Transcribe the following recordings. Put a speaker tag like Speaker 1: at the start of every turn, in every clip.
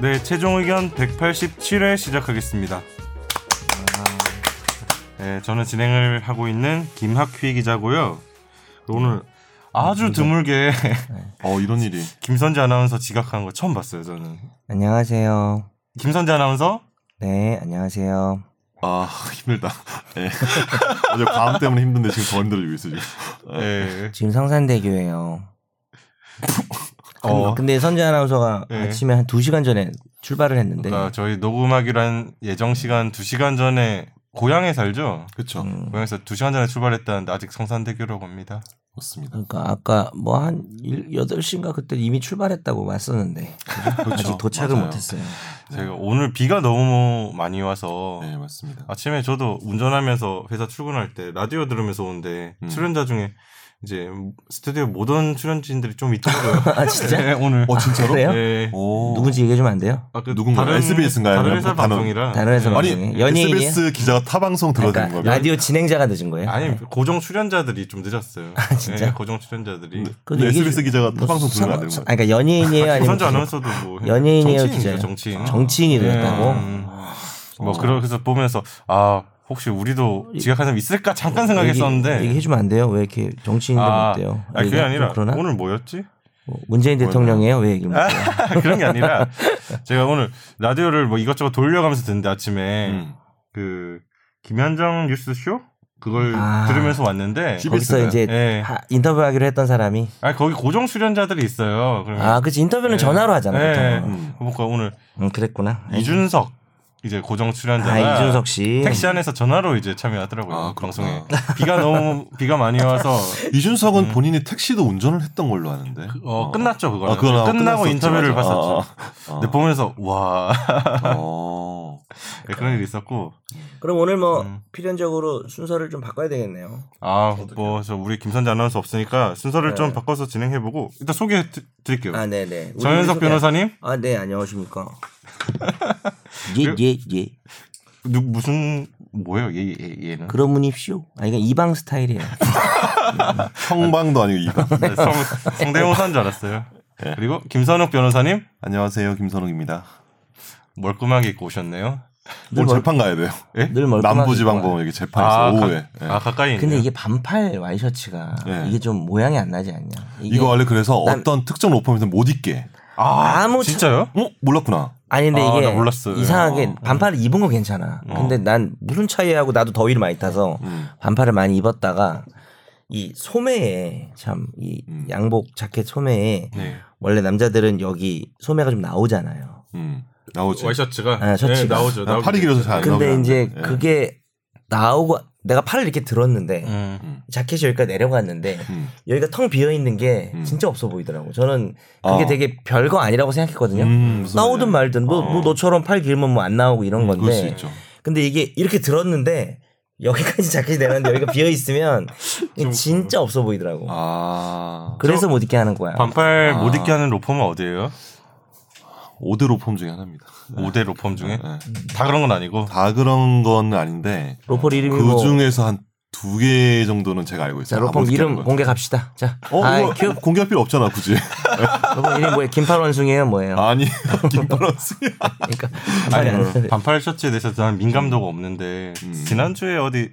Speaker 1: 네, 최종 의견 187회 시작하겠습니다. 네, 저는 진행을 하고 있는 김학휘 기자고요. 오늘 아주 드물게
Speaker 2: 어 이런 일이
Speaker 1: 김선재 아나운서 지각한 거 처음 봤어요, 저는.
Speaker 3: 안녕하세요.
Speaker 1: 김선재 아나운서
Speaker 3: 네, 안녕하세요.
Speaker 2: 아 힘들다. 예. 어제 밤 때문에 힘든데 지금 더 힘들어지고 있어 지금.
Speaker 1: 예.
Speaker 3: 지금 성산대교예요. 근-
Speaker 1: 어.
Speaker 3: 근데 선재 아나운서가
Speaker 1: 네.
Speaker 3: 아침에 한 2시간 전에 출발을 했는데
Speaker 2: 네.
Speaker 1: 그러니까 저희 녹음하기로 한 예정 시간 2시간 전에 고향에 살죠.
Speaker 2: 그렇죠.
Speaker 3: 음,
Speaker 1: 고향에서 2시간 전에 출발했다는데 아직 성산대교라고 합니다.
Speaker 2: 그렇습니다.
Speaker 3: 그러니까 아까 뭐 한 8시인가 그때 이미 출발했다고 왔었는데
Speaker 1: 그렇죠.
Speaker 3: 아직 도착을
Speaker 2: 맞아요.
Speaker 3: 못 했어요.
Speaker 1: 제가 오늘 비가 너무 많이 와서
Speaker 2: 네 맞습니다.
Speaker 1: 아침에 저도 운전하면서 회사 출근할 때 라디오 들으면서 오는데
Speaker 2: 음.
Speaker 1: 출연자 중에 이제 스튜디오 모던 출연진들이 좀 있더라고요.
Speaker 3: 아, 진짜?
Speaker 1: 네, 오늘.
Speaker 2: 어 진짜로?
Speaker 3: 그래요?
Speaker 1: 네.
Speaker 2: 오.
Speaker 3: 누군지 얘기해 주면 안 돼요?
Speaker 1: 아, 그
Speaker 2: 누군가요? SBS 인가요?
Speaker 1: 다른 회사
Speaker 2: 아니면 다른-
Speaker 1: 방송이라. 네.
Speaker 3: 다른 회사
Speaker 2: 아니
Speaker 3: 방송이에요? 연예인이에요?
Speaker 2: SBS 기자가 타 방송 들어야
Speaker 3: 그러니까
Speaker 2: 되는 거예요?
Speaker 3: 라디오 진행자가 늦은 거예요?
Speaker 1: 아니 고정 출연자들이 좀 늦었어요.
Speaker 3: 아, 진짜? 음.
Speaker 1: 네, 고정 출연자들이.
Speaker 3: 그래도 얘기해
Speaker 2: SBS
Speaker 3: 주-
Speaker 2: 기자가
Speaker 3: 뭐
Speaker 2: 타 방송 들으면 안
Speaker 3: 상-
Speaker 2: 되는
Speaker 3: 상-
Speaker 2: 거예요?
Speaker 3: 아니, 그러니까 연예인이에요? 아니면
Speaker 1: 김선재
Speaker 3: 기자?
Speaker 1: 아나운서도 뭐
Speaker 3: 연예인이에요,
Speaker 1: 정치인이죠,
Speaker 3: 기자예요?
Speaker 1: 정치인.
Speaker 3: 정치인이
Speaker 1: 네.
Speaker 3: 되었다고?
Speaker 1: 음. 뭐 그래서 보면서 아 혹시 우리도 지각한 사람 있을까 잠깐 생각했었는데.
Speaker 3: 얘기, 해 주면 안 돼요? 왜 이렇게 정치인들
Speaker 1: 아,
Speaker 3: 못 돼요?
Speaker 1: 아니, 그게
Speaker 3: 얘기가 좀
Speaker 1: 아니라
Speaker 3: 그러나?
Speaker 1: 오늘 뭐였지?
Speaker 3: 뭐 문재인 대통령이에요? 왜 뭐, 얘기를 못
Speaker 1: 아,
Speaker 3: 해요?
Speaker 1: 그런 게 아니라 제가 오늘 라디오를 뭐 이것저것 돌려가면서 듣는데 아침에
Speaker 2: 음.
Speaker 1: 그 김현정 뉴스쇼 그걸
Speaker 3: 아.
Speaker 1: 들으면서 왔는데
Speaker 2: 시-
Speaker 3: 거기서
Speaker 2: TBS 가.
Speaker 3: 이제
Speaker 1: 예.
Speaker 3: 하- 인터뷰하기로 했던 사람이
Speaker 1: 아 거기 고정 출연자들이 있어요. 그러면
Speaker 3: 아 그치 인터뷰는
Speaker 1: 예.
Speaker 3: 전화로 하잖아
Speaker 1: 예.
Speaker 3: 보통.
Speaker 2: 음.
Speaker 1: 뭔가 오늘
Speaker 3: 음, 그랬구나
Speaker 1: 이준석 이제 고정 출연자가
Speaker 3: 아 이준석 씨
Speaker 1: 택시 안에서 전화로 이제 참여하더라고요
Speaker 2: 아,
Speaker 1: 방송에
Speaker 2: 그렇구나.
Speaker 1: 비가 너무 비가 많이 와서
Speaker 2: 이준석은 본인이 택시도 운전을 했던 걸로 아는데.
Speaker 1: 어, 끝났죠 그거
Speaker 2: 아, 그건 아마
Speaker 1: 끝나고
Speaker 2: 끝났었죠,
Speaker 1: 인터뷰를
Speaker 2: 맞아.
Speaker 1: 봤었죠. 어.
Speaker 2: 아, 아.
Speaker 1: 근데 보면서 와
Speaker 2: 어.
Speaker 1: 그런 일이 있었고
Speaker 3: 그럼 오늘 뭐
Speaker 1: 음.
Speaker 3: 필연적으로 순서를 좀 바꿔야 되겠네요 네.
Speaker 1: 아, 뭐 저 우리 김선재 아나운서 없으니까 순서를 좀 바꿔서 진행해보고 일단 소개해 드- 드릴게요.
Speaker 3: 아 네네 우리
Speaker 1: 정현석
Speaker 3: 소개-
Speaker 1: 변호사님
Speaker 3: 아 네 안녕하십니까 예예예
Speaker 1: 누 무슨 뭐예요? 얘, 얘 얘는
Speaker 3: 그런 분입시오 아 이건 이방 스타일이에요
Speaker 2: 형방도 아니고 이방.
Speaker 1: 네, 성, 성대모사인 줄 알았어요.
Speaker 3: 네.
Speaker 1: 그리고 김선욱 변호사님
Speaker 2: 안녕하세요 김선욱입니다.
Speaker 1: 멀끔하게 입고 오셨네요.
Speaker 2: 오늘 재판 가야 돼요.
Speaker 1: 예?
Speaker 3: 늘 멀쩡한
Speaker 2: 남부지방법원 여기 재판 있어
Speaker 1: 아,
Speaker 2: 요
Speaker 1: 가-
Speaker 2: 오후에. 예.
Speaker 1: 아 가까이 있네요.
Speaker 3: 근데 이게 반팔 와이셔츠가
Speaker 2: 예.
Speaker 3: 이게 좀 모양이 안 나지 않냐 이게
Speaker 2: 이거 원래 그래서
Speaker 3: 난-
Speaker 2: 어떤 특정 로펌에서 못 입게.
Speaker 1: 아
Speaker 3: 아무 차-
Speaker 1: 진짜요?
Speaker 2: 어 몰랐구나.
Speaker 3: 아니 근데
Speaker 1: 아, 나
Speaker 3: 이게
Speaker 1: 몰랐어요.
Speaker 3: 이상하게
Speaker 1: 어.
Speaker 3: 반팔을 입은 거 괜찮아. 근데 난 무슨 차이 하고 나도 더위를 많이 타서
Speaker 1: 음.
Speaker 3: 반팔을 많이 입었다가 이 소매에 참 이
Speaker 2: 음.
Speaker 3: 양복 자켓 소매에
Speaker 1: 네.
Speaker 3: 원래 남자들은 여기 소매가 좀 나오잖아요.
Speaker 2: 음 나오지.
Speaker 1: 와이셔츠가
Speaker 3: 아, 셔츠가.
Speaker 1: 네, 나오죠.
Speaker 2: 아,
Speaker 1: 나오죠.
Speaker 2: 팔이 길어서 잘 안 나오는.
Speaker 3: 근데 이제
Speaker 2: 네.
Speaker 3: 그게 나오고 내가 팔을 이렇게 들었는데
Speaker 1: 음.
Speaker 3: 자켓이 여기까지 내려갔는데
Speaker 2: 예. 음.
Speaker 3: 여기가 텅 비어 있는 게
Speaker 2: 음. 진짜
Speaker 3: 진짜 없어 보이더라고. 저는 그게
Speaker 2: 아.
Speaker 3: 되게 별거 아니라고 생각했거든요.
Speaker 2: 음, 무슨
Speaker 3: 나오든
Speaker 2: 말이야.
Speaker 3: 말든 뭐, 뭐
Speaker 2: 어. 음,
Speaker 3: 너처럼 팔 길면 뭐 안 나오고 이런 건데.
Speaker 2: 그럴 수 있죠.
Speaker 3: 근데 이게 이렇게 들었는데 여기까지 자켓이 내놨는데 여기가 비어 있으면 진짜 없어 보이더라고.
Speaker 2: 아
Speaker 3: 그래서 못 입게 하는 거야.
Speaker 1: 반팔 못
Speaker 2: 아.
Speaker 1: 입게 하는 로펌은 어디예요?
Speaker 2: 5대 로펌 중에 하나입니다.
Speaker 3: 네.
Speaker 1: 5대 로펌 네. 중에
Speaker 2: 예.
Speaker 1: 다 그런 건 아니고
Speaker 2: 다 그런 건 아닌데
Speaker 3: 로펌 이름이
Speaker 2: 그
Speaker 3: 뭐?
Speaker 2: 중에서 한 두 개 정도는 제가 알고
Speaker 3: 자,
Speaker 2: 있어요.
Speaker 3: 로펌
Speaker 2: 아무렇게 하는
Speaker 3: 이름
Speaker 2: 건.
Speaker 3: 공개 갑시다. 자,
Speaker 2: 어
Speaker 3: 아이, 어.
Speaker 2: 이거
Speaker 3: 큐.
Speaker 2: 공개할 필요 없잖아 굳이.
Speaker 3: 로펌 이름 뭐예요? 김팔 원숭이에요, 뭐예요?
Speaker 2: 아니 김바런스.
Speaker 3: 그러니까
Speaker 1: 아니,
Speaker 3: 말이 안 되는데. 음.
Speaker 1: 반팔 셔츠에 대해서 저는 민감도가 없는데 지난주에 어디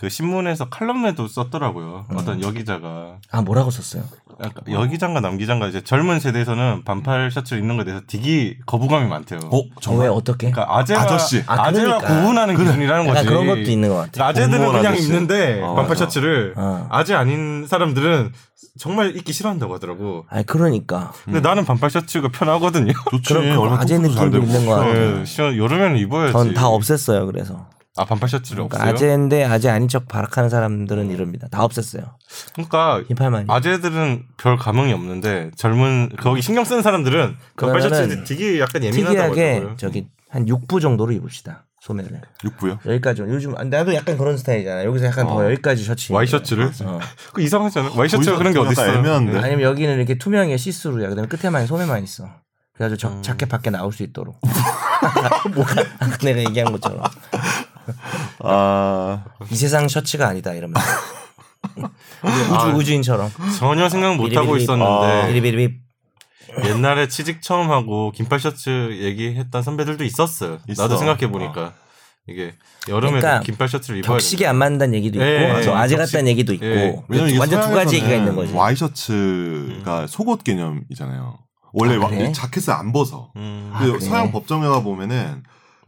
Speaker 1: 그 신문에서 칼럼에도 썼더라고요. 어떤 여기자가
Speaker 3: 아 뭐라고 음. 썼어요?
Speaker 1: 약간 여기장과 남기장과 이제 젊은 세대에서는 반팔 셔츠 를 입는 거에 대해서 되게 거부감이 많대요.
Speaker 2: 어
Speaker 3: 왜
Speaker 2: 정말.
Speaker 3: 어떻게?
Speaker 1: 그러니까 아재와
Speaker 2: 아저씨.
Speaker 3: 아,
Speaker 1: 아, 재와
Speaker 3: 그러니까.
Speaker 1: 구분하는 기준이라는
Speaker 3: 약간
Speaker 1: 거지.
Speaker 3: 그런 것도 있는 것 같아.
Speaker 1: 아재들은
Speaker 2: 공무원
Speaker 1: 그냥
Speaker 2: 아저씨.
Speaker 1: 입는데
Speaker 2: 어,
Speaker 1: 반팔
Speaker 2: 맞아.
Speaker 1: 셔츠를
Speaker 3: 어.
Speaker 1: 아재 아닌 사람들은 정말 입기 싫어한다고 하더라고.
Speaker 3: 아니 그러니까
Speaker 1: 근데 나는 반팔 셔츠가 편하거든요.
Speaker 2: 좋지.
Speaker 3: 그런 그
Speaker 2: 얼마나
Speaker 3: 아재
Speaker 2: 톡톡도 잘
Speaker 3: 느낌도
Speaker 2: 되고. 네.
Speaker 3: 있는 것 같아요.
Speaker 1: 예, 시원 여름에는 입어야지.
Speaker 3: 전 다 없앴어요. 그래서
Speaker 1: 아 반팔 셔츠를
Speaker 3: 그러니까
Speaker 1: 없어요.
Speaker 3: 아재인데 아재 아닌 척 발악하는 사람들은 이럽니다. 다 없앴어요.
Speaker 1: 그러니까
Speaker 3: 김팔만.
Speaker 1: 아재들은 별 감흥이 없는데 젊은 거기 신경 쓰는 사람들은 반팔 셔츠
Speaker 3: 그러면은
Speaker 1: 되게 약간 예민하다고
Speaker 3: 특이하게
Speaker 1: 하더라고요.
Speaker 3: 저기 한 6부 정도로 입읍시다 소매를
Speaker 2: 육부요.
Speaker 3: 여기까지 요즘 아, 나도 약간 그런 스타일이잖아 여기서 약간 더 여기까지 셔츠
Speaker 1: 와이셔츠를
Speaker 3: 어. 네.
Speaker 1: 그 이상하지 않아요? 와이셔츠가 네. 그런 게 어디
Speaker 2: 약간
Speaker 1: 있어요?
Speaker 2: 애매한데.
Speaker 3: 아니면 여기는 이렇게 투명해 시스루야 그다음에 끝에만 소매만 있어 그래가지고 저, 자켓 밖에 나올 수 있도록 내가 얘기한 것처럼
Speaker 2: 아
Speaker 3: 이 세상 셔츠가 아니다 이러면 우주 우주인처럼
Speaker 1: 전혀 생각 아, 뭐 못 하고
Speaker 3: 비리비리. 아,
Speaker 1: 있었는데
Speaker 3: 비리비리
Speaker 1: 옛날에 취직 처음 하고 긴팔 셔츠 얘기했던 선배들도 있었어요.
Speaker 2: 있어.
Speaker 1: 나도 생각해 보니까 이게 여름에도
Speaker 3: 그러니까
Speaker 1: 긴팔 셔츠를 입어야
Speaker 3: 격식이 안 맞는다는 얘기도 있고
Speaker 1: 예,
Speaker 3: 저 아재
Speaker 1: 격식.
Speaker 3: 같다는 얘기도 있고
Speaker 1: 예.
Speaker 2: 왜냐면 이게
Speaker 3: 완전 그 두 가지 얘기가 있는 거지.
Speaker 1: 음.
Speaker 2: 와이셔츠가 속옷 개념이잖아요. 원래
Speaker 3: 아,
Speaker 2: 와-
Speaker 3: 그래?
Speaker 2: 이 자켓을 안 벗어.
Speaker 1: 음.
Speaker 3: 아,
Speaker 2: 그
Speaker 3: 그래?
Speaker 2: 서양 법정영화 보면은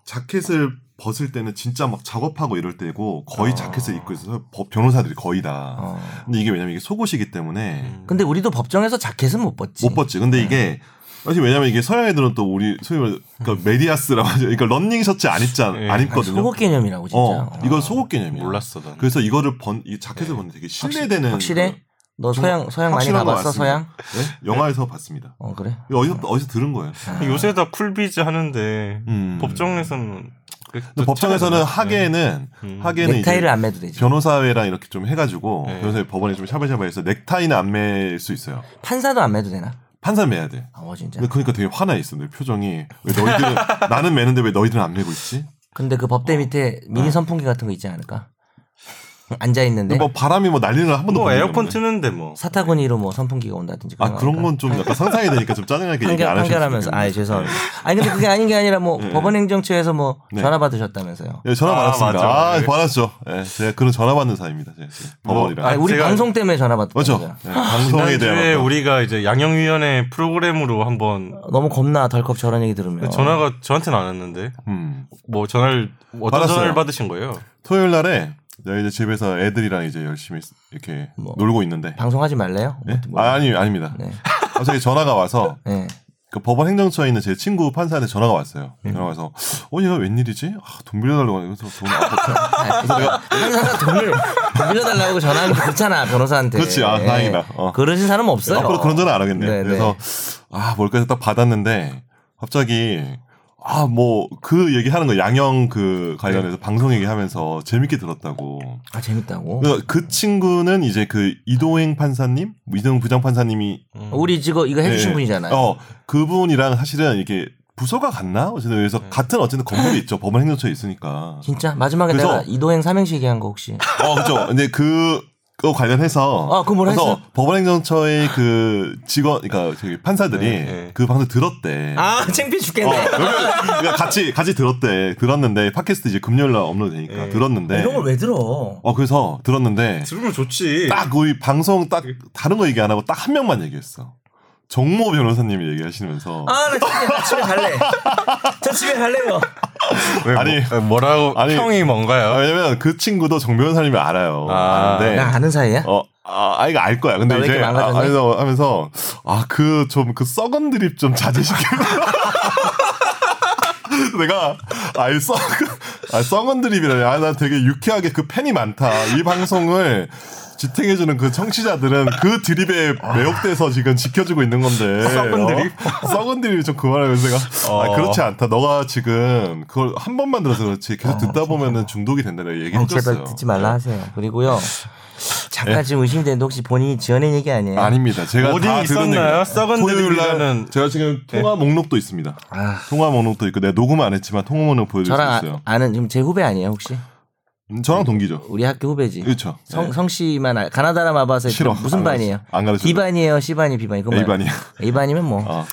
Speaker 2: 자켓을 벗을 때는 진짜 막 작업하고 이럴 때고 거의
Speaker 1: 아.
Speaker 2: 자켓을 입고 있어서 법- 변호사들이 거의 다.
Speaker 3: 어. 음,
Speaker 2: 근데 이게 왜냐면 이게 속옷이기 때문에
Speaker 3: 근데 우리도 법정에서 자켓은 못 벗지.
Speaker 2: 못 벗지.
Speaker 3: 네.
Speaker 2: 근데 이게 사실 왜냐면 이게 서양 애들은 또 우리 소위 말해서 그러니까 메디아스라고 하죠. 그러니까 런닝 셔츠 안 입지 않,
Speaker 1: 예.
Speaker 2: 안
Speaker 3: 음. 아니,
Speaker 2: 입거든요.
Speaker 3: 속옷 개념이라고 진짜.
Speaker 2: 어, 이건 속옷 개념이야.
Speaker 1: 음. 몰랐어 난.
Speaker 2: 그래서 이거를 번, 이 자켓을 벗는데 되게 신뢰되는.
Speaker 3: 네. 확실해?
Speaker 2: 그-
Speaker 3: 너
Speaker 2: 정말
Speaker 3: 서양 서양 많이
Speaker 2: 확실한 거
Speaker 3: 가봤어
Speaker 2: 같습니다.
Speaker 3: 서양?
Speaker 2: 네? 영화에서 봤습니다.
Speaker 3: 어 그래. 아,
Speaker 2: 이거 어디서, 어디서 들은 아, 거예요.
Speaker 1: 요새 다 쿨비즈 하는데
Speaker 2: 음.
Speaker 1: 법정에서는 그게 또
Speaker 2: 근데 법정에서는
Speaker 1: 차이가
Speaker 2: 하계는,
Speaker 1: 나요. 음.
Speaker 2: 하계는
Speaker 3: 넥타이를
Speaker 2: 이제
Speaker 3: 안 매도 되지.
Speaker 2: 변호사회랑 이렇게 좀 해가지고,
Speaker 1: 네.
Speaker 2: 변호사회 법원에 좀 샤바샤바 해서 넥타이는 안 맬 수 있어요.
Speaker 3: 판사도 안 매도 되나?
Speaker 2: 판사 매야 돼.
Speaker 3: 어 진짜.
Speaker 2: 근데 그러니까 되게 화나 있어. 내 표정이. 왜 너희들은, 나는 매는데 왜 너희들은 안 매고 있지?
Speaker 3: 근데 그
Speaker 2: 어.
Speaker 3: 법대
Speaker 2: 아.
Speaker 3: 밑에 미니 선풍기 같은 거 있지 않을까? 앉아 있는데
Speaker 2: 근데 뭐 바람이 뭐 날리는 걸 한 번도
Speaker 1: 뭐
Speaker 2: 본 적이
Speaker 1: 에어컨
Speaker 2: 없는데.
Speaker 1: 트는데 뭐.
Speaker 3: 사타구니로 뭐 선풍기가 온다든지
Speaker 2: 아, 그런 건 좀 약간 상상이 되니까 좀 짜증나게 얘기
Speaker 3: 판결
Speaker 2: 안 하시는
Speaker 3: 판결하면서 아 죄송합니다. 아니 근데 그게 아닌 게 아니라 뭐 법원 행정처에서 뭐
Speaker 2: 네.
Speaker 3: 전화 받으셨다면서요.
Speaker 2: 예, 전화
Speaker 1: 아,
Speaker 2: 받았습니다.
Speaker 1: 맞아.
Speaker 2: 아,
Speaker 1: 네.
Speaker 2: 받았죠. 예, 제가 그런 전화 받는 사입니다. 제가 지금 법원이랑.
Speaker 3: 아니 우리
Speaker 1: 제가-
Speaker 3: 방송 때문에 전화 받았죠.
Speaker 2: 그렇죠. 예, 방송에
Speaker 1: 지난주에
Speaker 2: 대한 어떤-
Speaker 1: 우리가 이제 양형위원회 프로그램으로 한번
Speaker 3: 너무 겁나 덜컥 저런 얘기 들으면
Speaker 2: 어.
Speaker 1: 전화가 저한테는 안 왔는데
Speaker 2: 음.
Speaker 1: 뭐 전화를 어떤
Speaker 2: 받았어요.
Speaker 1: 전화를 받으신 거예요?
Speaker 2: 토요일 날에 내가 이제 집에서 애들이랑 이제 열심히 이렇게
Speaker 3: 뭐.
Speaker 2: 놀고 있는데.
Speaker 3: 방송하지 말래요?
Speaker 2: 예?
Speaker 3: 뭐,
Speaker 2: 아, 아니, 아닙니다.
Speaker 3: 네.
Speaker 2: 갑자기 전화가 와서
Speaker 3: 네.
Speaker 2: 그 법원 행정처에 있는 제 친구 판사한테 전화가 왔어요.
Speaker 1: 네.
Speaker 2: 전화가 와서 어, 얘가 웬일이지? 아, 돈 빌려달라고 하니까 돈 아깝다.
Speaker 3: 아, 판사가 돈을 빌려달라고 전화하는 게 그렇잖아 변호사한테. 예.
Speaker 2: 그렇지. 아, 다행이다. 어.
Speaker 3: 그러신 사람은 없어요.
Speaker 2: 앞으로 그런 전화 안 하겠네요.
Speaker 3: 네, 네.
Speaker 2: 그래서 아 뭘까 해서 딱 받았는데 갑자기 아 뭐 그 얘기하는 거 양형 그 관련해서
Speaker 3: 네.
Speaker 2: 방송 얘기하면서 재밌게 들었다고.
Speaker 3: 아 재밌다고.
Speaker 2: 그래서 그 친구는 이제 그 이도행 판사님, 뭐 이도행 부장 판사님이
Speaker 1: 음.
Speaker 3: 아, 우리 지금 이거 해주신
Speaker 2: 네.
Speaker 3: 분이잖아요.
Speaker 2: 어 그분이랑 사실은 이게 부서가 같나? 어쨌든 그래서
Speaker 3: 네.
Speaker 2: 같은 어쨌든 건물이 있죠. 법원 행정처에 있으니까.
Speaker 3: 진짜 마지막에
Speaker 2: 그래서-
Speaker 3: 내가 이도행 삼행시 얘기한 거 혹시
Speaker 2: 어, 그죠. 근데 그, 그거 관련해서.
Speaker 3: 아, 그거 뭐라
Speaker 2: 그래서
Speaker 3: 했어요?
Speaker 2: 법원행정처의 그 직원, 그러니까 저기 판사들이
Speaker 1: 네, 네.
Speaker 2: 그 방송 들었대.
Speaker 3: 아 창피해
Speaker 2: 어,
Speaker 3: 죽겠네.
Speaker 2: 여기- 그러니까 같이, 같이 들었대. 들었는데, 팟캐스트 이제 금요일 날 업로드 되니까
Speaker 1: 네.
Speaker 2: 들었는데.
Speaker 3: 이런 걸 왜 들어?
Speaker 2: 어, 그래서 들었는데,
Speaker 1: 들으면 좋지.
Speaker 2: 딱 우리 방송 딱 다른 거 얘기 안 하고 딱 한 명만 얘기했어. 정모 변호사님이 얘기하시면서.
Speaker 3: 아 나 집에, 나 집에 갈래. 저 집에 갈래요.
Speaker 1: 왜,
Speaker 2: 아니,
Speaker 1: 뭐, 뭐라고
Speaker 2: 아니,
Speaker 1: 평이
Speaker 2: 아,
Speaker 1: 뭔가요?
Speaker 2: 왜냐면 그 친구도 정 변호사님이 알아요.
Speaker 1: 아.
Speaker 2: 아는데
Speaker 3: 나 아는 사이야?
Speaker 2: 어, 아, 아이가 알 거야.
Speaker 3: 나왜
Speaker 2: 근데 이제
Speaker 3: 이렇게
Speaker 2: 아,
Speaker 3: 망가졌니?
Speaker 2: 하면서 하면서 아 그 좀 그 썩은 드립 좀 자제시키고. 내가 아이 썩, 아 썩은 드립이라니. 아나 되게 유쾌하게 그 팬이 많다. 이 방송을 지탱해주는 그 청취자들은 그 드립에
Speaker 3: 아.
Speaker 2: 매혹돼서 지금 지켜주고 있는 건데.
Speaker 1: 썩은 드립?
Speaker 2: 어? 썩은 드립 좀 그만하면서 내가.
Speaker 1: 어.
Speaker 2: 아, 그렇지 않다. 너가 지금 그걸 한 번만 들어서 그렇지. 계속 듣다 보면은 중독이 된다는
Speaker 3: 아, 아니,
Speaker 2: 얘기해줬어요. 네.
Speaker 3: 제발 듣지 말라 하세요. 그리고요. 잠깐 지금 의심되는데 혹시 본인이 지어낸 얘기 아니에요?
Speaker 2: 아닙니다. 제가
Speaker 1: 어디
Speaker 2: 다 들은
Speaker 1: 있었나요?
Speaker 2: 얘기-
Speaker 1: 썩은
Speaker 2: 토요일 날
Speaker 1: 드립이라는- 네.
Speaker 2: 제가 지금 통화 목록도 있습니다.
Speaker 3: 아,
Speaker 2: 통화 목록도 있고 내가 녹음 안 했지만 통화 목록 보여드릴 수
Speaker 3: 저랑
Speaker 2: 있어요.
Speaker 3: 아, 는 지금 제 후배 아니에요 혹시?
Speaker 2: 음, 저랑 동기죠.
Speaker 3: 우리 학교 후배지.
Speaker 2: 그렇죠.
Speaker 3: 성, 성 씨만 알, 가나다라 마바서
Speaker 2: 싫어.
Speaker 3: 무슨
Speaker 2: 안
Speaker 3: 반이에요?
Speaker 2: 가르쳐- 안 가르쳐.
Speaker 3: B반이에요, C반이 B반이. 그만.
Speaker 2: A반이야.
Speaker 3: A반이면 뭐.
Speaker 2: 네. 아,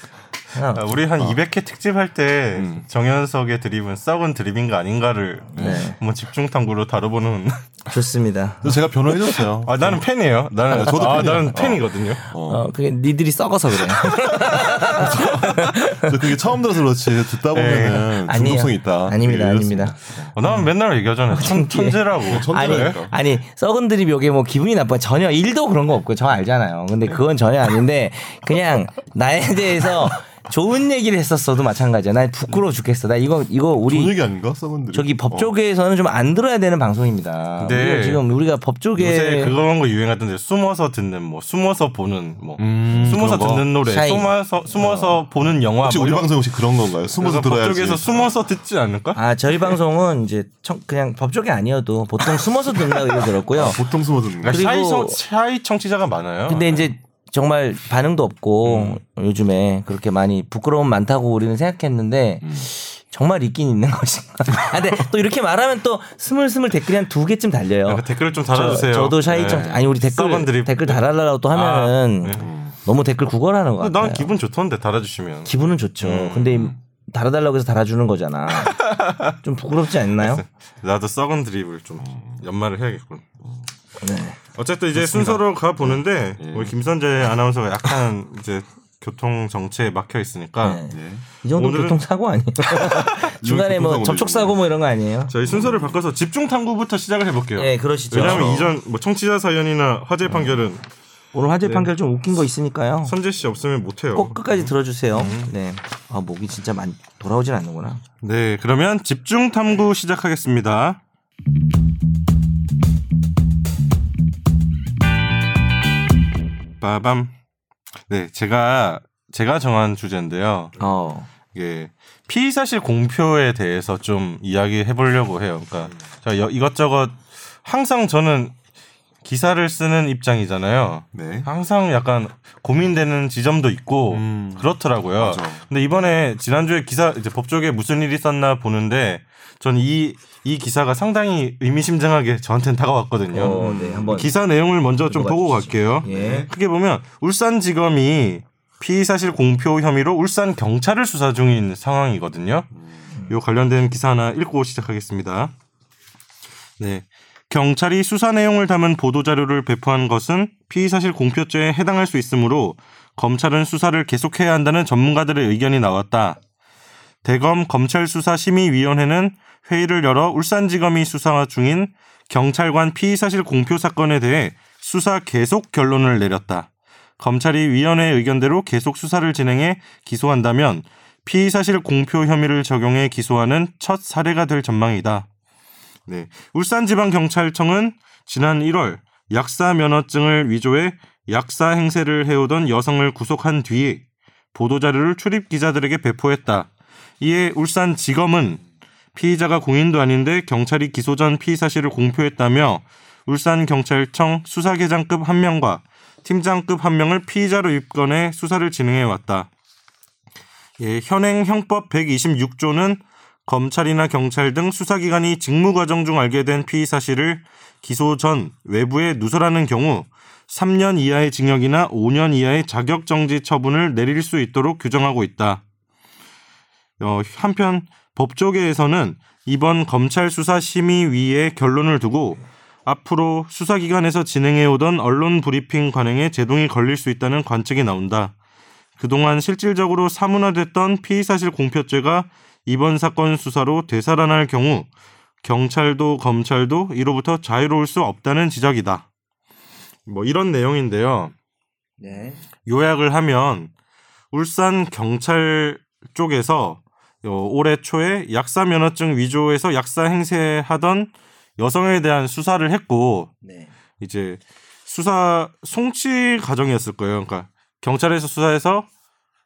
Speaker 3: 하나.
Speaker 1: 아, 우리 한 200회 특집 할 때
Speaker 2: 음.
Speaker 1: 정현석의 드립은 썩은 드립인가 아닌가를
Speaker 2: 네.
Speaker 1: 뭐 한번 집중 탐구로 다뤄보는.
Speaker 2: 아.
Speaker 3: 좋습니다.
Speaker 2: 그래서 제가 변호해줬어요.
Speaker 1: 아 나는 팬이에요. 나는
Speaker 2: 저도
Speaker 1: 아,
Speaker 2: 팬이야.
Speaker 1: 나는 팬이거든요.
Speaker 3: 어, 그게 니들이 썩어서 그래.
Speaker 2: 그래서 그게 처음 들어서 그렇지
Speaker 1: 네.
Speaker 2: 듣다 보면은
Speaker 3: 아니에요.
Speaker 2: 중독성 이 있다.
Speaker 3: 아닙니다,
Speaker 2: 예,
Speaker 3: 아닙니다.
Speaker 1: 어,
Speaker 2: 음.
Speaker 1: 나는 맨날 얘기하잖아요. 천, 천재라고.
Speaker 3: 아니, 아니, 썩은 드립 요게 뭐 기분이 나빠. 전혀 일도 그런 거 없고, 저 알잖아요.
Speaker 2: 네.
Speaker 3: 근데 그건 전혀 아닌데, 그냥 나에 대해서 좋은 얘기를 했었어도 마찬가지야. 난 부끄러워 죽겠어. 나 이거, 이거 우리.
Speaker 2: 좋은 얘기 어. 아닌가? 썩은들이.
Speaker 3: 저기 법조계에서는 좀 안 들어야 되는 방송입니다.
Speaker 1: 네.
Speaker 3: 우리가 지금 우우리가
Speaker 1: 요새
Speaker 3: 법조계
Speaker 1: 그런 거 유행하던데 숨어서 듣는 뭐 숨어서 보는 뭐
Speaker 2: 음,
Speaker 1: 숨어서
Speaker 2: 그런 거?
Speaker 1: 듣는 노래
Speaker 3: 샤인.
Speaker 1: 숨어서 숨어서 보는 영화
Speaker 2: 혹시
Speaker 1: 뭐
Speaker 2: 우리
Speaker 1: 이런
Speaker 2: 방송 혹시 그런 건가요?
Speaker 1: 그래서
Speaker 2: 숨어서 들어야지.
Speaker 1: 법조계에서 숨어서 듣지 않을까?
Speaker 3: 아 저희 방송은 이제 청, 그냥 법조계 아니어도 보통 숨어서 듣는다고 얘기
Speaker 1: 아,
Speaker 3: 들었고요.
Speaker 2: 보통 숨어서 듣는 거.
Speaker 1: 그러니까 샤이,
Speaker 3: 그리고-
Speaker 1: 청, 샤이 청취자가 많아요.
Speaker 3: 근데 이제 정말 반응도
Speaker 1: 음.
Speaker 3: 없고 요즘에 그렇게 많이 부끄러움 많다고 우리는 생각했는데
Speaker 1: 음.
Speaker 3: 정말 있긴 있는 것인가. 아, 근데 또 이렇게 말하면 또 스물스물 댓글이 한 두 개쯤 달려요.
Speaker 1: 아, 댓글을 네, 그 좀 달아주세요.
Speaker 3: 저, 도 샤이 청
Speaker 1: 네.
Speaker 3: 아니 우리 댓글
Speaker 1: 썩은 드립.
Speaker 3: 댓글 달아달라고 또 하면은
Speaker 1: 네.
Speaker 3: 너무 댓글 구걸하는 것
Speaker 1: 근데
Speaker 3: 같아요.
Speaker 1: 난 기분 음. 좋던데 달아주시면.
Speaker 3: 기분은 좋죠. 근데 이- 달아달라고 해서 달아주는 거잖아. 좀 부끄럽지 않나요?
Speaker 1: 나도 썩은 드립을 좀
Speaker 3: 음.
Speaker 1: 연말을 해야겠군.
Speaker 3: 네.
Speaker 1: 어쨌든 이제 순서로 가 보는데 우리 김선재 아나운서가 약간 이제 교통 정체에 막혀 있으니까
Speaker 3: 네. 이 정도
Speaker 1: 오늘은-
Speaker 3: 교통 사고 아니에요? 중간에 뭐
Speaker 2: 교통사고도
Speaker 3: 접촉 사고 뭐 이런 거 아니에요?
Speaker 1: 저희 순서를 바꿔서 집중 탐구부터 시작을 해볼게요.
Speaker 3: 예, 그러시죠.
Speaker 1: 그렇죠. 왜냐하면 이전 뭐 청취자 사연이나 화재 판결은
Speaker 3: 오늘 화재 판결 좀 웃긴 거 있으니까요.
Speaker 1: 네. 선재 씨 없으면 못해요.
Speaker 3: 꼭 그- 끝까지 들어주세요.
Speaker 1: 음.
Speaker 3: 네. 아 목이 진짜 많이 돌아오진 않는구나.
Speaker 1: 네, 그러면 집중 탐구 시작하겠습니다. 빠밤. 네, 제가 제가 정한 주제인데요.
Speaker 3: 어.
Speaker 1: 이게 피의 사실 공표에 대해서 좀 이야기해 보려고 해요. 그러니까 제가 여- 이것저것 항상 저는 기사를 쓰는 입장이잖아요.
Speaker 2: 네.
Speaker 1: 항상 약간 고민되는 지점도 있고
Speaker 2: 음.
Speaker 1: 그렇더라고요.
Speaker 2: 맞아.
Speaker 1: 근데 이번에 지난주에 기사 이제 법조계 무슨 일이 있었나 보는데 전 이 이 기사가 상당히 의미심장하게 저한테는 다가왔거든요.
Speaker 3: 어, 네, 한번.
Speaker 1: 기사 내용을 먼저 좀
Speaker 3: 읽어봐
Speaker 1: 보고
Speaker 3: 주시죠.
Speaker 1: 갈게요. 네.
Speaker 3: 예.
Speaker 1: 크게 보면 울산지검이 피의사실 공표 혐의로 울산 경찰을 수사 중인 상황이거든요.
Speaker 3: 음.
Speaker 1: 요 관련된 기사 하나 읽고 시작하겠습니다. 네. 경찰이 수사 내용을 담은 보도자료를 배포한 것은 피의사실 공표죄에 해당할 수 있으므로 검찰은 수사를 계속해야 한다는 전문가들의 의견이 나왔다. 대검 검찰수사심의위원회는 회의를 열어 울산지검이 수사 중인 경찰관 피의사실 공표 사건에 대해 수사 계속 결론을 내렸다. 검찰이 위원회 의견대로 계속 수사를 진행해 기소한다면 피의사실 공표 혐의를 적용해 기소하는 첫 사례가 될 전망이다. 네. 울산지방경찰청은 지난 1월 약사 면허증을 위조해 약사 행세를 해오던 여성을 구속한 뒤 보도자료를 출입 기자들에게 배포했다. 이에 울산지검은 피의자가 공인도 아닌데 경찰이 기소 전 피의 사실을 공표했다며 울산경찰청 수사계장급 1명과 팀장급 1명을 피의자로 입건해 수사를 진행해 왔다. 예, 현행 형법 126조는 검찰이나 경찰 등 수사기관이 직무 과정 중 알게 된 피의 사실을 기소 전 외부에 누설하는 경우 3년 이하의 징역이나 5년 이하의 자격정지 처분을 내릴 수 있도록 규정하고 있다. 어, 한편 법조계에서는 이번 검찰 수사 심의위의 결론을 두고 앞으로 수사기관에서 진행해오던 언론 브리핑 관행에 제동이 걸릴 수 있다는 관측이 나온다. 그동안 실질적으로 사문화됐던 피의사실 공표죄가 이번 사건 수사로 되살아날 경우 경찰도 검찰도 이로부터 자유로울 수 없다는 지적이다. 뭐 이런 내용인데요.
Speaker 3: 네.
Speaker 1: 요약을 하면 울산 경찰 쪽에서 어, 올해 초에 약사 면허증 위조에서 약사 행세하던 여성에 대한 수사를 했고
Speaker 3: 네.
Speaker 1: 이제 수사 송치 과정이었을 거예요. 그러니까 경찰에서 수사해서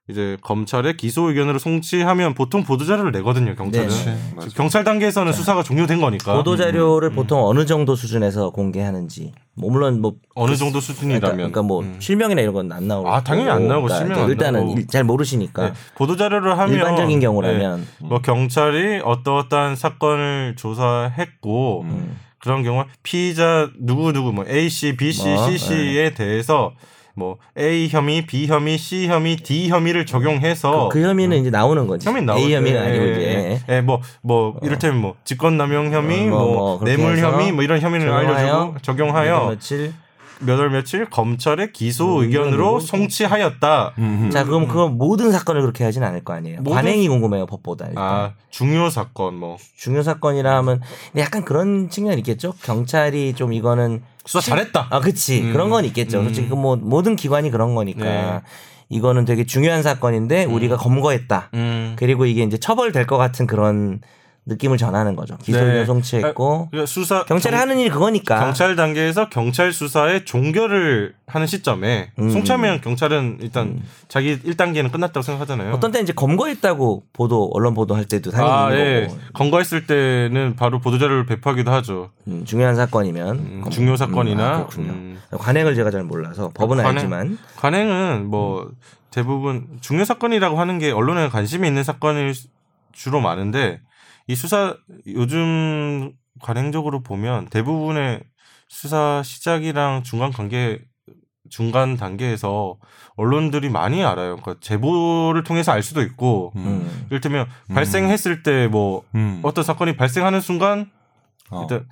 Speaker 1: 이제 검찰의 기소 의견으로 송치하면 보통 보도 자료를 내거든요. 경찰은
Speaker 3: 네, 네.
Speaker 1: 지금 경찰 단계에서는 수사가 종료된 거니까
Speaker 3: 보도 자료를
Speaker 1: 음.
Speaker 3: 보통 어느 정도 수준에서 공개하는지. 뭐 물론 뭐
Speaker 1: 어느 정도
Speaker 3: 그러니까,
Speaker 1: 수준이라면 음.
Speaker 3: 그러니까 뭐 실명이나 이런 건 안 나오고. 그러니까
Speaker 1: 아, 당연히 안 나오고 실명 안
Speaker 3: 일단은
Speaker 1: 나오고. 네.
Speaker 3: 일- 잘 모르시니까.
Speaker 1: 보도 자료를 하면
Speaker 3: 일반적인 경우라면.
Speaker 1: 뭐 경찰이 어떠어떠한 사건을 조사했고
Speaker 3: 음.
Speaker 1: 그런 경우 피의자 누구 누구 뭐 A 씨, B 씨,
Speaker 3: 뭐,
Speaker 1: C 씨에 대해서 뭐 A 혐의, B 혐의, C 혐의, D 혐의를 적용해서
Speaker 3: 그 혐의는 이제 나오는 거지.
Speaker 1: 네. 어. 혐의 나오죠.
Speaker 3: A 혐의가
Speaker 1: 예,
Speaker 3: 아니고
Speaker 1: 예,
Speaker 3: 이제.
Speaker 1: 예, 예, 뭐, 뭐, 이를테면 뭐, 직권남용 혐의,
Speaker 3: 어,
Speaker 1: 뭐,
Speaker 3: 뭐, 뭐 그렇게
Speaker 1: 뇌물
Speaker 3: 해서 뭐
Speaker 1: 혐의, 뭐, 이런 혐의를 알려주고,
Speaker 3: 그리고
Speaker 1: 적용하여
Speaker 3: 며칠.
Speaker 1: 몇 월 며칠 검찰의 기소
Speaker 3: 음,
Speaker 1: 의견으로
Speaker 3: 이런
Speaker 1: 송치하였다.
Speaker 3: 자, 그럼 그 모든 사건을 그렇게 하진 않을 거 아니에요.
Speaker 1: 음. 모든-
Speaker 3: 관행이 궁금해요, 법보다. 일단.
Speaker 1: 아, 중요 사건, 뭐.
Speaker 3: 중요 사건이라 하면 근데 약간 그런 측면 이 있겠죠. 경찰이 좀 이거는
Speaker 1: 수사 잘했다. 음.
Speaker 3: 아, 그치 그런 건 있겠죠. 솔직히 그뭐 모든 기관이 그런 거니까
Speaker 1: 네.
Speaker 3: 이거는 되게 중요한 사건인데 우리가 검거했다.
Speaker 1: 음.
Speaker 3: 그리고 이게 이제 처벌될 것 같은 그런 느낌을 전하는 거죠. 기소유예
Speaker 1: 네.
Speaker 3: 송치했고
Speaker 1: 그러니까 수사.
Speaker 3: 경찰이 하는 일이 그거니까.
Speaker 1: 경찰 단계에서 경찰 수사의 종결을 하는 시점에
Speaker 3: 음.
Speaker 1: 송치하면 경찰은 일단 자기 1단계는 끝났다고 생각하잖아요.
Speaker 3: 어떤 뭐 때 이제 검거했다고 보도 언론 보도할 때도 당연히
Speaker 1: 아,
Speaker 3: 있는
Speaker 1: 예.
Speaker 3: 거고
Speaker 1: 검거했을 때는 바로 보도자료를 배포하기도 하죠.
Speaker 3: 음, 중요한 사건이면
Speaker 1: 음,
Speaker 3: 검-
Speaker 1: 중요
Speaker 3: 음, 아,
Speaker 1: 사건이나
Speaker 3: 그렇군요.
Speaker 1: 음,
Speaker 3: 관행을 제가 잘 몰라서 법은
Speaker 1: 관행-
Speaker 3: 알지만
Speaker 1: 관행은 뭐
Speaker 2: 음.
Speaker 1: 대부분 중요 사건이라고 하는 게 언론에 관심이 있는 사건이 주로 많은데 이 수사 요즘 관행적으로 보면 대부분의 수사 시작이랑 중간 관계 중간 단계에서 언론들이 많이 알아요. 그러니까 제보를 통해서 알 수도 있고,
Speaker 3: 음.
Speaker 1: 이를테면 발생했을 때 뭐
Speaker 2: 음.
Speaker 1: 어떤 사건이 발생하는 순간
Speaker 2: 어.
Speaker 1: 일단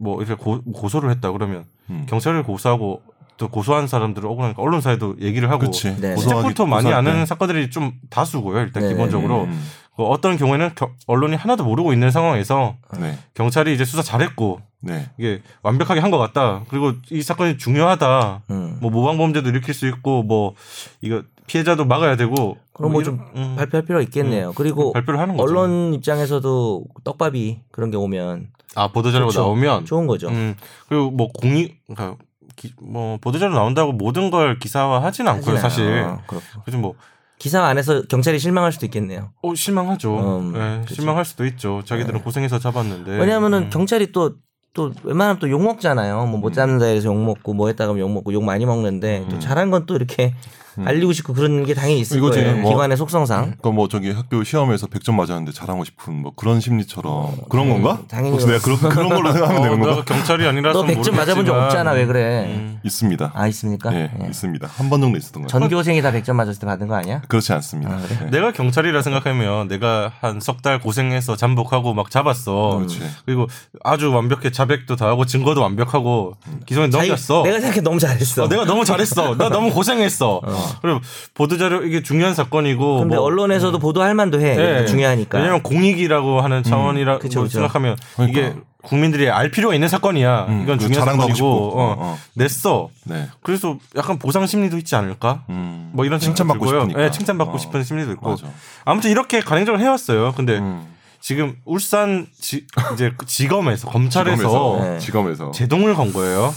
Speaker 1: 뭐 이렇게 고, 고소를 했다 그러면
Speaker 2: 음.
Speaker 1: 경찰을 고소하고 또 고소한 사람들을 억울하니까 언론사에도 얘기를 하고
Speaker 2: 그치.
Speaker 3: 네.
Speaker 2: 고소하기-
Speaker 1: 시작부터 많이
Speaker 2: 고소할
Speaker 1: 아는
Speaker 2: 때.
Speaker 1: 사건들이 좀 다수고요. 일단
Speaker 3: 네.
Speaker 1: 기본적으로
Speaker 2: 음.
Speaker 1: 그 어떤 경우에는 겨- 언론이 하나도 모르고 있는 상황에서
Speaker 2: 네.
Speaker 1: 경찰이 이제 수사 잘했고
Speaker 2: 네.
Speaker 1: 이게 완벽하게 한 것 같다. 그리고 이 사건이 중요하다.
Speaker 3: 음.
Speaker 1: 뭐 모방 범죄도 일으킬 수 있고 뭐 이거 피해자도 막아야 되고
Speaker 3: 그럼 뭐 좀
Speaker 1: 이런- 음,
Speaker 3: 발표할 필요가 있겠네요. 그리고
Speaker 1: 발표를 하는 거죠.
Speaker 3: 언론 입장에서도 떡밥이 그런 게 오면
Speaker 1: 아 보도자료가
Speaker 3: 좋죠. 그렇죠.
Speaker 1: 나오면
Speaker 3: 좋은 거죠.
Speaker 1: 음, 그리고 뭐 공익 그러니까 기- 뭐 보도자료 나온다고 모든 걸 기사화하진 않고요
Speaker 3: 하지만,
Speaker 1: 사실.
Speaker 3: 어, 그렇고.
Speaker 1: 그래서 뭐
Speaker 3: 기사 안에서 경찰이 실망할 수도 있겠네요.
Speaker 1: 어, 실망하죠.
Speaker 3: 음,
Speaker 1: 예,
Speaker 3: 그치. 예.
Speaker 1: 실망할 수도 있죠. 자기들은 고생해서 잡았는데.
Speaker 3: 왜냐하면은
Speaker 1: 음.
Speaker 3: 경찰이 또 또 웬만하면 또 욕 먹잖아요. 뭐 못
Speaker 1: 음.
Speaker 3: 잡는 자리에서 욕 먹고 뭐 했다 그러면 욕 먹고 욕 많이 먹는데 또 잘한 건 또 이렇게
Speaker 1: 음.
Speaker 3: 알리고 싶고 그런 게 당연히 있을
Speaker 2: 이거지,
Speaker 3: 거예요.
Speaker 2: 뭐.
Speaker 3: 기관의 속성상.
Speaker 2: 그러니까 뭐 저기 학교 시험에서 100점 맞았는데 잘하고 싶은 뭐 그런 심리처럼 그런 건가?
Speaker 3: 당연히
Speaker 2: 혹시 내가 그런 그런 걸로 생각하면
Speaker 1: 어,
Speaker 2: 되는 건가?
Speaker 1: 내가 경찰이 음. 아니라서
Speaker 3: 너 100점 맞아본 적 없잖아. 왜 그래?
Speaker 2: 있습니다.
Speaker 3: 아 있습니까?
Speaker 1: 네,
Speaker 2: 예,
Speaker 3: 예.
Speaker 2: 있습니다. 한 번 정도 있었던 거예요.
Speaker 3: 전교생이 다 100점 맞았을 때 받은 거 아니야?
Speaker 2: 그렇지 않습니다. 네.
Speaker 1: 내가 경찰이라 생각하면 내가 한 석 달 고생해서 잠복하고 막 잡았어.
Speaker 2: 그렇지.
Speaker 1: 리고 아주 완벽해 자백도 다 하고 증거도 완벽하고 기소에
Speaker 3: 음. 자기-
Speaker 1: 넘겼어.
Speaker 3: 내가 생각해 너무 잘했어.
Speaker 1: 어, 내가 너무 잘했어. 나 너무 고생했어. 그리고 보도자료 이게 중요한 사건이고.
Speaker 3: 근데
Speaker 1: 뭐-
Speaker 3: 언론에서도 보도할 만도 해.
Speaker 1: 예.
Speaker 3: 네, 중요하니까. 음,
Speaker 1: 왜냐면 공익이라고 하는 차원이라고
Speaker 3: 그쵸, 그쵸.
Speaker 1: 생각하면
Speaker 2: 그러니까.
Speaker 1: 이게 국민들이 알 필요가 있는 사건이야.
Speaker 2: 음,
Speaker 1: 이건
Speaker 2: 그
Speaker 1: 중요한
Speaker 2: 자랑도
Speaker 1: 사건이고
Speaker 2: 하고 싶고.
Speaker 1: 어,
Speaker 2: 어, 어.
Speaker 1: 냈어.
Speaker 2: 네.
Speaker 1: 그래서 약간 보상 심리도 있지 않을까?
Speaker 2: 음.
Speaker 1: 뭐 이런 생각도
Speaker 2: 칭찬받고
Speaker 1: 들고요.
Speaker 2: 싶으니까.
Speaker 1: 예, 칭찬받고
Speaker 2: 어.
Speaker 1: 싶은 심리도 있고.
Speaker 2: 맞아.
Speaker 1: 아무튼 이렇게 가행적으로 해왔어요. 근데
Speaker 2: 음.
Speaker 1: 지금 울산 지, 이제 그 지검에서 검찰에서
Speaker 2: 직업에서, 어.
Speaker 3: 네.
Speaker 2: 직업에서.
Speaker 1: 제동을 건 거예요.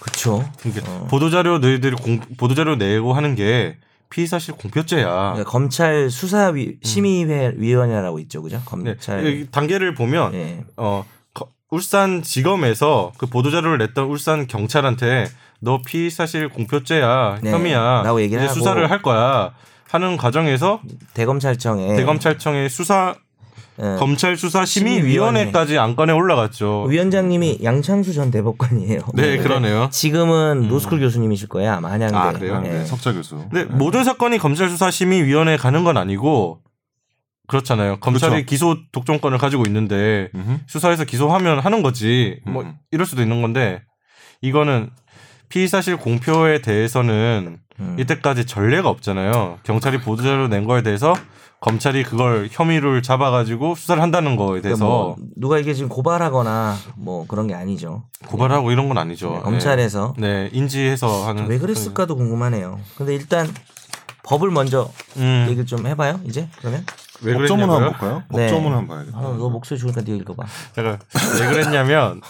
Speaker 3: 그렇죠.
Speaker 1: 그러니까 보도자료 너희들이 공, 보도자료 내고 하는 게 피의사실 공표죄야.
Speaker 3: 그러니까 검찰 수사 위, 심의회 위원회라고 있죠, 그죠?
Speaker 1: 음. 네.
Speaker 3: 검찰.
Speaker 1: 여기 단계를 보면
Speaker 3: 예.
Speaker 1: 어 거- 울산 지검에서 그 보도자료를 냈던 울산 경찰한테 너 피의사실 공표죄야
Speaker 3: 네.
Speaker 1: 혐의야
Speaker 3: 라고 얘기를
Speaker 1: 이제
Speaker 3: 하고.
Speaker 1: 수사를 할 거야 하는 과정에서
Speaker 3: 대검찰청에
Speaker 1: 대검찰청의 수사
Speaker 3: 예.
Speaker 1: 검찰 수사 심의위원회까지 안건에 올라갔죠.
Speaker 3: 위원장님이 양창수 전 대법관이에요.
Speaker 1: 네, 그러네요. 음.
Speaker 3: 지금은 노스쿨 교수님이실 거예요, 아마 한양대.
Speaker 1: 아, 그래요?
Speaker 3: 예.
Speaker 2: 네. 석자 교수.
Speaker 1: 근데 모든 사건이 검찰 수사 심의위원회 가는 건 아니고 그렇잖아요. 검찰이
Speaker 2: 그렇죠.
Speaker 1: 기소 독점권을 가지고 있는데
Speaker 2: 음흠.
Speaker 1: 수사해서 기소하면 하는 거지. 뭐
Speaker 2: 음.
Speaker 1: 이럴 수도 있는 건데 이거는 피의 사실 공표에 대해서는
Speaker 3: 음.
Speaker 1: 이때까지 전례가 없잖아요. 경찰이 보도자료 낸 거에 대해서 검찰이 그걸 혐의를 잡아가지고 수사를 한다는 거에
Speaker 3: 그러니까
Speaker 1: 대해서
Speaker 3: 뭐 누가 이게 지금 고발하거나 뭐 그런 게 아니죠.
Speaker 1: 고발하고 이런 건 아니죠.
Speaker 3: 네,
Speaker 1: 네.
Speaker 3: 검찰에서
Speaker 1: 네, 인지해서 하는
Speaker 3: 왜 그랬을까도 궁금하네요. 근데 일단 법을 먼저
Speaker 1: 음,
Speaker 3: 얘기를 좀 해봐요. 이제 그러면
Speaker 1: 왜
Speaker 2: 법조문
Speaker 1: 그랬냐고요?
Speaker 2: 한번 볼까요?
Speaker 3: 네.
Speaker 2: 법조문 한번 봐야겠다.
Speaker 3: 아, 너 목소리 좋으니까 네가 읽어봐.
Speaker 1: 제가 왜 그랬냐면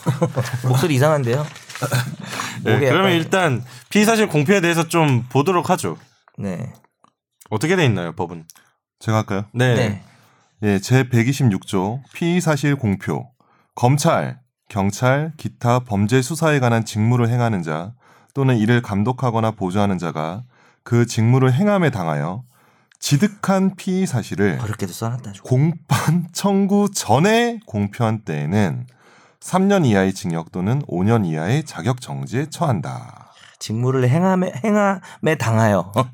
Speaker 3: 목소리 이상한데요.
Speaker 1: 네,
Speaker 3: 목에
Speaker 1: 그러면
Speaker 3: 약간-
Speaker 1: 일단 피의 사실 공표에 대해서 좀 보도록 하죠.
Speaker 3: 네.
Speaker 1: 어떻게 돼 있나요, 법은?
Speaker 2: 제가 할까요?
Speaker 1: 네.
Speaker 3: 네.
Speaker 2: 예, 제 126조 피의 사실 공표. 검찰, 경찰, 기타 범죄 수사에 관한 직무를 행하는 자 또는 이를 감독하거나 보조하는 자가 그 직무를 행함에 당하여 지득한 피의 사실을
Speaker 3: 어렵게도 써놨다. 좀.
Speaker 2: 공판 청구 전에 공표한 때에는 3년 이하의 징역 또는 5년 이하의 자격 정지에 처한다.
Speaker 3: 직무를 행함에 행함에 어, 당하여
Speaker 2: 와,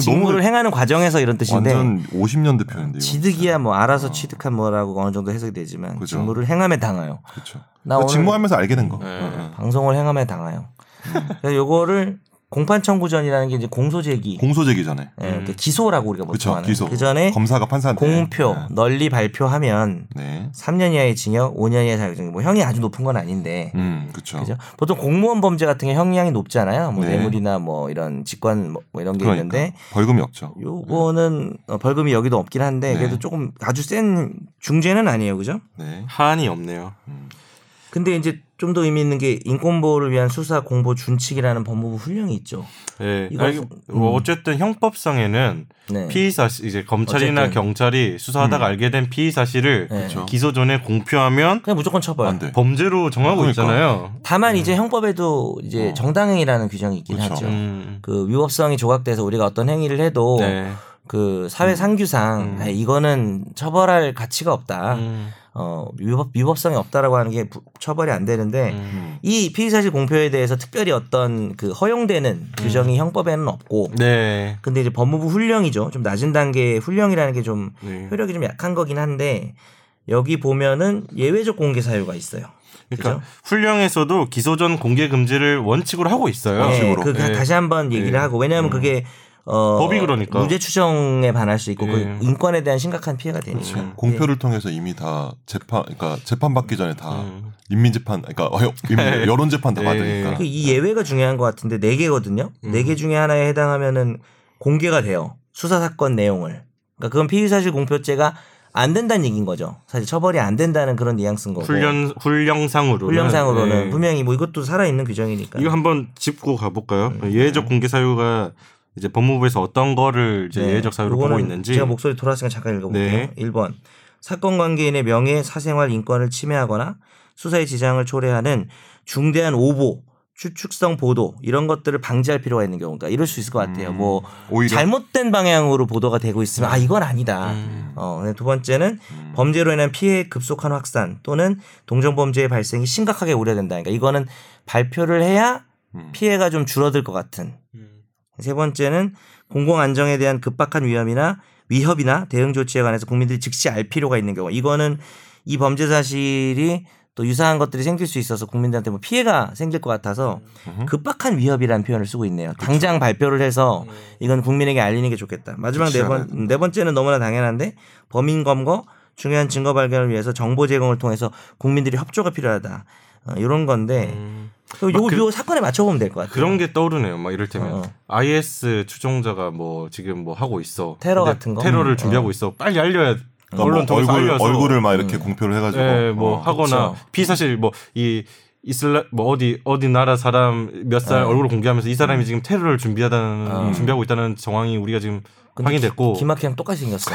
Speaker 3: 직무를 행하는 과정에서 이런 뜻인데
Speaker 2: 완전 50년대 표현인데요.
Speaker 3: 지득이야 뭐 알아서 취득한 뭐라고 어느 정도 해석이 되지만
Speaker 2: 그죠.
Speaker 3: 직무를 행함에 당하여
Speaker 2: 그렇죠.
Speaker 3: 나 오늘-
Speaker 2: 직무하면서 알게 된 거.
Speaker 3: 어,
Speaker 1: 네.
Speaker 3: 방송을 행함에 당하여 그래서 요거를 공판 청구전이라는 게 이제 공소제기
Speaker 2: 공소제기 전에.
Speaker 3: 예, 이렇게 기소라고 우리가
Speaker 2: 그쵸,
Speaker 3: 보통 하는
Speaker 2: 기소.
Speaker 3: 그 전에
Speaker 2: 검사가 판사한테
Speaker 3: 공표
Speaker 2: 네.
Speaker 3: 널리 발표하면
Speaker 2: 네.
Speaker 3: 3년 이하의 징역, 5년 이하의 자격증. 뭐 형이 아주 높은 건 아닌데.
Speaker 2: 음, 그렇죠.
Speaker 3: 그죠? 보통 공무원 범죄 같은 게 형량이 높잖아요. 뭐
Speaker 2: 네.
Speaker 3: 뇌물이나 뭐 이런 직권 뭐 이런 게
Speaker 2: 그러니까
Speaker 3: 있는데
Speaker 2: 벌금이 없죠.
Speaker 3: 요거는 어, 벌금이 여기도 없긴 한데
Speaker 2: 네.
Speaker 3: 그래도 조금 아주 센 중죄는 아니에요. 그죠?
Speaker 2: 네.
Speaker 1: 한이 없네요.
Speaker 3: 근데 이제 좀 더 의미 있는 게 인권보호를 위한 수사 공보 준칙이라는 법무부 훈령이 있죠.
Speaker 1: 예.
Speaker 3: 이거-
Speaker 1: 아니, 뭐 어쨌든 형법상에는
Speaker 3: 네.
Speaker 1: 피의 사실 이제 검찰이나
Speaker 3: 어쨌든. 음.
Speaker 1: 경찰이 수사하다가 알게 된 피의 사실을
Speaker 3: 네.
Speaker 2: 그렇죠.
Speaker 1: 기소 전에 공표하면
Speaker 3: 그냥 무조건 처벌.
Speaker 2: 안 돼.
Speaker 1: 범죄로 정하고
Speaker 2: 그러니까.
Speaker 1: 있잖아요.
Speaker 3: 다만 이제 형법에도 이제
Speaker 2: 어.
Speaker 3: 정당행위라는 규정이 있긴
Speaker 2: 그렇죠.
Speaker 3: 하죠.
Speaker 1: 음.
Speaker 3: 그 위법성이 조각돼서 우리가 어떤 행위를 해도
Speaker 1: 네.
Speaker 3: 그 사회 상규상 아, 이거는 처벌할 가치가 없다.
Speaker 1: 음.
Speaker 3: 어, 위법, 위법성이 없다라고 하는 게 부- 처벌이 안 되는데
Speaker 1: 음.
Speaker 3: 이 피의사실 공표에 대해서 특별히 어떤 그 허용되는
Speaker 1: 음.
Speaker 3: 규정이 형법에는 없고
Speaker 1: 네.
Speaker 3: 근데 이제 법무부 훈령이죠. 좀 낮은 단계의 훈령이라는 게 좀
Speaker 1: 네.
Speaker 3: 효력이 좀 약한 거긴 한데 여기 보면은 예외적 공개 사유가 있어요.
Speaker 1: 그러니까
Speaker 3: 그죠?
Speaker 1: 훈령에서도 기소 전 공개 금지를 원칙으로 하고 있어요.
Speaker 3: 네,
Speaker 1: 식으로.
Speaker 3: 그
Speaker 1: 네.
Speaker 3: 다시 한번 얘기를
Speaker 1: 네.
Speaker 3: 하고 왜냐하면 그게 어,
Speaker 1: 법이 그러니까.
Speaker 3: 무죄 추정에 반할 수 있고
Speaker 1: 예. 그렇죠.
Speaker 3: 그 인권에 대한 심각한 피해가 되니까 예.
Speaker 2: 공표를 통해서 이미 다 재판, 그러니까 재판 받기 전에 다
Speaker 1: 음.
Speaker 2: 인민 재판, 그러니까 어, 인민- 여론 재판 다
Speaker 1: 예.
Speaker 2: 받으니까.
Speaker 3: 네. 그 이 예외가 중요한 것 같은데 네 개거든요. 네
Speaker 1: 음.
Speaker 3: 개 중에 하나에 해당하면은 공개가 돼요. 수사 사건 내용을. 그러니까 그건 피의사실 공표죄가 안 된다는 얘기인 거죠. 사실 처벌이 안 된다는 그런 뉘앙스인 거고.
Speaker 1: 훈련 네. 훈령상으로
Speaker 3: 아. 어. 훈령상으로는 분명히 뭐 이것도 살아있는 규정이니까.
Speaker 1: 이거 한번 짚고 가볼까요?
Speaker 3: 네.
Speaker 1: 예외적 공개 사유가 이제 법무부에서 어떤 거를 이제
Speaker 3: 네,
Speaker 1: 예외적 사유로 보고
Speaker 3: 요거는
Speaker 1: 있는지
Speaker 3: 제가 목소리 돌아왔으니까 잠깐 읽어볼게요.
Speaker 1: 네.
Speaker 3: 일 1번 사건 관계인의 명예, 사생활, 인권을 침해하거나 수사에 지장을 초래하는 중대한 오보, 추측성 보도 이런 것들을 방지할 필요가 있는 경우가 이럴 수 있을 것 같아요.
Speaker 1: 음.
Speaker 3: 뭐
Speaker 2: 오히려 네. 음.
Speaker 3: 잘못된 방향으로 보도가 되고 있으면 아 이건 아니다.
Speaker 1: 음.
Speaker 3: 어, 근데 두 번째는 범죄로 인한 피해의 급속한 확산 또는 동종 범죄의 발생이 심각하게 우려된다. 그러니까 이거는 발표를 해야
Speaker 2: 음.
Speaker 3: 피해가 좀 줄어들 것 같은. 세 번째는 공공 안정에 대한 급박한 위험이나 위협이나 대응 조치에 관해서 국민들이 즉시 알 필요가 있는 경우. 이거는 이 범죄 사실이 또 유사한 것들이 생길 수 있어서 국민들한테 뭐 피해가 생길 것 같아서 급박한 위협이라는 표현을 쓰고 있네요. 당장 발표를 해서 이건 국민에게 알리는 게 좋겠다. 마지막 네, 번, 음, 네 번째는 너무나 당연한데 범인 검거 중요한 증거 발견을 위해서 정보 제공을 통해서 국민들이 협조가 필요하다. 어, 이런 건데 또 요,
Speaker 1: 그-
Speaker 3: 요 사건에 맞춰보면 될 것 같아요.
Speaker 1: 그런 게 떠오르네요. 막 이를테면
Speaker 3: 음. 어.
Speaker 1: IS 추종자가 뭐 지금 뭐 하고 있어
Speaker 3: 테러
Speaker 1: 근데
Speaker 3: 같은 거?
Speaker 1: 테러를
Speaker 3: 음,
Speaker 1: 준비하고 있어 빨리 알려야
Speaker 2: 그러니까
Speaker 1: 언론
Speaker 2: 뭐
Speaker 1: 통해서
Speaker 2: 얼굴
Speaker 1: 알려서
Speaker 2: 얼굴을 막 이렇게 공표를 해가지고
Speaker 1: 예, 뭐
Speaker 2: 어.
Speaker 1: 하거나
Speaker 3: 그쵸.
Speaker 1: 피사실 뭐 이 이슬라 뭐 어디 어디 나라 사람 몇
Speaker 3: 네.
Speaker 1: 살 얼굴을 공개하면서 이
Speaker 3: 음.
Speaker 1: 사람이 지금 테러를 준비하다는 준비하고 있다는 정황이 우리가 지금
Speaker 3: 아. 근데
Speaker 1: 확인됐고
Speaker 3: 김학이랑 똑같이 생겼어.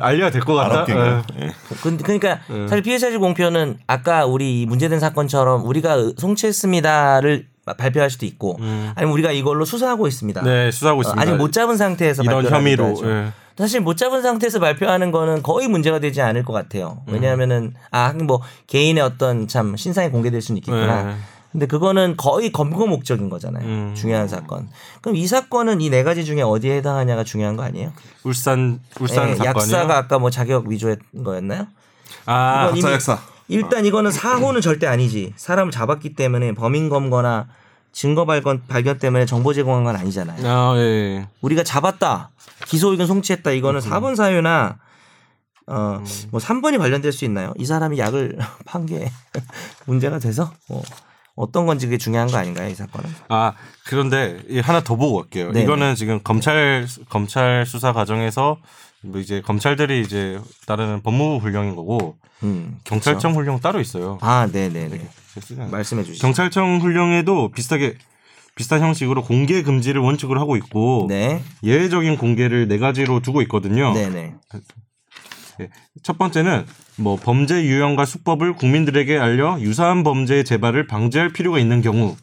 Speaker 1: 알려야 될 것 같다.
Speaker 2: 아랍계인가요?
Speaker 1: 네.
Speaker 2: 예.
Speaker 3: 근데 그러니까 사실 피해자질 공표는 아까 우리 이 문제된 사건처럼 우리가 송치했습니다를 발표할 수도 있고 아니면 우리가 이걸로 수사하고 있습니다.
Speaker 1: 예. 음. 네 수사하고 있습니다.
Speaker 3: 어, 아직 못 잡은 상태에서
Speaker 1: 이런
Speaker 3: 발표를
Speaker 1: 혐의로,
Speaker 3: 하기도 하죠.
Speaker 1: 예.
Speaker 3: 사실 못 잡은 상태에서 발표하는 거는 거의 문제가 되지 않을 것 같아요.
Speaker 1: 음.
Speaker 3: 왜냐하면은 아 뭐 개인의 어떤 참 신상이 공개될 수는 있겠구나.
Speaker 1: 예.
Speaker 3: 근데 그거는 거의 검거 목적인 거잖아요.
Speaker 1: 음.
Speaker 3: 중요한 사건. 그럼 이 사건은 이 네 가지 중에 어디에 해당하냐가 중요한 거 아니에요?
Speaker 1: 울산 울산
Speaker 3: 예,
Speaker 1: 사건이요.
Speaker 3: 약사가 아까 뭐 자격 위조한 거였나요?
Speaker 1: 아
Speaker 3: 이건 이미- 일단 이거는 사고는 절대 아니지. 사람을 잡았기 때문에 범인 검거나 증거 발견, 발견 때문에 정보 제공한 건 아니잖아요.
Speaker 1: 아 예.
Speaker 3: 우리가 잡았다. 기소 의견 송치했다. 이거는
Speaker 1: 음.
Speaker 3: 4번 사유나 어, 뭐 3번이 관련될 수 있나요? 이 사람이 약을 판 게 문제가 돼서 뭐 어떤 건지 그게 중요한 거 아닌가요, 이 사건은?
Speaker 1: 아 그런데 이 하나 더 보고 갈게요.
Speaker 3: 네.
Speaker 1: 이거는 지금 검찰 검찰 수사 과정에서 뭐 이제 검찰들이 이제 따르는 법무부 훈령인 거고
Speaker 3: 음.
Speaker 1: 경찰청 훈령 따로 있어요.
Speaker 3: 아, 네, 네, 네.
Speaker 1: 제가 쓰지 않아요.
Speaker 3: 말씀해 주시죠.
Speaker 1: 경찰청 훈령에도 비슷하게 비슷한 형식으로 공개 금지를 원칙으로 하고 있고
Speaker 3: 네.
Speaker 1: 예외적인 공개를 네 가지로 두고 있거든요.
Speaker 3: 네, 네.
Speaker 1: 예. 첫 번째는 뭐 범죄 유형과 수법을 국민들에게 알려 유사한 범죄의 재발을 방지할 필요가 있는 경우.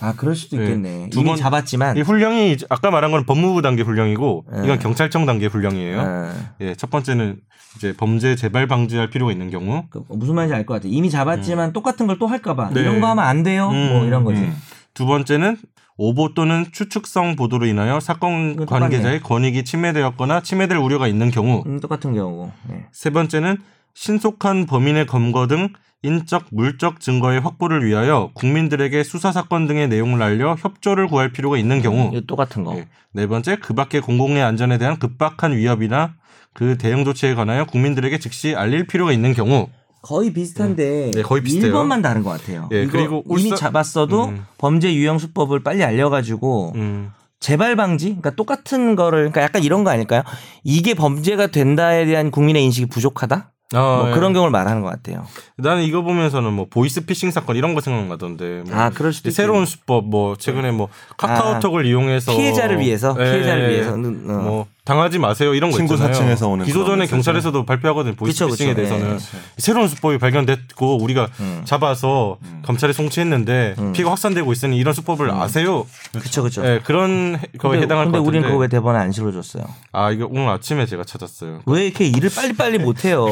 Speaker 3: 아, 그럴 수도
Speaker 1: 네.
Speaker 3: 있겠네.
Speaker 1: 두
Speaker 3: 이미
Speaker 1: 번-
Speaker 3: 잡았지만
Speaker 1: 이 훈령이 이제 아까 말한 건 법무부 단계 훈령이고 이건 경찰청 단계 훈령이에요.
Speaker 3: 아,
Speaker 1: 예, 첫 번째는 이제 범죄 재발 방지할 필요가 있는 경우.
Speaker 3: 그 무슨 말인지 알 것 같아. 이미 잡았지만 똑같은 걸 또 할까봐
Speaker 1: 음. 네.
Speaker 3: 이런 거 하면 안 돼요. 뭐
Speaker 1: 음,
Speaker 3: 이런 거지.
Speaker 1: 두 번째는 오보 또는 추측성 보도로 인하여 사건
Speaker 3: 이건
Speaker 1: 관계자의 권익이 침해되었거나 침해될 우려가 있는 경우.
Speaker 3: 음, 똑같은 경우. 네.
Speaker 1: 세 번째는 신속한 범인의 검거 등 인적, 물적 증거의 확보를 위하여 국민들에게 수사 사건 등의 내용을 알려 협조를 구할 필요가 있는 경우.
Speaker 3: 이거 똑같은 거.
Speaker 1: 예. 네 번째, 그 밖의 공공의 안전에 대한 급박한 위협이나 그 대응 조치에 관하여 국민들에게 즉시 알릴 필요가 있는 경우.
Speaker 3: 거의 비슷한데
Speaker 1: 네, 거의 비슷해요.
Speaker 3: 1번만 다른 것 같아요.
Speaker 1: 예,
Speaker 3: 이거
Speaker 1: 그리고
Speaker 3: 이미
Speaker 1: 울산-
Speaker 3: 잡았어도
Speaker 1: 음.
Speaker 3: 범죄 유형 수법을 빨리 알려가지고
Speaker 1: 음.
Speaker 3: 재발 방지, 그러니까 똑같은 거를, 그러니까 약간 이런 거 아닐까요? 이게 범죄가 된다에 대한 국민의 인식이 부족하다.
Speaker 1: 어,
Speaker 3: 뭐
Speaker 1: 네.
Speaker 3: 그런 경우를 말하는 것 같아요.
Speaker 1: 아, 예. 나는 이거 보면서는 뭐 보이스피싱 사건 이런 거 생각나던데. 뭐
Speaker 3: 아, 그럴 수도
Speaker 1: 이 새로운 수법 뭐 최근에 뭐 카카오톡을 이용해서 예.
Speaker 3: 피해자를 위해서? 피해자를 위해서는, 어.
Speaker 1: 뭐 당하지 마세요 이런 거
Speaker 2: 친구
Speaker 1: 있잖아요.
Speaker 2: 사칭에서 오는
Speaker 1: 기소
Speaker 2: 그런
Speaker 1: 전에
Speaker 2: 메시지.
Speaker 1: 경찰에서도 발표하거든요.
Speaker 3: 그쵸,
Speaker 1: 보이스피싱에
Speaker 3: 그쵸.
Speaker 1: 대해서는
Speaker 3: 예. 음.
Speaker 1: 새로운 수법이 발견됐고 우리가 잡아서 검찰에 송치했는데 피해가 확산되고 있으니 이런 수법을 아세요?
Speaker 3: 그쵸 그쵸.
Speaker 1: 예, 그런 해- 거에
Speaker 3: 근데,
Speaker 1: 해당할
Speaker 3: 근데
Speaker 1: 것
Speaker 3: 우린
Speaker 1: 같은데.
Speaker 3: 그거 왜 대본에 안 실어줬어요?
Speaker 1: 아 이거 오늘 아침에 제가 찾았어요.
Speaker 3: 왜 이렇게 일을 빨리빨리 못해요?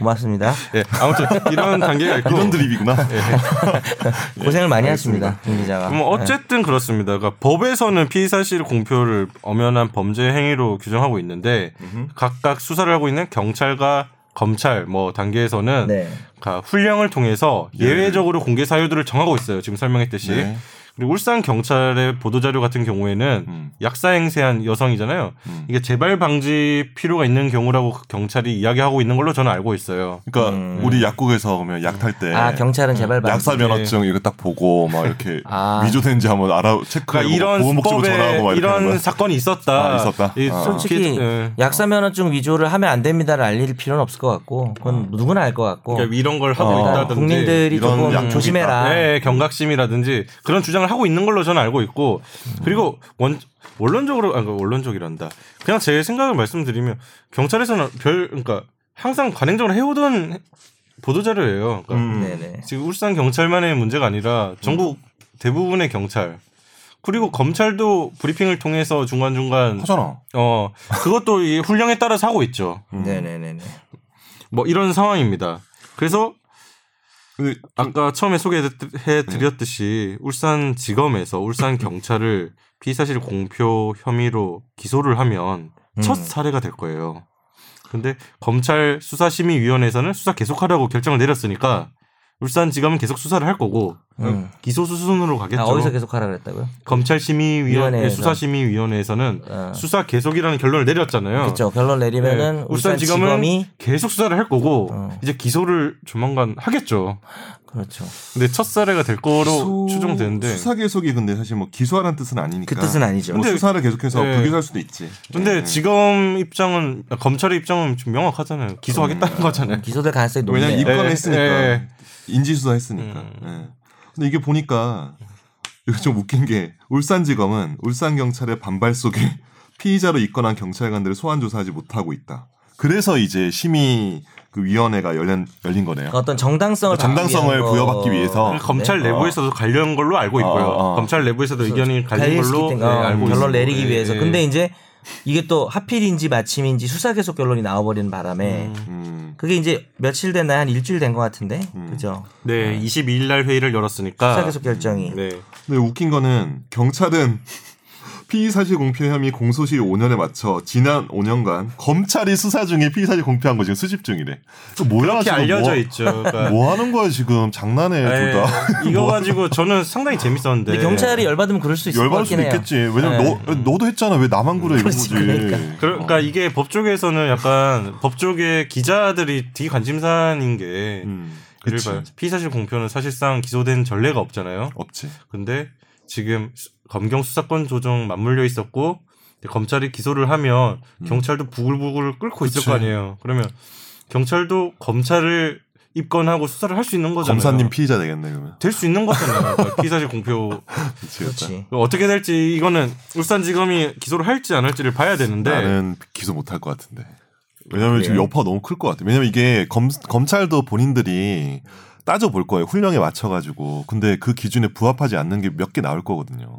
Speaker 3: 고맙습니다.
Speaker 1: 예, 아무튼 이런 단계가 있고.
Speaker 2: 이런 드립이구나.
Speaker 3: 음. 예, 고생을 많이 했습니다. 김 기자가.
Speaker 1: 뭐 어쨌든 그렇습니다. 그러니까 법에서는 피의 사실 공표를 엄연한 범죄 행위로 규정하고 있는데 각각 수사를 하고 있는 경찰과 검찰 뭐 단계에서는
Speaker 3: 네.
Speaker 1: 가- 훈령을 통해서 예외적으로 공개 사유들을 정하고 있어요. 지금 설명했듯이.
Speaker 2: 네.
Speaker 1: 그리고 울산 경찰의 보도 자료 같은 경우에는
Speaker 2: 음.
Speaker 1: 약사 행세한 여성이잖아요. 이게 재발 방지 필요가 있는 경우라고 경찰이 이야기하고 있는 걸로 저는 알고 있어요.
Speaker 2: 그러니까 우리 약국에서 보면 약 탈 때
Speaker 3: 음. 아 경찰은 제발 봐.
Speaker 2: 약사 면허증 이거 딱 보고 막 이렇게
Speaker 3: 아.
Speaker 2: 위조된지 한번 알아 체크하고
Speaker 1: 그러니까 이런
Speaker 2: 뭐 보건 목적으로 전화하고 막
Speaker 1: 수법에
Speaker 2: 이렇게 하는
Speaker 1: 이런
Speaker 2: 거야.
Speaker 1: 사건이 있었다.
Speaker 2: 아, 있었다?
Speaker 1: 이
Speaker 2: 아.
Speaker 3: 솔직히
Speaker 1: 예.
Speaker 3: 약사 면허증 위조를 하면 안 됩니다를 알릴 필요는 없을 것 같고 그건 누구나 알 것 같고
Speaker 1: 그러니까 이런 걸 하고
Speaker 2: 어,
Speaker 3: 일단
Speaker 1: 있다든지
Speaker 3: 국민들이
Speaker 2: 이런
Speaker 3: 조금
Speaker 2: 약국이다. 아.
Speaker 3: 조심해라.
Speaker 1: 네, 경각심이라든지 그런 주장을 하고 있는 걸로 저는 알고 있고 그리고 원 원론적으로 아 원론적이란다. 그냥 제 생각을 말씀드리면 경찰에서는 별 그러니까 항상 관행적으로 해오던 보도 자료예요. 그러니까
Speaker 2: 음.
Speaker 3: 네네.
Speaker 1: 지금 울산 경찰만의 문제가 아니라 전국 대부분의 경찰 그리고 검찰도 브리핑을 통해서 중간 중간
Speaker 2: 하잖아. 음.
Speaker 1: 어 그것도 이 훈령에 따라서 하고 있죠.
Speaker 3: 네네네네.
Speaker 1: 뭐 이런 상황입니다. 그래서
Speaker 2: 근데
Speaker 1: 아까 처음에 소개해 드렸듯이 울산 지검에서 울산 경찰을 피의사실 공표 혐의로 기소를 하면
Speaker 3: 음.
Speaker 1: 첫 사례가 될 거예요. 근데 검찰 수사심의위원회에서는 수사 계속하라고 결정을 내렸으니까 울산 지검은 계속 수사를 할 거고
Speaker 3: 음.
Speaker 1: 기소 수순으로 가겠죠.
Speaker 3: 아, 어디서 계속 하라 그랬다고요?
Speaker 1: 검찰 심의위원회
Speaker 3: 위원회에서.
Speaker 1: 수사심의위원회에서는
Speaker 3: 어.
Speaker 1: 수사 계속이라는 결론을 내렸잖아요.
Speaker 3: 그렇죠. 결론 내리면은
Speaker 1: 네.
Speaker 3: 울산 지검이
Speaker 1: 계속 수사를 할 거고
Speaker 3: 어.
Speaker 1: 이제 기소를 조만간 하겠죠.
Speaker 3: 그렇죠.
Speaker 1: 근데 첫 사례가 될 거로 어, 추정되는데
Speaker 2: 수사 계속이 근데 사실 뭐 기소하라는 뜻은 아니니까
Speaker 3: 그 뜻은 아니죠.
Speaker 2: 뭐
Speaker 1: 근데-
Speaker 2: 수사를 계속해서
Speaker 1: 네.
Speaker 2: 불기소할 수도 있지.
Speaker 1: 근데
Speaker 3: 네.
Speaker 1: 지금 입장은 아, 검찰의 입장은 지금 명확하잖아요. 기소하겠다는
Speaker 3: 음.
Speaker 1: 거잖아요.
Speaker 3: 기소될 가능성이 높네요.
Speaker 2: 왜냐면
Speaker 1: 네.
Speaker 2: 입건했으니까
Speaker 1: 네. 음.
Speaker 2: 인지수사했으니까. 예. 근데 이게 보니까 이거 좀 웃긴 게 울산지검은 울산 경찰의 반발 속에 피의자로 입건한 경찰관들을 소환 조사하지 못하고 있다. 그래서 이제 심의 그 위원회가 열린 열린 거네요.
Speaker 3: 그러니까 어떤 정당성을
Speaker 2: 정당성을
Speaker 3: 받기 위한 거-
Speaker 2: 부여받기 위해서.
Speaker 1: 검찰
Speaker 3: 어.
Speaker 2: 네.
Speaker 1: 내부에서도 갈려는 걸로 알고 있고요.
Speaker 2: 어, 어.
Speaker 1: 검찰 내부에서도 의견이 갈린
Speaker 3: 갈릴 수
Speaker 1: 걸로
Speaker 3: 있겠다.
Speaker 1: 네, 알고
Speaker 3: 어, 결론
Speaker 1: 있습니다.
Speaker 3: 내리기
Speaker 1: 예,
Speaker 3: 위해서.
Speaker 1: 예.
Speaker 3: 근데 이제 이게 또 하필인지 마침인지 수사 계속 결론이 나와버리는 바람에
Speaker 2: 음.
Speaker 3: 그게 이제 며칠 됐나 한 일주일 된 것 같은데 그죠?
Speaker 1: 네, 22일 날 회의를 열었으니까
Speaker 3: 수사 계속 결정이
Speaker 1: 네.
Speaker 2: 근데 웃긴 거는 경찰은 피의 사실 공표 혐의 공소시 5년에 맞춰 지난 5년간 검찰이 수사 중에 피의 사실 공표한 거 지금 수집 중이래. 그 뭐야
Speaker 1: 이렇게
Speaker 2: 지금
Speaker 1: 알려져
Speaker 2: 뭐,
Speaker 1: 있죠. 그러니까
Speaker 2: 뭐 하는 거야 지금 장난해
Speaker 1: 예,
Speaker 2: 둘 다.
Speaker 1: 이거 가지고 저는 상당히 재밌었는데
Speaker 3: 뭐. 근데 경찰이 열받으면 그럴 수 있을 것
Speaker 2: 열받을
Speaker 3: 같긴
Speaker 2: 수도
Speaker 3: 해요.
Speaker 2: 있겠지. 왜냐면
Speaker 3: 네.
Speaker 2: 너 너도 했잖아. 왜 나만 그래 이런 거지.
Speaker 3: 그러니까.
Speaker 1: 그러니까 이게 법 쪽에서는 약간 법 쪽의 기자들이 되게 관심사인 게
Speaker 2: 음,
Speaker 1: 예를
Speaker 2: 그치.
Speaker 1: 들어 피의사실 공표는 사실상 기소된 전례가 없잖아요.
Speaker 2: 없지.
Speaker 1: 근데 지금 수- 검경 수사권 조정 맞물려 있었고 이제 검찰이 기소를 하면 경찰도 부글부글 끓고 있을
Speaker 2: 음. 그치.
Speaker 1: 거 아니에요. 그러면 경찰도 검찰을 입건하고 수사를 할 수 있는 거잖아요.
Speaker 2: 검사님 피의자 되겠네 그러면.
Speaker 1: 될 수 있는 거잖아요. 그러니까 피의사실 공표
Speaker 2: 그렇지.
Speaker 3: 그렇지.
Speaker 1: 어떻게 될지 이거는 울산지검이 기소를 할지 안 할지를 봐야
Speaker 2: 네.
Speaker 1: 되는데
Speaker 2: 나는 기소 못 할 것 같은데. 왜냐면 지금 여파가 너무 클 것 같아. 왜냐면 이게 검, 검찰도 본인들이 따져볼 거예요. 훈령에 맞춰가지고. 근데 그 기준에 부합하지 않는 게 몇 개 나올 거거든요.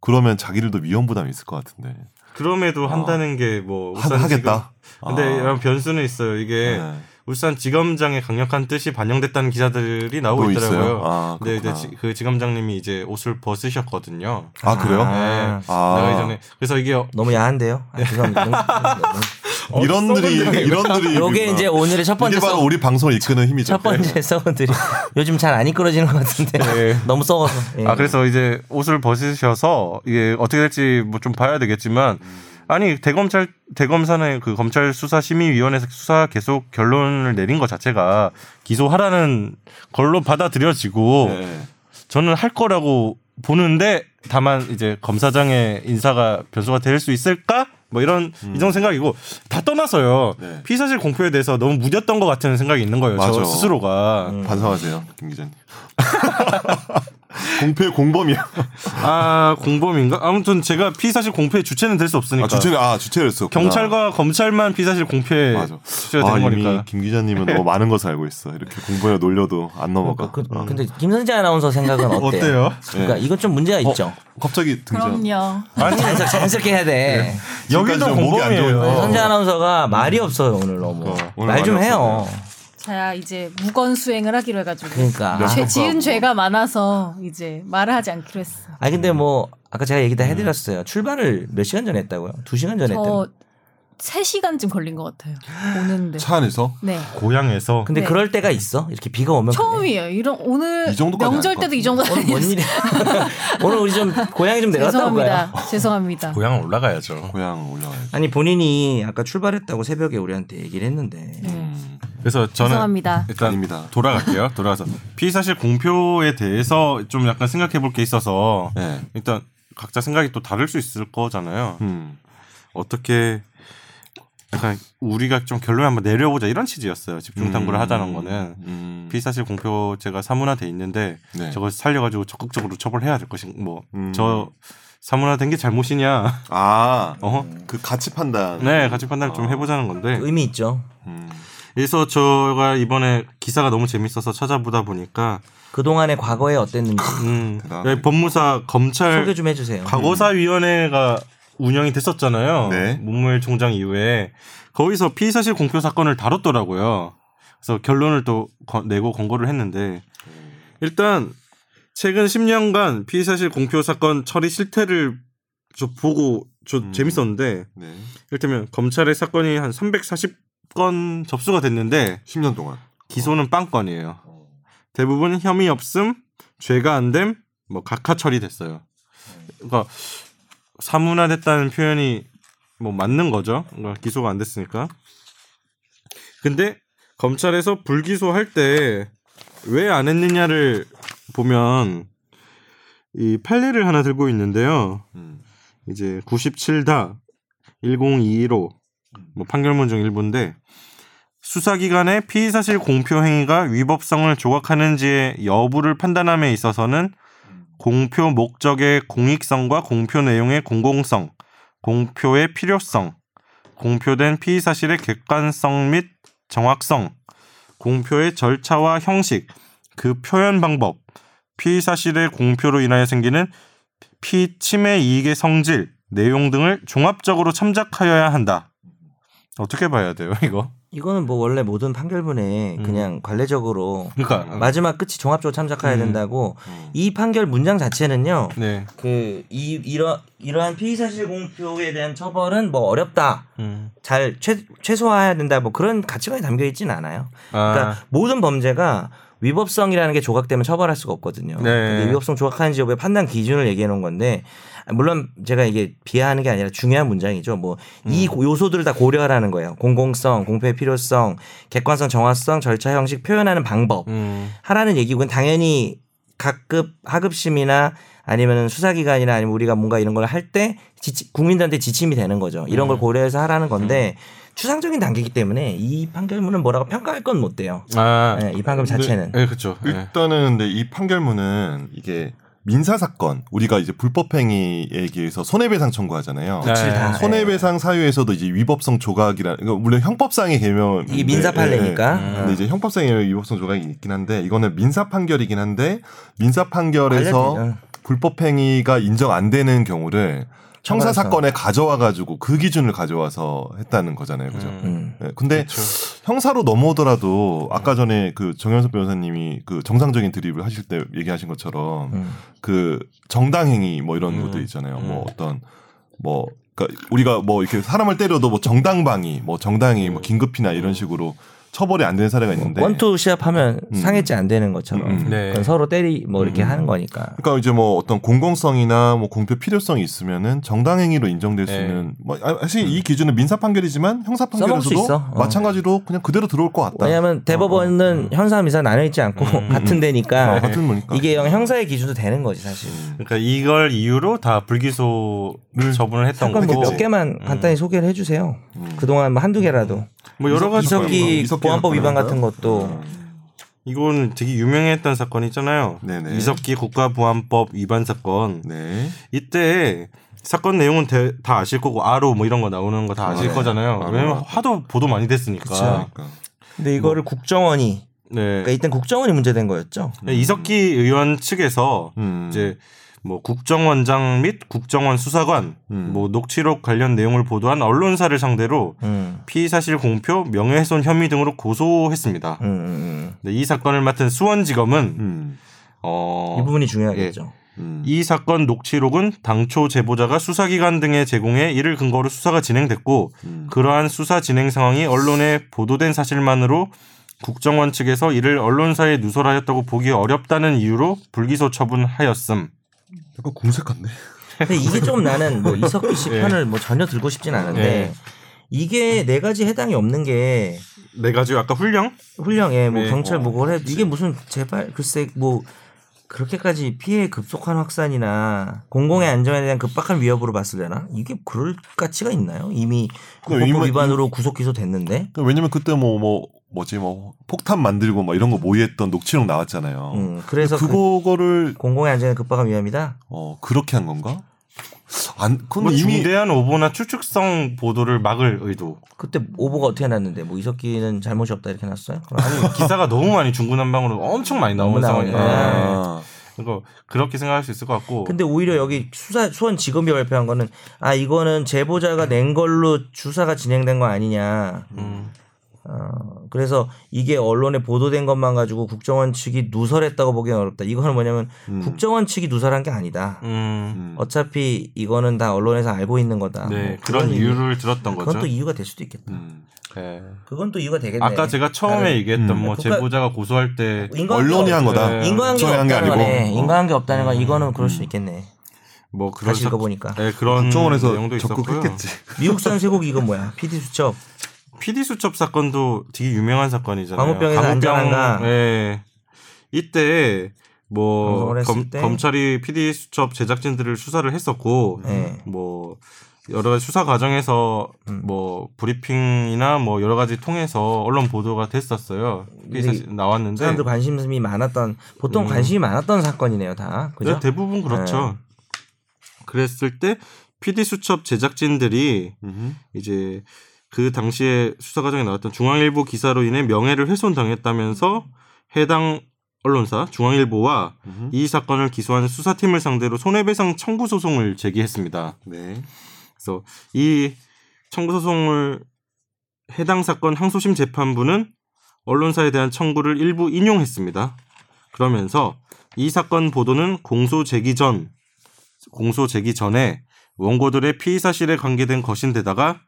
Speaker 2: 그러면 자기들도 위험 부담이 있을 것 같은데.
Speaker 1: 그럼에도 한다는 게뭐
Speaker 2: 아. 하, 하겠다. 아.
Speaker 1: 근데 이런 변수는 있어요. 이게
Speaker 2: 네.
Speaker 1: 울산 지검장의 강력한 뜻이 반영됐다는 기사들이 나오고
Speaker 2: 또
Speaker 1: 있더라고요.
Speaker 2: 있어요? 아,
Speaker 1: 근데 이제
Speaker 2: 그렇구나.
Speaker 1: 지- 그 지검장님이 이제 옷을 벗으셨거든요.
Speaker 2: 아 그래요?
Speaker 3: 아.
Speaker 2: 아.
Speaker 1: 나가기 전에 그래서 이게 어,
Speaker 3: 너무 야한데요. 아, 죄송합니다. 너무- 너무-
Speaker 2: 이런 들이 이런 들이
Speaker 3: 요게 이제 오늘의 첫 번째
Speaker 2: 이게 바로
Speaker 3: 썩-
Speaker 2: 우리 방송을 이끄는 힘이죠.
Speaker 3: 첫 번째 썩은들이 요즘 잘 안 이끌어지는 것 같은데 너무 썩어서. 예.
Speaker 1: 아 그래서 이제 옷을 벗으셔서 이게 어떻게 될지 뭐 좀 봐야 되겠지만 아니 대검찰 대검사는 그 검찰 수사 심의위원회에서 수사 계속 결론을 내린 것 자체가 기소하라는 걸로 받아들여지고
Speaker 2: 네.
Speaker 1: 저는 할 거라고 보는데 다만 이제 검사장의 인사가 변수가 될 수 있을까? 뭐 이런 이런 생각이고 다 떠나서요
Speaker 2: 음. 네.
Speaker 1: 피의사실 공표에 대해서 너무 무뎠던 것 같은 생각이 있는 거예요 저
Speaker 2: 음. 맞아.
Speaker 1: 스스로가
Speaker 2: 반성하세요, 김 기자님. 공표의 공범이야.
Speaker 1: 아 공범인가? 아무튼 제가 피의사실 공표의 주체는 될 수 없으니까.
Speaker 2: 아, 주체를 아 주체였어.
Speaker 1: 경찰과 검찰만 피의사실 공표에
Speaker 2: 맞아.
Speaker 1: 주체가
Speaker 2: 아,
Speaker 1: 된
Speaker 2: 이미
Speaker 1: 거니까.
Speaker 2: 김 기자님은 너무 많은 것을 알고 있어. 이렇게 공부해 놀려도 안 넘어가.
Speaker 3: 그, 근데 김선재 아나운서 생각은 어때요?
Speaker 4: 어때요?
Speaker 3: 그러니까 이건 좀 문제가 있죠.
Speaker 2: 갑자기 등장.
Speaker 4: 그럼요.
Speaker 1: 아니
Speaker 3: 자연스럽게, 자연스럽게 해야 돼.
Speaker 1: 여기도
Speaker 2: 지금까지 좀 목이 안
Speaker 1: 공범이에요.
Speaker 2: 좋은데.
Speaker 1: 어.
Speaker 3: 선재 아나운서가 말이 없어요 오늘 너무.
Speaker 2: 어, 오늘
Speaker 3: 말 좀
Speaker 2: 말이
Speaker 3: 해요.
Speaker 4: 자 이제 무건 수행을 하기로 해가지고
Speaker 3: 그러니까.
Speaker 4: 죄, 지은 죄가 많아서 이제 말을 하지 않기로 했어.
Speaker 3: 아니 근데 뭐 아까 제가 얘기 다 해드렸어요. 출발을 몇 시간 전에 했다고요? 두 시간 전에 했다고.
Speaker 4: 저 3시간쯤 걸린 것 같아요. 오는데.
Speaker 2: 차 안에서
Speaker 4: 네.
Speaker 1: 고향에서
Speaker 3: 근데
Speaker 4: 네.
Speaker 3: 그럴 때가 있어? 이렇게 비가 오면 그래?
Speaker 4: 처음이에요. 이런 오늘
Speaker 2: 이 정도까지
Speaker 4: 명절
Speaker 2: 아닐 것
Speaker 4: 때도 이 정도
Speaker 3: 오늘 뭔
Speaker 4: 아니었어요.
Speaker 3: 일이야? 오늘 우리 좀 고향이 좀 내려갔다 올까요?
Speaker 4: 죄송합니다. 죄송합니다.
Speaker 1: 고향 올라가야죠.
Speaker 2: 고향 올라가요.
Speaker 3: 아니 본인이 아까 출발했다고 새벽에 우리한테 얘기를 했는데
Speaker 1: 그래서 저는
Speaker 4: 네. 죄송합니다.
Speaker 1: 음. 일단
Speaker 2: 음. 아닙니다.
Speaker 1: 돌아갈게요. 돌아가서 피의사실 공표에 대해서 좀 약간 생각해 볼 게 있어서
Speaker 2: 네.
Speaker 1: 일단 각자 생각이 또 다를 수 있을 거잖아요.
Speaker 2: 음.
Speaker 1: 어떻게 약간 우리가 좀 결론을 한번 내려보자 이런 취지였어요. 집중 탐구를 하자는 거는
Speaker 2: 음.
Speaker 1: 피의사실 공표제가 사문화돼 있는데
Speaker 2: 네.
Speaker 1: 저걸 살려가지고 적극적으로 처벌해야 될 것인
Speaker 2: 음.
Speaker 1: 뭐저 사문화된 게 잘못이냐
Speaker 2: 아,
Speaker 1: 어?
Speaker 2: 그 가치 판단.
Speaker 1: 네 같이 판단을
Speaker 2: 아.
Speaker 1: 좀 해보자는 건데
Speaker 3: 의미 있죠.
Speaker 2: 음.
Speaker 1: 그래서 제가 이번에 기사가 너무 재밌어서 찾아보다 보니까
Speaker 3: 그 동안의 과거에 어땠는지
Speaker 1: 음,
Speaker 2: 대단하네.
Speaker 1: 예, 법무사
Speaker 3: 소개
Speaker 1: 검찰
Speaker 3: 좀 해주세요.
Speaker 1: 과거사위원회가 운영이 됐었잖아요.
Speaker 2: 네.
Speaker 1: 문무일 총장 이후에 거기서 피의사실 공표 사건을 다뤘더라고요. 그래서 결론을 또 거- 내고 권고를 했는데 일단 최근 10년간 피의사실 공표 사건 처리 실태를 저 보고 저
Speaker 2: 음.
Speaker 1: 재밌었는데
Speaker 2: 네.
Speaker 1: 이를테면 검찰의 사건이 한 340건 접수가 됐는데
Speaker 2: 10년 동안.
Speaker 1: 기소는 빵건이에요. 대부분 혐의 없음, 죄가 안됨, 뭐 각하 처리됐어요. 그러니까 사문화됐다는 표현이 뭐 맞는 거죠. 그러니까 기소가 안 됐으니까. 근데 검찰에서 불기소할 때 왜 안 했느냐를 보면 이 판례를 하나 들고 있는데요.
Speaker 2: 음.
Speaker 1: 이제 97다 1021호 뭐 판결문 중 일부인데 수사기관의 피의사실 공표 행위가 위법성을 조각하는지의 여부를 판단함에 있어서는 공표 목적의 공익성과 공표 내용의 공공성, 공표의 필요성, 공표된 피의 사실의 객관성 및 정확성, 공표의 절차와 형식, 그 표현 방법, 피의 사실의 공표로 인하여 생기는 피침해 이익의 성질, 내용 등을 종합적으로 참작하여야 한다. 어떻게 봐야 돼요, 이거?
Speaker 3: 이거는 뭐 원래 모든 판결문에
Speaker 1: 음.
Speaker 3: 그냥 관례적으로
Speaker 1: 그러니까
Speaker 3: 마지막 끝이 종합적으로 참작해야
Speaker 1: 음.
Speaker 3: 된다고
Speaker 2: 음.
Speaker 3: 이 판결 문장 자체는요.
Speaker 1: 네.
Speaker 3: 그 이 이러 이러한 피의 사실 공표에 대한 처벌은 뭐 어렵다.
Speaker 1: 음.
Speaker 3: 잘 최, 최소화해야 된다. 뭐 그런 가치관이 담겨 있지는 않아요. 그러니까
Speaker 1: 아,
Speaker 3: 모든 범죄가 위법성이라는 게 조각되면 처벌할 수가 없거든요.
Speaker 1: 네.
Speaker 3: 근데 위법성 조각하는지 여부의 판단 기준을 얘기해 놓은 건데 물론 제가 이게 비하하는 게 아니라 중요한 문장이죠. 뭐
Speaker 1: 음.
Speaker 3: 이 요소들을 다 고려하라는 거예요. 공공성, 공표의 필요성, 객관성, 정확성, 절차 형식, 표현하는 방법
Speaker 1: 음.
Speaker 3: 하라는 얘기고 그건 당연히 각급 하급심이나 아니면 수사기관이나 아니면 우리가 뭔가 이런 걸 할 때 국민들한테 지침이 되는 거죠. 이런 걸 고려해서 하라는 건데 추상적인 단계이기 때문에 이 판결문은 뭐라고 평가할 건 못 돼요.
Speaker 1: 아,
Speaker 3: 네, 이 방금 자체는.
Speaker 1: 네, 그렇죠. 네.
Speaker 2: 일단은 근데 이 판결문은 이게 민사 사건 우리가 이제 불법 행위에 의해서 손해배상 청구하잖아요.
Speaker 1: 네.
Speaker 3: 사실 다,
Speaker 2: 손해배상 사유에서도 이제 위법성 조각이라는 그러니까 물론 형법상의 개념
Speaker 3: 예. 이게 민사 판례니까. 음. 아.
Speaker 2: 근데 이제 형법상의 위법성 조각이 있긴 한데 이거는 민사 판결이긴 한데 민사 판결에서
Speaker 3: 관련이죠. 예.
Speaker 2: 불법 행위가 인정 안 되는 경우를 형사
Speaker 3: 처벌해서.
Speaker 2: 사건에 가져와 가지고 그 기준을 가져와서 했다는 거잖아요. 그죠?
Speaker 3: 음.
Speaker 2: 예, 근데 형사로 넘어오더라도 아까 전에 그 정현석 변호사님이 그 정상적인 드립을 하실 때 얘기하신 것처럼
Speaker 3: 음.
Speaker 2: 그 정당행위 뭐 이런
Speaker 1: 음.
Speaker 2: 것들 있잖아요.
Speaker 1: 음.
Speaker 2: 뭐 어떤 뭐 그러니까 우리가 뭐 이렇게 사람을 때려도 뭐 정당방위, 뭐 정당행위, 뭐 긴급피나 이런 식으로 처벌이 안 되는 사례가 있는데
Speaker 3: 원투 시합하면 상해죄 안 되는 것처럼
Speaker 2: 네. 음, 음.
Speaker 1: 네.
Speaker 3: 그건 서로 때리 뭐 이렇게
Speaker 2: 음.
Speaker 3: 하는 거니까.
Speaker 2: 그러니까 이제 뭐 어떤 공공성이나 뭐 공표 필요성이 있으면은 정당행위로 인정될 수
Speaker 1: 네.
Speaker 2: 있는 뭐 아, 사실 이 기준은 민사 판결이지만 형사
Speaker 3: 써먹을 수
Speaker 2: 판결에서도
Speaker 3: 있어. 어.
Speaker 2: 마찬가지로 그냥 그대로 들어올 것 같다.
Speaker 3: 왜냐하면 대법원은 현사 미사 나눠 있지 않고 같은 데니까
Speaker 2: 어, 같은 거니까.
Speaker 3: 아, 이게 영- 형사의 기준도 되는 거지 사실.
Speaker 1: 그러니까 이걸 이유로 다 불기소를 처분을 했던
Speaker 3: 사건
Speaker 1: 거고.
Speaker 3: 뭐몇 개만 간단히 소개를 해주세요. 그동안 뭐 한두 개라도
Speaker 1: 뭐 여러 가지
Speaker 2: 이석기
Speaker 3: 이석기
Speaker 2: 이석기
Speaker 3: 보안법
Speaker 2: 사건
Speaker 3: 위반
Speaker 2: 아닌가요?
Speaker 3: 같은 것도
Speaker 1: 이건 되게 유명했던 사건 있잖아요.
Speaker 2: 네네.
Speaker 1: 이석기 국가보안법 위반 사건.
Speaker 2: 네.
Speaker 1: 이때 사건 내용은 대- 다 아실 거고 아로 뭐 이런 거 나오는 거 다 아실
Speaker 2: 네.
Speaker 1: 거잖아요.
Speaker 2: 바로
Speaker 1: 왜냐면
Speaker 2: 나왔죠.
Speaker 1: 화도 보도 많이 됐으니까.
Speaker 3: 그쵸.
Speaker 2: 그러니까.
Speaker 3: 근데 이거를 국정원이
Speaker 1: 네.
Speaker 3: 그러니까 일단 국정원이 문제된 거였죠.
Speaker 1: 네, 이석기 의원 측에서
Speaker 2: 음.
Speaker 1: 이제 뭐 국정원장 및 국정원 수사관
Speaker 2: 음.
Speaker 1: 뭐 녹취록 관련 내용을 보도한 언론사를 상대로
Speaker 3: 음.
Speaker 1: 피의 사실 공표, 명예훼손 혐의 등으로 고소했습니다.
Speaker 3: 음, 음,
Speaker 1: 네, 이 사건을 맡은 수원지검은
Speaker 2: 음.
Speaker 1: 어,
Speaker 3: 음. 이 부분이 중요하겠죠.
Speaker 2: 음.
Speaker 1: 이 사건 녹취록은 당초 제보자가 수사기관 등에 제공해 이를 근거로 수사가 진행됐고
Speaker 2: 음.
Speaker 1: 그러한 수사 진행 상황이 언론에 보도된 사실만으로 국정원 측에서 이를 언론사에 누설하였다고 보기 어렵다는 이유로 불기소 처분하였음.
Speaker 2: 약간 궁색한데.
Speaker 3: 근데 이게 좀 나는 뭐 이석기 씨
Speaker 1: 예.
Speaker 3: 편을 뭐 전혀 들고 싶진 않은데
Speaker 1: 예.
Speaker 3: 이게 네 가지 해당이 없는 게
Speaker 1: 네 가지 아까 훈령?
Speaker 3: 훌륭해 뭐
Speaker 1: 네,
Speaker 3: 경찰
Speaker 1: 어,
Speaker 3: 보고를 해 이게 무슨 제발 글쎄 뭐 그렇게까지 피해 급속한 확산이나 공공의 안전에 대한 급박한 위협으로 봤을 때나 이게 그럴 가치가 있나요? 이미 국법
Speaker 2: 이미-
Speaker 3: 위반으로 구속 기소됐는데
Speaker 2: 왜냐면 그때 뭐 뭐 뭐지 뭐 폭탄 만들고 막 이런 거 모의했던 녹취록 나왔잖아요.
Speaker 3: 음, 그래서 그
Speaker 2: 어. 그거를
Speaker 3: 공공의 안전에 급박한 위험이다.
Speaker 2: 어 그렇게 한 건가? 안 근데
Speaker 1: 뭐
Speaker 2: 이미
Speaker 1: 중대한 오보나 추측성 보도를 막을 의도.
Speaker 3: 그때 오보가 어떻게 났는데 뭐 이석기는 잘못이 없다 이렇게 났어요? 그럼
Speaker 1: 아니 기사가 너무 많이 중구난방으로 엄청 많이 나오는
Speaker 3: 너무
Speaker 1: 상황이에요.
Speaker 3: 나오니까.
Speaker 2: 아,
Speaker 1: 그러니까 그렇게 생각할 수 있을 것 같고.
Speaker 3: 근데 오히려 여기 수사 수원 지검이 발표한 거는 아 이거는 제보자가 낸 걸로 수사가 진행된 거 아니냐.
Speaker 1: 음.
Speaker 3: 어, 그래서 이게 언론에 보도된 것만 가지고 국정원 측이 누설했다고 보기는 어렵다. 이거는 뭐냐면
Speaker 2: 음.
Speaker 3: 국정원 측이 누설한 게 아니다.
Speaker 1: 음.
Speaker 2: 음.
Speaker 3: 네. 어차피 이거는 다 언론에서 알고 있는 거다.
Speaker 1: 네
Speaker 3: 뭐
Speaker 1: 그런
Speaker 3: 이유-
Speaker 1: 이유를 들었던
Speaker 3: 그건
Speaker 1: 거죠.
Speaker 3: 또 이유가 될 수도 있겠다.
Speaker 2: 음.
Speaker 1: 네.
Speaker 3: 그건 또 이유가 되겠네.
Speaker 1: 아까 제가 처음에
Speaker 3: 나는-
Speaker 1: 얘기했던
Speaker 2: 음.
Speaker 1: 뭐
Speaker 3: 국가-
Speaker 1: 제보자가 고소할 때
Speaker 3: 인과관계
Speaker 2: 언론이 한
Speaker 3: 없-
Speaker 2: 거다.
Speaker 1: 네.
Speaker 3: 인과관계가
Speaker 2: 국정원이 한게
Speaker 3: 없다는
Speaker 2: 아니고.
Speaker 3: 거네.
Speaker 2: 어.
Speaker 3: 인과관계 없다는 건 이거는 그럴 수 있겠네.
Speaker 1: 뭐 그런
Speaker 3: 다시
Speaker 1: 사-
Speaker 3: 읽어보니까
Speaker 1: 네, 그런
Speaker 2: 국정원에서
Speaker 1: 내용도 있었고요.
Speaker 2: 적극했겠지.
Speaker 3: 미국산 쇠고기 이건 뭐야? PD 수첩.
Speaker 1: PD 수첩 사건도 되게 유명한 사건이잖아요.
Speaker 3: 광우병에서 안전한가?
Speaker 1: 예. 이때 뭐
Speaker 3: 방송을 했을
Speaker 1: 검,
Speaker 3: 때?
Speaker 1: 검찰이 PD 수첩 제작진들을 수사를 했었고
Speaker 3: 네.
Speaker 1: 뭐 여러 가지 수사 과정에서
Speaker 3: 음.
Speaker 1: 뭐 브리핑이나 뭐 여러 가지 통해서 언론 보도가 됐었어요. 그게 사실 나왔는데
Speaker 3: 사람들 관심이 많았던 보통 관심이 많았던 사건이네요 다
Speaker 1: 네,
Speaker 3: 그죠? 네.
Speaker 1: 대부분 그렇죠. 그랬을 때 PD 수첩 제작진들이
Speaker 2: 음.
Speaker 1: 이제 그 당시에 수사 과정에 나왔던 중앙일보 기사로 인해 명예를 훼손당했다면서 해당 언론사 중앙일보와
Speaker 2: 음.
Speaker 1: 이 사건을 기소한 수사팀을 상대로 손해배상 청구 소송을 제기했습니다.
Speaker 2: 네.
Speaker 1: 그래서 이 청구 소송을 해당 사건 항소심 재판부는 언론사에 대한 청구를 일부 인용했습니다. 그러면서 이 사건 보도는 공소 제기 전 공소 제기 전에 원고들의 피의 사실에 관계된 것인데다가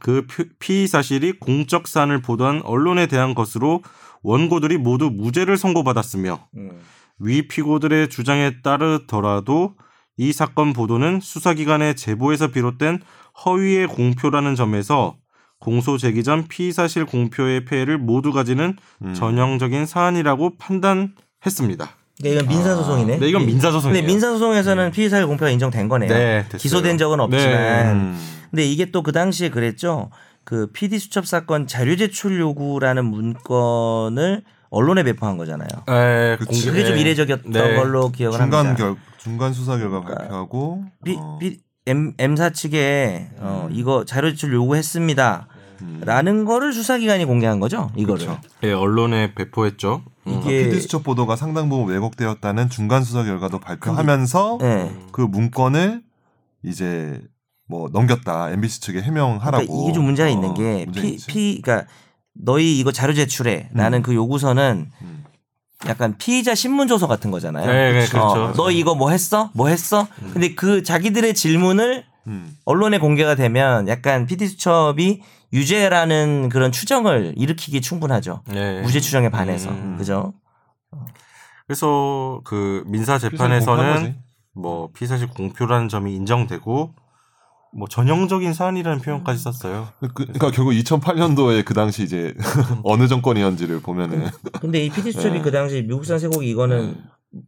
Speaker 1: 그 피- 피의 사실이 공적 사안을 보도한 언론에 대한 것으로 원고들이 모두 무죄를 선고받았으며
Speaker 3: 음.
Speaker 1: 위 피고들의 주장에 따르더라도 이 사건 보도는 수사기관의 제보에서 비롯된 허위의 공표라는 점에서 공소 제기 전 피의사실 공표의 폐해를 모두 가지는
Speaker 2: 음.
Speaker 1: 전형적인 사안이라고 판단했습니다.
Speaker 3: 그러니까 이건 민사 소송이네. 예.
Speaker 1: 네, 이건 민사 소송이에요.
Speaker 3: 근데 민사
Speaker 2: 네.
Speaker 3: 소송에서는 피의사의 공표가 인정된 거네요.
Speaker 1: 됐어요.
Speaker 3: 기소된 적은
Speaker 1: 네.
Speaker 3: 없지만.
Speaker 2: 음.
Speaker 3: 근데 이게 또 그 당시에 그랬죠. 그 PD 수첩 사건 자료 제출 요구라는 문건을 언론에 배포한 거잖아요.
Speaker 1: 네,
Speaker 2: 그치.
Speaker 1: 공개-
Speaker 3: 그게 좀 이례적이었던
Speaker 1: 네.
Speaker 3: 걸로 기억을
Speaker 2: 중간
Speaker 3: 합니다. 그러니까
Speaker 2: 결 중간 수사 결과 발표하고
Speaker 3: 비,
Speaker 2: 어,
Speaker 3: 비, M, M사 측에 어, 이거 자료 제출 요구했습니다.
Speaker 2: 음.
Speaker 3: 라는 거를 수사기관이 공개한 거죠. 이거를.
Speaker 2: 그쵸.
Speaker 1: 네, 언론에 배포했죠.
Speaker 3: 이게
Speaker 2: PD 그렇죠. 어. 수첩 그러니까 보도가 상당 부분 왜곡되었다는 중간 수사 결과도 발표하면서
Speaker 3: 예.
Speaker 1: 음.
Speaker 2: 그 문건을 이제 뭐 넘겼다 MBC 측에 해명하라고.
Speaker 3: 그러니까 이게 좀 문제가
Speaker 2: 어,
Speaker 3: 있는 게
Speaker 2: 문제
Speaker 3: 피,
Speaker 2: 있지.
Speaker 3: 피, 그러니까 너희 이거 자료 제출해. 라는 그 요구서는
Speaker 2: 음.
Speaker 3: 약간 피의자 신문 조서 같은 거잖아요.
Speaker 1: 네, 네, 음.
Speaker 3: 어,
Speaker 1: 그렇죠.
Speaker 3: 너 이거 뭐 했어? 뭐 했어? 근데 그 자기들의 질문을
Speaker 2: 음.
Speaker 3: 언론에 공개가 되면 약간 PD 수첩이 유죄라는 그런 추정을 일으키기 충분하죠.
Speaker 1: 네.
Speaker 3: 무죄 추정에 반해서
Speaker 1: 음.
Speaker 3: 그죠?
Speaker 1: 그래서 그 민사
Speaker 2: 공표한
Speaker 1: 재판에서는
Speaker 2: 거지.
Speaker 1: 뭐 피의사실 공표라는 점이 인정되고 뭐 전형적인 사안이라는 표현까지 썼어요.
Speaker 2: 그, 그러니까 결국 2008년도에 그 당시 이제 어느 정권이었는지를 보면은
Speaker 3: 근데 이
Speaker 1: 네.
Speaker 3: PD 수첩이 그 당시 미국산 쇠고기 이거는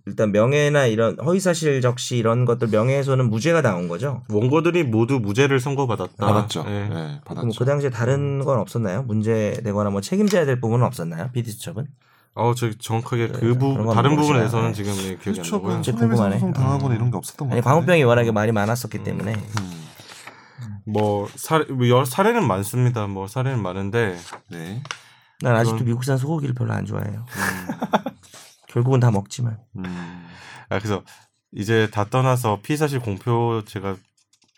Speaker 3: 일단 명예나 이런 허위사실 적시 이런 것들 명예훼손은 무죄가 나온 거죠.
Speaker 1: 원고들이 모두 무죄를 선고받았다.
Speaker 2: 받았죠.
Speaker 3: 아,
Speaker 1: 예.
Speaker 2: 예, 받았죠.
Speaker 1: 음.
Speaker 3: 그럼 그 당시에 다른 건 없었나요? 문제되거나 뭐 책임져야 될 부분은 없었나요? PD 수첩은?
Speaker 1: 어, 저 정확하게 그
Speaker 3: 그런
Speaker 1: 부분
Speaker 3: 건
Speaker 1: 다른
Speaker 3: 모르시나요?
Speaker 1: 부분에서는
Speaker 3: 네.
Speaker 1: 지금 예, 기억이 안
Speaker 2: 그렇죠.
Speaker 1: 나고요.
Speaker 2: 그냥
Speaker 3: 진짜
Speaker 2: 손해배상
Speaker 3: 궁금하네.
Speaker 2: 소송 당하거나 이런 게 없었던 것 음.
Speaker 3: 아니
Speaker 2: 같아요.
Speaker 3: 광우병이 워낙에 말이 많았었기 때문에
Speaker 1: 음. 뭐 사례 뭐여 사례는 많습니다. 뭐 사례는 많은데
Speaker 2: 네.
Speaker 3: 난 아직도 미국산 소고기를 별로 안 좋아해요. 결국은 다 먹지만
Speaker 2: 음.
Speaker 1: 아 그래서 이제 다 떠나서 피의 사실 공표 제가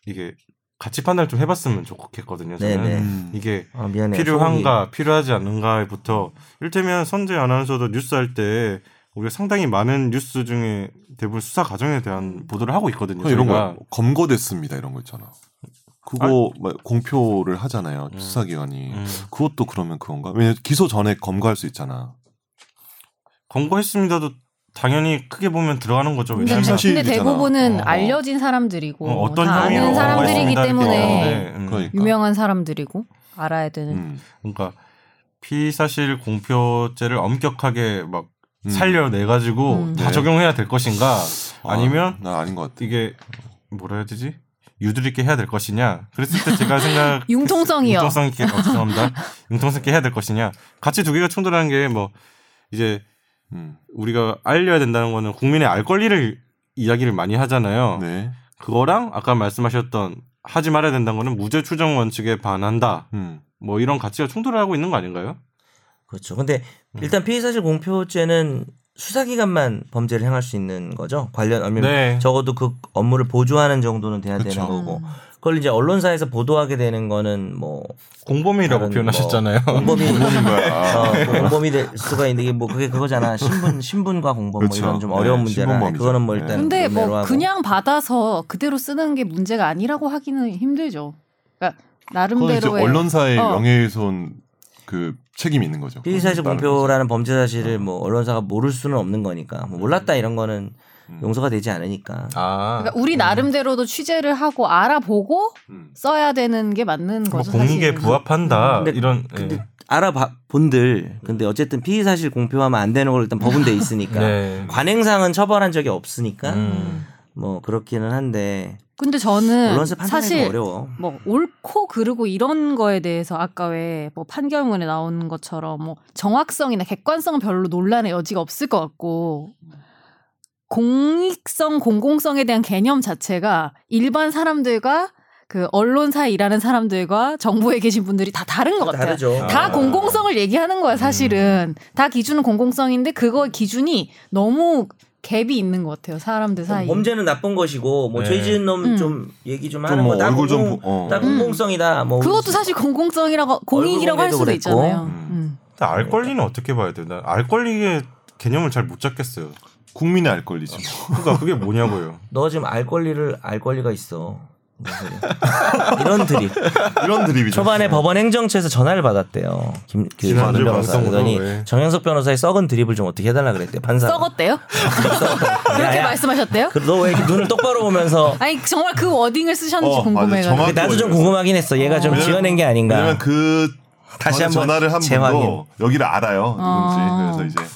Speaker 1: 이게 같이 판단을 좀 해봤으면 좋겠거든요. 저는
Speaker 3: 네네.
Speaker 2: 음.
Speaker 1: 이게
Speaker 3: 아, 미안해.
Speaker 1: 필요한가 필요하지 않은가에부터 일테면 선재 아나운서도 뉴스 할 때 우리가 상당히 많은 뉴스 중에 대부분 수사 과정에 대한 보도를 하고 있거든요.
Speaker 2: 음. 이런
Speaker 1: 저희가.
Speaker 2: 거 검거됐습니다 이런 거 있잖아. 그거 막 공표를 하잖아요
Speaker 1: 음.
Speaker 2: 수사기관이.
Speaker 1: 음.
Speaker 2: 그것도 그러면 그건가? 왜냐 기소 전에 검거할 수 있잖아.
Speaker 1: 검거했습니다도 당연히 크게 보면 들어가는 거죠.
Speaker 4: 근데,
Speaker 1: 왜냐하면
Speaker 2: 네, 사실-
Speaker 4: 근데
Speaker 2: 사실이잖아.
Speaker 4: 대부분은
Speaker 2: 어.
Speaker 4: 알려진 사람들이고
Speaker 1: 어, 어떤
Speaker 4: 다
Speaker 1: 혐의로
Speaker 4: 아는
Speaker 2: 어,
Speaker 4: 사람들이기
Speaker 1: 검거했습니다 이렇게
Speaker 4: 때문에
Speaker 1: 나오는데, 음.
Speaker 2: 그러니까.
Speaker 4: 유명한 사람들이고 알아야 되는
Speaker 2: 음.
Speaker 1: 그러니까 피사실 공표죄를 엄격하게 막
Speaker 2: 음.
Speaker 1: 살려내 가지고
Speaker 4: 음.
Speaker 1: 다
Speaker 2: 네.
Speaker 1: 적용해야 될 것인가
Speaker 2: 아,
Speaker 1: 아니면
Speaker 2: 나 아닌 것 같아.
Speaker 1: 이게 뭐라 해야 되지 유들 있게 해야 될 것이냐 그랬을 때 제가 생각
Speaker 4: 융통성이요.
Speaker 1: 융통성 있게 어, 죄송합니다 융통성 있게 해야 될 것이냐 같이 두 개가 충돌하는 게 뭐 이제
Speaker 2: 음.
Speaker 1: 우리가 알려야 된다는 거는 국민의 알 권리를 이야기를 많이
Speaker 3: 어.
Speaker 1: 하잖아요
Speaker 2: 네.
Speaker 1: 그거랑 아까 말씀하셨던 하지 말아야 된다는 거는 무죄 추정 원칙에 반한다
Speaker 2: 음.
Speaker 1: 뭐 이런 가치가 충돌을 하고 있는 거 아닌가요?
Speaker 3: 그렇죠. 근데 일단 피의 사실 공표죄는 수사기관만 범죄를 행할 수 있는 거죠. 관련 업무
Speaker 1: 네.
Speaker 3: 적어도 그 업무를 보조하는 정도는 돼야
Speaker 2: 그쵸.
Speaker 3: 되는 거고
Speaker 4: 음.
Speaker 3: 그걸 이제 언론사에서 보도하게 되는 거는 뭐
Speaker 1: 공범이라고
Speaker 3: 다른
Speaker 1: 표현하셨잖아요.
Speaker 3: 뭐 공범이
Speaker 2: 공범인 거야.
Speaker 3: 어, 그 공범이 될 수가 있는 게 뭐 그게 그거잖아 신분 신분과 공범
Speaker 2: 그렇죠.
Speaker 3: 뭐 이런 좀
Speaker 2: 네,
Speaker 3: 어려운 문제라
Speaker 2: 신분범이죠.
Speaker 3: 그거는 뭐
Speaker 2: 네.
Speaker 3: 일단
Speaker 4: 근데
Speaker 3: 논외로
Speaker 4: 뭐
Speaker 3: 하고.
Speaker 4: 그냥 받아서 그대로 쓰는 게 문제가 아니라고 하기는 힘들죠. 그러니까
Speaker 2: 그건 이제
Speaker 4: 나름대로의
Speaker 2: 언론사의
Speaker 4: 어.
Speaker 2: 명예훼손 그 책임이 있는 거죠.
Speaker 3: 피의 사실
Speaker 2: 나름.
Speaker 3: 공표라는 범죄
Speaker 2: 어.
Speaker 3: 사실을 뭐 언론사가 모를 수는 없는 거니까 뭐 몰랐다 이런 거는
Speaker 2: 음.
Speaker 3: 용서가 되지 않으니까
Speaker 1: 아,
Speaker 4: 그러니까 우리 나름대로도 취재를 하고 알아보고
Speaker 2: 음.
Speaker 4: 써야 되는 게 맞는
Speaker 1: 뭐
Speaker 4: 거죠.
Speaker 1: 공익에
Speaker 4: 사실은.
Speaker 1: 부합한다
Speaker 3: 근데-
Speaker 1: 이런.
Speaker 3: 근데
Speaker 2: 네.
Speaker 1: 예.
Speaker 3: 알아봐 본들 근데 어쨌든 피의 사실 공표하면 안 되는 걸 일단 법은 돼 있으니까
Speaker 1: 네.
Speaker 3: 관행상은 처벌한 적이 없으니까
Speaker 1: 음.
Speaker 3: 뭐 그렇기는 한데
Speaker 4: 근데 저는
Speaker 3: 언론사 판단하기
Speaker 4: 네, 사실
Speaker 3: 어려워.
Speaker 4: 뭐 옳고 그르고 이런 거에 대해서 아까 왜 뭐 판결문에 나온 것처럼 뭐 정확성이나 객관성 은 별로 논란의 여지가 없을 것 같고 공익성 공공성에 대한 개념 자체가 일반 사람들과 그 언론사에 일하는 사람들과 정부에 계신 분들이 다 다른 것 같아요.
Speaker 3: 다르죠.
Speaker 4: 다
Speaker 1: 아.
Speaker 4: 공공성을 얘기하는 거야 사실은 다 기준은 공공성인데 그거 기준이 너무 갭이 있는 것 같아요 사람들 사이.
Speaker 3: 그러니까 범죄는 나쁜 것이고 뭐
Speaker 1: 네.
Speaker 3: 죄 지은 놈
Speaker 4: 음.
Speaker 3: 좀 얘기 좀 하는
Speaker 2: 좀뭐
Speaker 3: 거다
Speaker 2: 얼굴 좀
Speaker 3: 공공,
Speaker 2: 보- 어.
Speaker 3: 다
Speaker 4: 음.
Speaker 3: 공공성이다. 뭐
Speaker 4: 그것도 사실 공공성이라고 공익이라고 할
Speaker 3: 얼굴
Speaker 4: 수도
Speaker 3: 공개도
Speaker 4: 있잖아요.
Speaker 2: 그랬고. 음.
Speaker 4: 음.
Speaker 1: 근데 알 권리는 어떻게 봐야 돼? 난알 권리의 개념을 잘 못 잡겠어요.
Speaker 2: 국민의 알 권리죠.
Speaker 3: 어.
Speaker 1: 그러니까 그게 뭐냐고요.
Speaker 3: 너 지금 알 권리를 알 권리가 있어. 무슨 소리야. 이런 드립.
Speaker 2: 이런 드립이죠.
Speaker 3: 초반에 법원 행정처에서 전화를 받았대요. 김, 그
Speaker 1: 지난주
Speaker 3: 문 변호사.
Speaker 1: 방송으로,
Speaker 3: 그러더니
Speaker 1: 예.
Speaker 3: 정현석 변호사의 썩은 드립을 좀 어떻게 해달라 그랬대요. 판사.
Speaker 4: 썩었대요? 그렇게
Speaker 3: 야.
Speaker 4: 말씀하셨대요?
Speaker 3: 너왜 이렇게 눈을 똑바로 보면서
Speaker 4: 아니 정말 그 워딩을 쓰셨는지
Speaker 2: 어,
Speaker 4: 궁금해요.
Speaker 2: 맞아. 정확-
Speaker 3: 나도 좀 궁금하긴 했어. 얘가 좀
Speaker 2: 왜냐면-
Speaker 3: 지어낸 게 아닌가.
Speaker 2: 왜냐면 그
Speaker 3: 다시
Speaker 2: 전에
Speaker 3: 한번
Speaker 2: 전화를 한
Speaker 3: 재확인.
Speaker 2: 분도 여기를 알아요
Speaker 4: 어.
Speaker 2: 누군지 그래서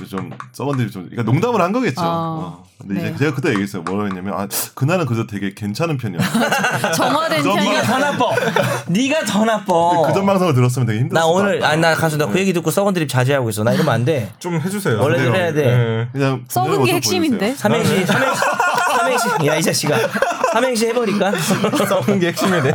Speaker 2: 이제 좀 썩은들이 좀 그러니까 농담을 한 거겠죠.
Speaker 4: 어.
Speaker 2: 어. 근데 이제
Speaker 4: 네.
Speaker 2: 제가 그때 얘기했어요. 뭐라고 했냐면 아, 그날은 그래도 되게 괜찮은 편이었어.
Speaker 4: 정화된
Speaker 2: 그
Speaker 4: 편이
Speaker 3: 네가 더 나빠. 네가 더 나빠.
Speaker 2: 그전 방송을 들었으면 되게
Speaker 3: 어.
Speaker 2: 힘들었을
Speaker 3: 나
Speaker 2: 것
Speaker 3: 오늘
Speaker 2: 같아요.
Speaker 3: 아나 가수 나그 얘기 듣고 썩은 드립 자제하고 있어. 나 이러면 안 돼.
Speaker 1: 좀 해주세요.
Speaker 3: 원래 그래야 돼.
Speaker 1: 예.
Speaker 2: 그냥
Speaker 4: 썩은 게
Speaker 2: 그대로
Speaker 4: 핵심인데.
Speaker 2: 보여주세요.
Speaker 3: 삼행시 삼행시 삼행시 야 이 자식아 삼행시 해버릴까?
Speaker 1: 싸우는 게 핵심이네.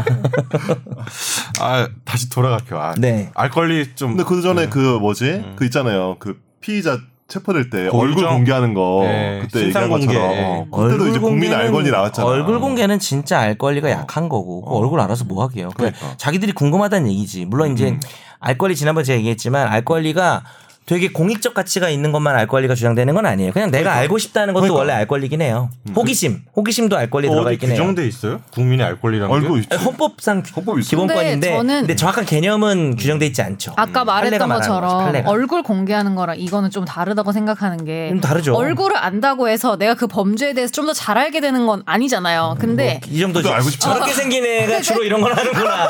Speaker 1: 아 다시 돌아갈게요. 아,
Speaker 3: 네.
Speaker 1: 알 권리 좀.
Speaker 2: 근데 그 전에 그 뭐지 그 있잖아요 그 피의자 체포될 때
Speaker 1: 고유정?
Speaker 2: 얼굴 공개하는 거
Speaker 1: 네,
Speaker 2: 그때
Speaker 1: 신상
Speaker 2: 얘기한 것처럼
Speaker 1: 공개.
Speaker 2: 어, 그때도 이제 국민 알 권리 나왔잖아.
Speaker 3: 얼굴 공개는 진짜 알 권리가 약한 거고 그거 얼굴 알아서 뭐 하게요? 그
Speaker 2: 그러니까. 음.
Speaker 3: 자기들이 궁금하다는 얘기지. 물론 이제 알 권리 지난번 제가 얘기했지만 알 권리가 되게 공익적 가치가 있는 것만 알 권리가 주장되는 건 아니에요. 그냥 내가 알고 싶다는 것도
Speaker 2: 그러니까. 음.
Speaker 3: 원래 알 권리긴 해요. 호기심, 호기심도 알 권리에 들어가
Speaker 1: 어디 그
Speaker 3: 있긴 해요.
Speaker 1: 규정돼 있어요? 국민의 알 권리라는 게?
Speaker 2: 얼굴 있지.
Speaker 3: 헌법상
Speaker 2: 헌법 있어.
Speaker 3: 기본권인데
Speaker 4: 근데
Speaker 3: 근데,
Speaker 4: 저는-
Speaker 3: 정확한 개념은 규정돼 있지 않죠. 음. 판례가
Speaker 4: 아까 말했던
Speaker 3: 말하는 거지,
Speaker 4: 것처럼
Speaker 3: 판례가.
Speaker 4: 얼굴 공개하는 거랑 이거는 좀 다르다고 생각하는 게
Speaker 3: 음, 다르죠.
Speaker 4: 얼굴을 안다고 해서 내가 그 범죄에 대해서 좀 더 잘 알게 되는 건 아니잖아요. 근데
Speaker 3: 이 정도죠.
Speaker 2: 그것도 알고 싶지
Speaker 3: 저렇게 생긴 애가 주로 이런 걸 하는구나.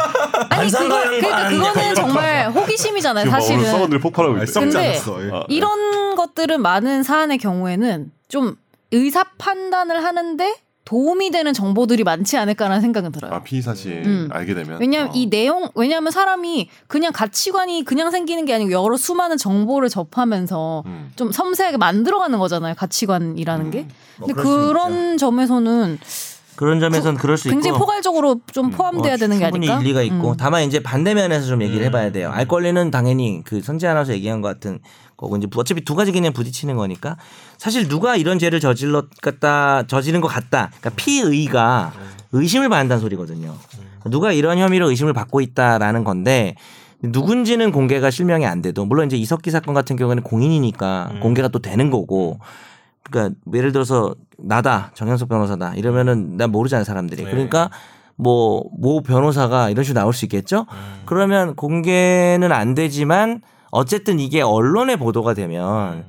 Speaker 4: 아니
Speaker 3: 안
Speaker 4: 그거
Speaker 3: 상관하는 거
Speaker 4: 그러니까
Speaker 3: 아는데.
Speaker 4: 그거는 정말 호기심이잖아요.
Speaker 2: 지금 뭐 오늘
Speaker 4: 사실은
Speaker 2: 썩은들 폭발하고
Speaker 1: 아,
Speaker 2: 있대.
Speaker 1: 썩지
Speaker 4: 근데
Speaker 1: 않았어. 예.
Speaker 2: 아,
Speaker 4: 이런 것들은 많은 사안의 경우에는 좀 의사 판단을 하는데 도움이 되는 정보들이 많지 않을까라는 생각은 들어요.
Speaker 2: 아 피의 사실
Speaker 4: 음.
Speaker 2: 알게 되면
Speaker 4: 왜냐하면
Speaker 2: 어.
Speaker 4: 이 내용 왜냐하면 사람이 그냥 가치관이 그냥 생기는 게 아니고 여러 수많은 정보를 접하면서
Speaker 2: 음.
Speaker 4: 좀 섬세하게 만들어가는 거잖아요 가치관이라는 게.
Speaker 3: 뭐
Speaker 4: 근데
Speaker 3: 그럴 수는
Speaker 4: 그런 점에서는
Speaker 3: 그런 점에선 그럴 수
Speaker 4: 굉장히
Speaker 3: 있고
Speaker 4: 포괄적으로 좀 포함돼야
Speaker 3: 어,
Speaker 4: 되는 게 아닐까?
Speaker 3: 충분히 일리가 있고
Speaker 4: 음.
Speaker 3: 다만 이제 반대면에서 좀 얘기를 해봐야 돼요. 알 권리는 당연히 그 선재 아나운서 얘기한 것 같은 거고 이제 어차피 두 가지 개념 부딪히는 거니까 사실 누가 이런 죄를 저질렀다 저지른 것 같다. 그러니까 피의가
Speaker 4: 음.
Speaker 3: 의심을 받는다는 소리거든요. 누가 이런 혐의로 의심을 받고 있다라는 건데 누군지는 공개가 실명이 안 돼도 물론 이제 이석기 사건 같은 경우에는 공인이니까
Speaker 4: 음.
Speaker 3: 공개가 또 되는 거고 그러니까 예를 들어서 나다 정현석 변호사다 이러면은 난 모르잖아요 사람들이 그러니까 뭐 모 변호사가 이런 식으로 나올 수 있겠죠 그러면 공개는 안 되지만 어쨌든 이게 언론의 보도가 되면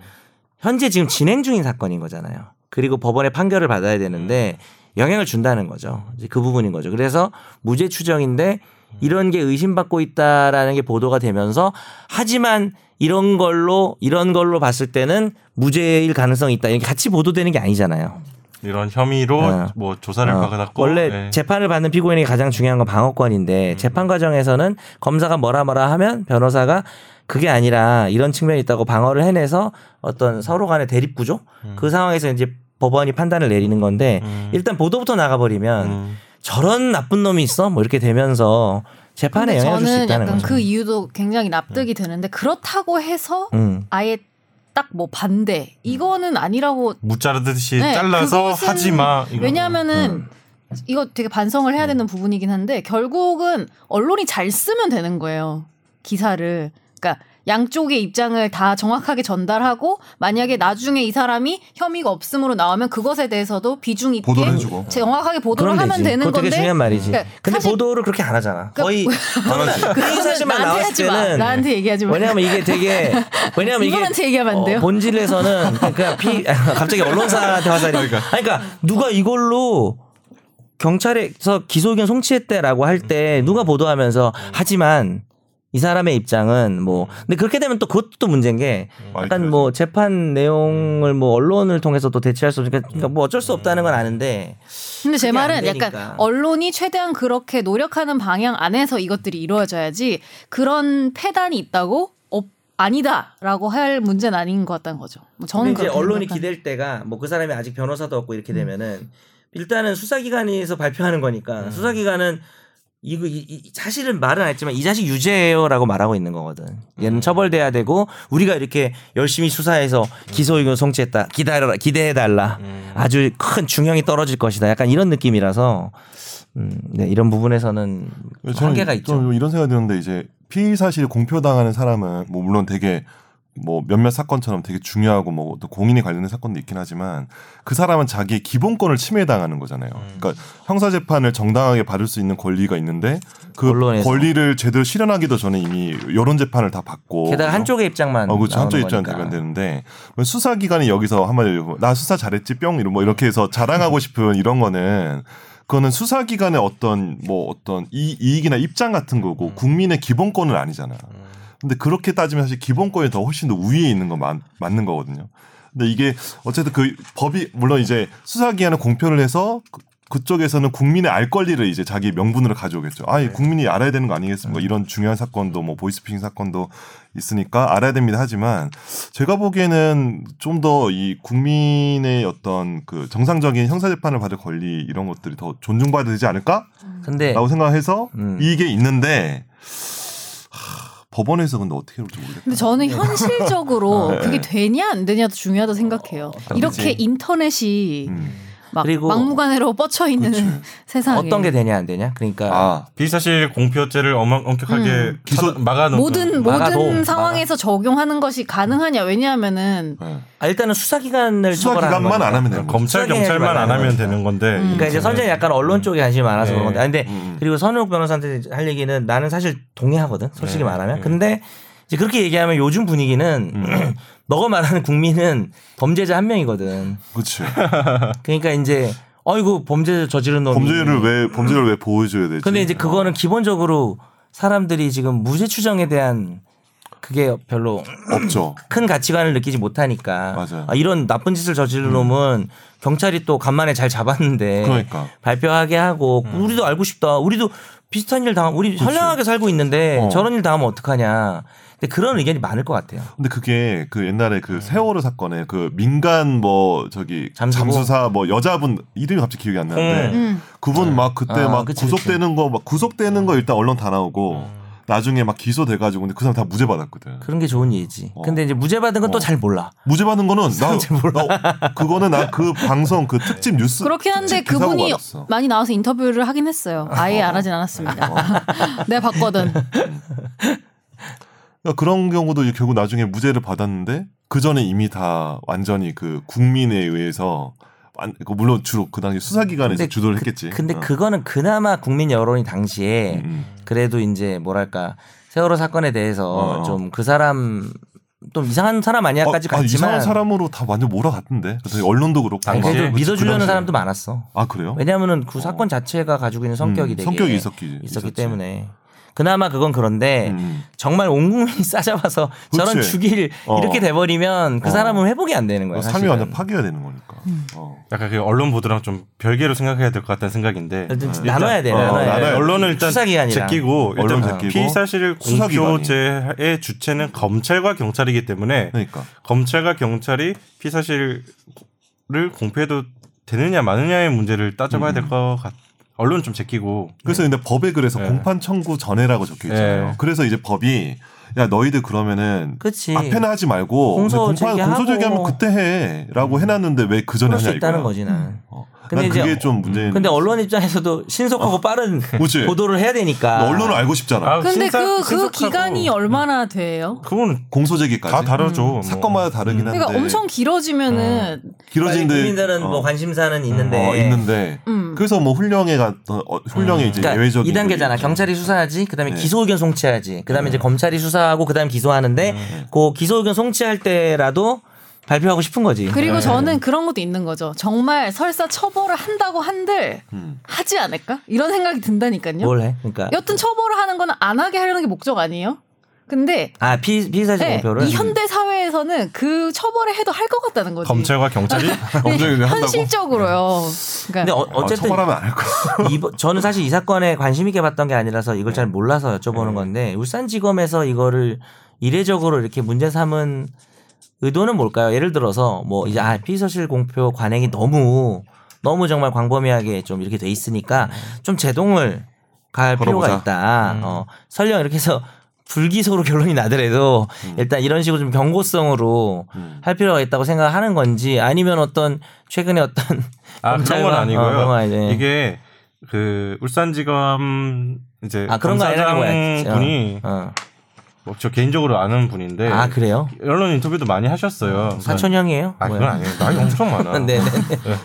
Speaker 3: 현재 지금 진행 중인 사건인 거잖아요 그리고 법원의 판결을 받아야 되는데 영향을 준다는 거죠 이제 그 부분인 거죠 그래서 무죄 추정인데 음. 이런 게 의심받고 있다라는 게 보도가 되면서 하지만 이런 걸로 이런 걸로 봤을 때는 무죄일 가능성이 있다. 이게 같이 보도되는 게 아니잖아요.
Speaker 1: 이런 혐의로
Speaker 3: 네.
Speaker 1: 뭐 조사를
Speaker 3: 어,
Speaker 1: 받았고
Speaker 3: 원래
Speaker 1: 네. 음.
Speaker 3: 재판을 받는 피고인이 가장 중요한 건 방어권인데 재판 과정에서는 검사가 뭐라 뭐라 하면 변호사가 그게 아니라 이런 측면이 있다고 방어를 해내서 어떤 서로 간의 대립 구조
Speaker 1: 음.
Speaker 3: 그 상황에서 이제 법원이 판단을 내리는 건데 일단 보도부터 나가버리면
Speaker 1: 음.
Speaker 3: 저런 나쁜 놈이 있어 뭐 이렇게 되면서 재판에
Speaker 4: 근데
Speaker 3: 영향을 줄 수
Speaker 4: 저는
Speaker 3: 있다는
Speaker 4: 약간
Speaker 3: 거죠. 음.
Speaker 4: 그 이유도 굉장히 납득이 되는데 그렇다고 해서
Speaker 3: 음.
Speaker 4: 아예 딱 뭐 반대 이거는 아니라고
Speaker 1: 무 자르듯이
Speaker 4: 네,
Speaker 1: 잘라서
Speaker 4: 그것은
Speaker 1: 하지 마. 이거.
Speaker 2: 음.
Speaker 4: 왜냐하면은 이거 되게 반성을 해야 되는 부분이긴 한데 결국은 언론이 잘 쓰면 되는 거예요 기사를 그러니까 양쪽의 입장을 다 정확하게 전달하고 만약에 나중에 이 사람이 혐의가 없음으로 나오면 그것에 대해서도 비중 있게
Speaker 2: 보도를 해주고.
Speaker 4: 정확하게 보도를
Speaker 3: 그럼
Speaker 4: 하면
Speaker 3: 되지.
Speaker 4: 되는
Speaker 3: 그거
Speaker 4: 건데
Speaker 3: 되게 중요한 말이지.
Speaker 4: 그러니까
Speaker 3: 근데
Speaker 4: 사실- 그러니까
Speaker 3: 보도를 그렇게 안 하잖아. 거의
Speaker 4: 그거는
Speaker 3: 사실만
Speaker 4: 나한테
Speaker 3: 나왔을
Speaker 4: 하지 마.
Speaker 3: 때는
Speaker 4: 나한테 얘기하지 마.
Speaker 3: 왜냐면 이게 되게 왜냐면 이게 어,
Speaker 4: 이분한테 얘기하면 안 돼요?
Speaker 3: 본질에서는 그냥 피 갑자기 언론사한테 화살이. 그러니까. 그러니까 누가 이걸로 경찰에서 기소 의견 송치했대라고 할 때 누가 보도하면서 하지만 이 사람의 입장은 뭐 근데 그렇게 되면 또 그것도 또 문제인 게
Speaker 2: 아, 그
Speaker 3: 약간 뭐 재판 내용을 뭐 언론을 통해서 또 대체할 수 없으니까 그러니까 뭐 어쩔 수 없다는 건 아는데
Speaker 4: 근데 제
Speaker 3: 그게 안
Speaker 4: 말은
Speaker 3: 되니까.
Speaker 4: 약간 언론이 최대한 그렇게 노력하는 방향 안에서 이것들이 이루어져야지 그런 패단이 있다고 없- 아니다라고 할 문제는 아닌 것 같다는 거죠. 뭐 저는
Speaker 3: 근데 이제
Speaker 4: 그렇게
Speaker 3: 언론이
Speaker 4: 생각하는-
Speaker 3: 기댈 때가 뭐 그 사람이 아직 변호사도 없고
Speaker 2: 음.
Speaker 3: 이렇게 되면은 일단은 수사기관에서 발표하는 거니까
Speaker 2: 음.
Speaker 3: 수사기관은 이거 이, 이- 사실은 말은 안 했지만 이 자식 유죄예요라고 말하고 있는 거거든.
Speaker 2: 음.
Speaker 3: 얘는 처벌돼야 되고 우리가 이렇게 열심히 수사해서
Speaker 2: 음.
Speaker 3: 기소 의견 송치했다. 기다려라 기대해 달라. 아주 큰 중형이 떨어질 것이다. 약간 이런 느낌이라서 음, 네, 이런 부분에서는 그 한계가 있죠.
Speaker 2: 음, 좀 이런 생각이 드는데 이제 피의 사실 공표당하는 사람은 뭐 물론 되게 뭐 몇몇 사건처럼 되게 중요하고 뭐 어떤 공인이 관련된 사건도 있긴 하지만 그 사람은 자기의 기본권을 침해당하는 거잖아요. 그러니까 형사 재판을 정당하게 받을 수 있는 권리가 있는데 그
Speaker 3: 언론에서.
Speaker 2: 권리를 제대로 실현하기도 전에 이미 여론 재판을 다 받고
Speaker 3: 게다가
Speaker 2: 그죠?
Speaker 3: 한쪽의 입장만
Speaker 2: 어, 그렇죠. 한쪽
Speaker 3: 나오는
Speaker 2: 입장은
Speaker 3: 거니까.
Speaker 2: 대변되는데 수사기관이 여기서 한마디로 나 수사 잘했지 뿅 이런 뭐 이렇게 해서 자랑하고 싶은 이런 거는 그거는 수사기관의 어떤 뭐 어떤 이, 이익이나 입장 같은 거고
Speaker 3: 음.
Speaker 2: 국민의 기본권은 아니잖아. 근데 그렇게 따지면 사실 기본권이 더 훨씬 더 위에 있는 건 마- 맞는 거거든요. 근데 이게 어쨌든 그 법이 물론 이제 수사기관은 공표를 해서 그- 그쪽에서는 국민의 알 권리를 이제 자기 명분으로 가져오겠죠.
Speaker 3: 네.
Speaker 2: 아, 이 국민이 알아야 되는 거 아니겠습니까? 이런 중요한 사건도 뭐 보이스피싱 사건도 있으니까 알아야 됩니다. 하지만 제가 보기에는 좀 더 이 국민의 어떤 그 정상적인 형사 재판을 받을 권리 이런 것들이 더 존중받아야 되지 않을까라고
Speaker 3: 근데
Speaker 2: 생각해서
Speaker 3: 음.
Speaker 2: 이게 있는데 하, 법원에서 근데 어떻게 할지 모르겠다.
Speaker 4: 근데 저는 현실적으로
Speaker 3: 네.
Speaker 4: 그게 되냐 안 되냐도 중요하다고 생각해요. 이렇게 인터넷이
Speaker 2: 음.
Speaker 4: 막
Speaker 3: 어, 그리고-
Speaker 4: 막무가내로 뻗쳐 있는 세상에
Speaker 3: 어떤 게 되냐 안 되냐. 그러니까
Speaker 2: 예. 아,
Speaker 1: 비사실 공표죄를 엄- 엄격하게
Speaker 4: 음.
Speaker 1: 기소 막아놓는
Speaker 4: 모든
Speaker 3: 음, 막아도,
Speaker 4: 모든 상황에서 적용하는 것이 가능하냐 왜냐하면은
Speaker 2: 네.
Speaker 3: 아, 일단은 수사기관을 처벌하는
Speaker 2: 수사기관만
Speaker 3: 거니까.
Speaker 2: 안 하면 되는
Speaker 1: 그러니까
Speaker 2: 거죠.
Speaker 1: 검찰
Speaker 3: 수사기관이
Speaker 1: 경찰만 안
Speaker 3: 말하는
Speaker 1: 하면
Speaker 3: 거니까.
Speaker 1: 되는 건데.
Speaker 4: 음.
Speaker 3: 그러니까 이제 선재는 약간
Speaker 2: 음.
Speaker 3: 언론 쪽에 관심이 많아서
Speaker 2: 네.
Speaker 3: 그런 건데. 아, 근데 그리고 선욱 변호사한테 할 얘기는 나는 사실 동의하거든. 솔직히
Speaker 2: 네. 음.
Speaker 3: 말하면. 근데 이제 그렇게 얘기하면 요즘 분위기는 너가 말하는 국민은 범죄자 한 명이거든.
Speaker 2: 그렇지.
Speaker 3: 그러니까 이제 어이구 범죄 저지른 놈이
Speaker 2: 범죄를 왜 어. 범죄를 왜 보여줘야 되지?
Speaker 3: 근데 이제 그거는 기본적으로 사람들이 지금 무죄 추정에 대한 그게 별로
Speaker 2: 없죠.
Speaker 3: 큰 가치관을 느끼지 못하니까
Speaker 2: 맞아요. 음.
Speaker 3: 아, 이런 나쁜 짓을 저지른 놈은 경찰이 또 간만에 잘 잡았는데
Speaker 2: 그러니까.
Speaker 3: 발표하게 하고
Speaker 2: 음.
Speaker 3: 우리도 알고 싶다. 우리도 비슷한 일 당하고 우리 선량하게 살고 있는데
Speaker 2: 어.
Speaker 3: 저런 일 당하면 어떡하냐. 근데 그런 의견이 많을 것 같아요.
Speaker 2: 근데 그게 그 옛날에 그 세월호 사건에 그 민간 뭐 저기
Speaker 3: 네. 잠수부. 네.
Speaker 2: 잠수사 뭐 여자분 이름이 갑자기 기억이 안 나는데
Speaker 4: 음.
Speaker 2: 그분 막 그때
Speaker 3: 아,
Speaker 2: 막
Speaker 3: 그치, 음.
Speaker 2: 구속되는 거 막 구속되는 거 일단 언론 다 나오고 나중에 막 기소돼가지고 근데 그 사람 다 무죄 받았거든.
Speaker 3: 그런 게 좋은 예지.
Speaker 2: 어.
Speaker 3: 근데 이제 무죄 받은 건 또 잘 몰라.
Speaker 2: 무죄 받은 거는 나, 나 그거는 나그 방송 그
Speaker 3: 네.
Speaker 2: 특집 뉴스
Speaker 4: 그렇긴 한데
Speaker 2: 특집 기사고
Speaker 4: 그분이
Speaker 2: 받았어.
Speaker 4: 많이 나와서 인터뷰를 하긴 했어요. 아예 안 하진 않았습니다. 내가 봤거든.
Speaker 2: 그러니까 그런 경우도 이제 결국 나중에 무죄를 받았는데 그 전에 이미 다 완전히 그 국민에 의해서 완- 그 물론 주로 그 당시 수사기관에서
Speaker 3: 근데 그
Speaker 2: 주도를 했겠지.
Speaker 3: 근데
Speaker 2: 어.
Speaker 3: 그거는 그나마 국민 여론이 당시에
Speaker 2: 음,
Speaker 3: 그래도 이제 뭐랄까 세월호 사건에 대해서
Speaker 2: 어.
Speaker 3: 좀 그 사람 좀 이상한 사람 아니야까지
Speaker 2: 아, 아,
Speaker 3: 갔지만
Speaker 2: 이상한 사람으로 다 완전 몰아갔던데. 그래서 언론도 그렇고.
Speaker 3: 아니,
Speaker 1: 당시에
Speaker 3: 그래도
Speaker 1: 그치,
Speaker 3: 믿어주려는
Speaker 1: 그 당시에.
Speaker 3: 사람도 많았어.
Speaker 2: 아 그래요?
Speaker 3: 왜냐하면은 그 사건 자체가 가지고 있는 성격이
Speaker 2: 음,
Speaker 3: 되게
Speaker 2: 성격이 있었기
Speaker 3: 있었기
Speaker 2: 있었지.
Speaker 3: 때문에 그나마 그건 그런데
Speaker 2: 음.
Speaker 3: 정말 온 국민이 싸잡아서 저런
Speaker 2: 그치.
Speaker 3: 죽일
Speaker 2: 어.
Speaker 3: 이렇게 돼버리면 그
Speaker 2: 어.
Speaker 3: 사람은 회복이 안 되는 거예요.
Speaker 2: 삶이
Speaker 3: 네, 사실은.
Speaker 2: 완전 파괴가 되는 거니까.
Speaker 4: 음.
Speaker 2: 어.
Speaker 1: 약간 그 언론 보도랑 좀 별개로 생각해야 될 것 같다는 생각인데
Speaker 3: 일단 나눠야 돼.
Speaker 2: 어,
Speaker 3: 나눠야 돼.
Speaker 2: 나눠야 돼.
Speaker 1: 언론을 일단
Speaker 3: 네, 수사기관이랑.
Speaker 1: 제끼고 일단
Speaker 2: 언론 제끼고
Speaker 1: 피의 사실
Speaker 2: 수사기관이.
Speaker 1: 공표죄의 주체는 검찰과 경찰이기 때문에
Speaker 2: 그러니까.
Speaker 1: 검찰과 경찰이 피의 사실을 공표해도 되느냐 마느냐의 문제를 따져봐야 될 것 같. 언론 좀 제끼고
Speaker 2: 그래서 근데 법에 그래서
Speaker 1: 네.
Speaker 2: 공판 청구 전에라고 적혀 있잖아요.
Speaker 1: 네.
Speaker 2: 그래서 이제 법이 야 너희들 그러면은
Speaker 3: 그치.
Speaker 2: 앞에는 하지 말고
Speaker 3: 네. 공소
Speaker 2: 공판
Speaker 3: 제기하고. 음.
Speaker 2: 공소 제기하면 그때 해라고 해놨는데 왜 그 전에
Speaker 3: 그럴
Speaker 2: 하냐
Speaker 3: 수
Speaker 2: 이거.
Speaker 3: 있다는 거지 난.
Speaker 2: 어.
Speaker 3: 근데
Speaker 2: 난
Speaker 3: 이제 음.
Speaker 2: 그게 좀 문제.
Speaker 3: 근데 언론 입장에서도 신속하고 빠른
Speaker 2: 어. 그치.
Speaker 3: 보도를 해야 되니까.
Speaker 2: 언론을 알고 싶잖아.
Speaker 1: 아,
Speaker 4: 근데
Speaker 1: 신사-
Speaker 4: 그, 그
Speaker 1: 신속하고. 네.
Speaker 4: 기간이 얼마나 돼요?
Speaker 1: 그건
Speaker 2: 공소 제기까지.
Speaker 1: 다
Speaker 3: 뭐.
Speaker 1: 다르죠. 뭐.
Speaker 2: 사건마다 다르긴 한데.
Speaker 4: 그러니까 엄청 길어지면은
Speaker 3: 음. 빨리
Speaker 2: 길어진데.
Speaker 3: 국민들은 뭐 관심사는 있는데.
Speaker 2: 어, 있는데.
Speaker 4: 음.
Speaker 2: 그래서 뭐 훈령에 갔던 어, 훈령에 이제
Speaker 3: 그러니까
Speaker 2: 예외적인 뭐
Speaker 3: 이 단계잖아.
Speaker 2: 분이-
Speaker 3: 경찰이 수사하지, 그다음에
Speaker 2: 네.
Speaker 3: 기소 의견 송치해야지, 그다음에 이제 검찰이 수사하고, 그다음에 기소하는데, 그 기소 의견 송치할 때라도 발표하고 싶은 거지.
Speaker 4: 그리고 저는 그런 것도 있는 거죠. 정말 설사 처벌을 한다고 한들
Speaker 2: 음.
Speaker 4: 하지 않을까? 이런 생각이 든다니까요.
Speaker 3: 뭘 해? 그러니까
Speaker 4: 여튼 처벌을 하는 건 안 하게 하려는 게 목적 아니에요? 근데
Speaker 3: 아 피, 피의사실
Speaker 4: 네,
Speaker 3: 공표를
Speaker 4: 이 현대 사회에서는 그 처벌을 해도 할 것 같다는 거지. 네,
Speaker 1: 검찰과 경찰이
Speaker 2: 엄청 이제 한다고.
Speaker 4: 현실적으로요.
Speaker 3: 근데
Speaker 4: 그러니까
Speaker 3: 어, 어쨌든
Speaker 2: 아, 처벌하면 안 할 거야.
Speaker 3: 이번- 저는 사실 이 사건에 관심 있게 봤던 게 아니라서 이걸 잘 몰라서 여쭤보는
Speaker 2: 네.
Speaker 3: 건데 울산지검에서 이거를 이례적으로 이렇게 문제 삼은 의도는 뭘까요? 예를 들어서 뭐 이제 아 피의사실 공표 관행이 너무 너무 정말 광범위하게 좀 이렇게 돼 있으니까 좀 제동을 갈 필요가
Speaker 2: 네. 걸어보자. 음.
Speaker 3: 있다. 어, 설령 이렇게 해서 불기소로 결론이 나더라도
Speaker 2: 음.
Speaker 3: 일단 이런 식으로 좀 경고성으로 할 필요가 있다고 생각하는 건지 아니면 어떤 최근에 어떤
Speaker 1: 아 그런 건
Speaker 3: 검찰과- 어,
Speaker 1: 아니고요.
Speaker 3: 그런 건 아니지.
Speaker 1: 이게 그 울산지검 이제
Speaker 3: 아 그런 거 아니라는 거야. 진짜.
Speaker 1: 분이
Speaker 3: 어.
Speaker 1: 뭐저 개인적으로 아는 분인데
Speaker 3: 아 그래요?
Speaker 1: 언론 인터뷰도 많이 하셨어요.
Speaker 3: 사촌 형이에요?
Speaker 1: 아
Speaker 3: 뭐야?
Speaker 1: 그건 아니에요. 아, 나이 엄청 많아.
Speaker 3: 네, 네.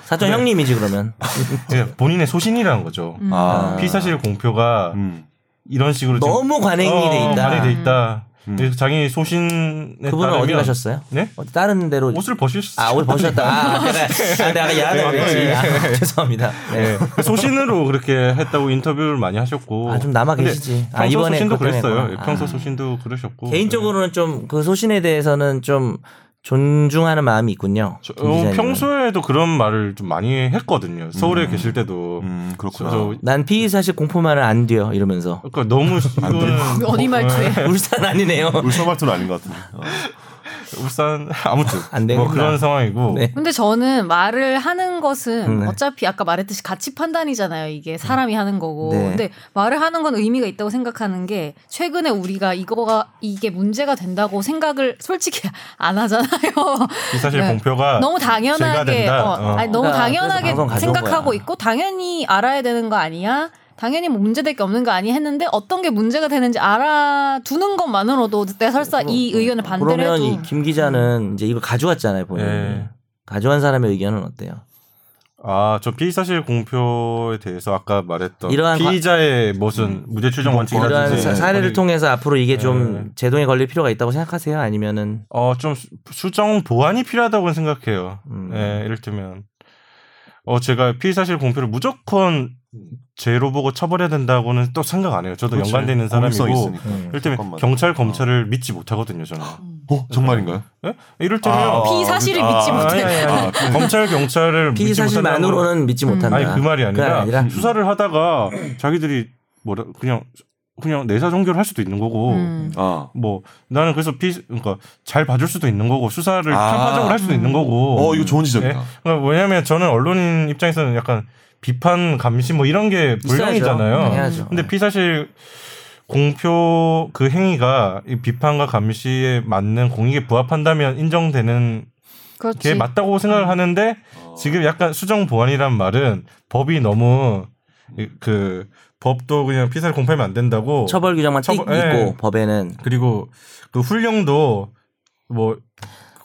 Speaker 3: 사촌 형님이지 그러면.
Speaker 1: 그냥 본인의 소신이라는 거죠.
Speaker 4: 음.
Speaker 2: 아.
Speaker 1: 피사실 공표가
Speaker 2: 음.
Speaker 1: 이런 식으로 지금-
Speaker 3: 너무 관행이
Speaker 1: 어,
Speaker 3: 돼 있다.
Speaker 1: 관행이 돼 있다.
Speaker 2: 음.
Speaker 1: 그래서 자기 소신에
Speaker 3: 그분은
Speaker 1: 따르면-
Speaker 3: 어디 가셨어요?
Speaker 1: 네?
Speaker 3: 어디 다른 데로
Speaker 1: 옷을 벗으셨어요.
Speaker 3: 아, 옷 벗으셨다. 아, 내가, 아, 내가 야하다 그랬지. 아, 죄송합니다. 네.
Speaker 1: 네. 소신으로 그렇게 했다고 인터뷰를 많이 하셨고.
Speaker 3: 아, 좀 남아
Speaker 1: 근데
Speaker 3: 계시지. 아,
Speaker 1: 평소
Speaker 3: 이번에
Speaker 1: 소신도
Speaker 3: 그것 때문에
Speaker 1: 그랬어요.
Speaker 3: 그랬구나.
Speaker 1: 평소
Speaker 3: 아.
Speaker 1: 소신도 그러셨고.
Speaker 3: 개인적으로는 좀 그 소신에 대해서는 좀 존중하는 마음이 있군요.
Speaker 1: 저-
Speaker 3: 김 기자님은.
Speaker 1: 어, 평소에도 그런 말을 좀 많이 했거든요. 서울에 계실 때도.
Speaker 2: 음, 그렇구나.
Speaker 1: 저-
Speaker 3: 난 피의 사실 공포만을 안 뒤어 이러면서
Speaker 1: 그러니까 너무 이거는 뭐
Speaker 3: 뭐,
Speaker 4: 어디 말투에
Speaker 3: 울산 아니네요.
Speaker 2: 울산 말투는 아닌 것 같은데. 어.
Speaker 1: 네. 울산 아무튼
Speaker 3: 안 되겠구나.
Speaker 1: 뭐 그런 상황이고
Speaker 3: 네.
Speaker 4: 근데 저는 말을 하는 것은
Speaker 3: 네.
Speaker 4: 어차피 아까 말했듯이 가치 판단이잖아요. 이게 사람이 하는 거고.
Speaker 3: 네.
Speaker 4: 근데 말을 하는 건 의미가 있다고 생각하는 게 최근에 우리가 이거가 이게 문제가 된다고 생각을 솔직히 안 하잖아요.
Speaker 1: 이 사실
Speaker 4: 네.
Speaker 3: 아,
Speaker 1: 공표가
Speaker 4: 너무
Speaker 1: 죄가
Speaker 4: 당연하게
Speaker 1: 된다.
Speaker 4: 어,
Speaker 1: 어.
Speaker 4: 아니, 너무
Speaker 3: 그러니까
Speaker 4: 당연하게
Speaker 3: 그래서 방송 가져온
Speaker 4: 생각하고
Speaker 3: 거야.
Speaker 4: 있고 당연히 알아야 되는 거 아니야? 당연히 뭐 문제될 게 없는 거 아니 했는데 어떤 게 문제가 되는지 알아두는 것만으로도 내 설사 이 의견을 반대를
Speaker 3: 어, 그러니까. 그러면
Speaker 4: 해도 음.
Speaker 3: 이 김 기자는 이제 이걸 가져왔잖아요, 본인. 이
Speaker 1: 예.
Speaker 3: 가져온 사람의 의견은 어때요?
Speaker 1: 아저 피의사실 공표에 대해서 아까 말했던
Speaker 3: 이러한 과-
Speaker 1: 피의자의 무슨 무죄 추정
Speaker 3: 이러한
Speaker 1: 원칙이라든지
Speaker 3: 사- 사례를
Speaker 1: 거기-
Speaker 3: 통해서 앞으로 이게
Speaker 1: 네.
Speaker 3: 좀 제동에 걸릴 필요가 있다고 생각하세요? 아니면은
Speaker 1: 어, 좀 수- 수정 보완이 필요하다고 생각해요. 네,
Speaker 3: 음.
Speaker 1: 예, 이를테면, 어, 제가 피의사실 공표를 무조건 죄로 보고 처벌해야 된다고는 또 생각 안 해요. 저도
Speaker 3: 그렇죠.
Speaker 2: 그렇지.
Speaker 1: 연관돼 있는
Speaker 2: 공익성이
Speaker 1: 사람이고
Speaker 2: 있으니까.
Speaker 3: 음.
Speaker 1: 이럴 때면
Speaker 2: 잠깐만.
Speaker 1: 경찰 검찰을 믿지 못하거든요. 저는
Speaker 2: 어 정말인가요?
Speaker 1: 예? 이럴
Speaker 2: 아.
Speaker 1: 때면
Speaker 4: 피 사실을 믿지
Speaker 1: 아,
Speaker 2: 예,
Speaker 1: 아니,
Speaker 4: 못해.
Speaker 1: 아니, 아니. 검찰 경찰을
Speaker 3: 피의
Speaker 1: 믿지 못한다는 건-
Speaker 3: 사실만으로는 믿지 못한다.
Speaker 1: 아니 그 말이
Speaker 3: 그건
Speaker 1: 아니라, 수사를 하다가 자기들이 뭐라 그냥 그냥 내사 종결 할 수도 있는 거고
Speaker 4: 음.
Speaker 2: 아.
Speaker 1: 뭐 나는 그래서 피 그러니까 잘 봐줄 수도 있는 거고 수사를
Speaker 2: 아.
Speaker 1: 편파적으로 할 수도 있는 거고
Speaker 2: 어 이거 좋은 지적이다.
Speaker 1: 예? 그러니까 왜냐하면 저는 언론인 입장에서는 약간 비판 감시 뭐 이런 게
Speaker 3: 있어야죠. 네.
Speaker 1: 불명이잖아요.
Speaker 3: 해야죠. 음.
Speaker 1: 근데 피사실 공표 그 행위가 이 비판과 감시에 맞는 공익에 부합한다면 인정되는 게
Speaker 4: 그렇지.
Speaker 1: 맞다고 생각을 하는데 지금 약간 수정 보완이란 말은 법이 너무 이- 그 법도 그냥 피살 공표하면 안 된다고
Speaker 3: 처벌 규정만 딱
Speaker 1: 처벌-
Speaker 3: 있고
Speaker 1: 예.
Speaker 3: 법에는
Speaker 1: 그리고 그 훈령도 뭐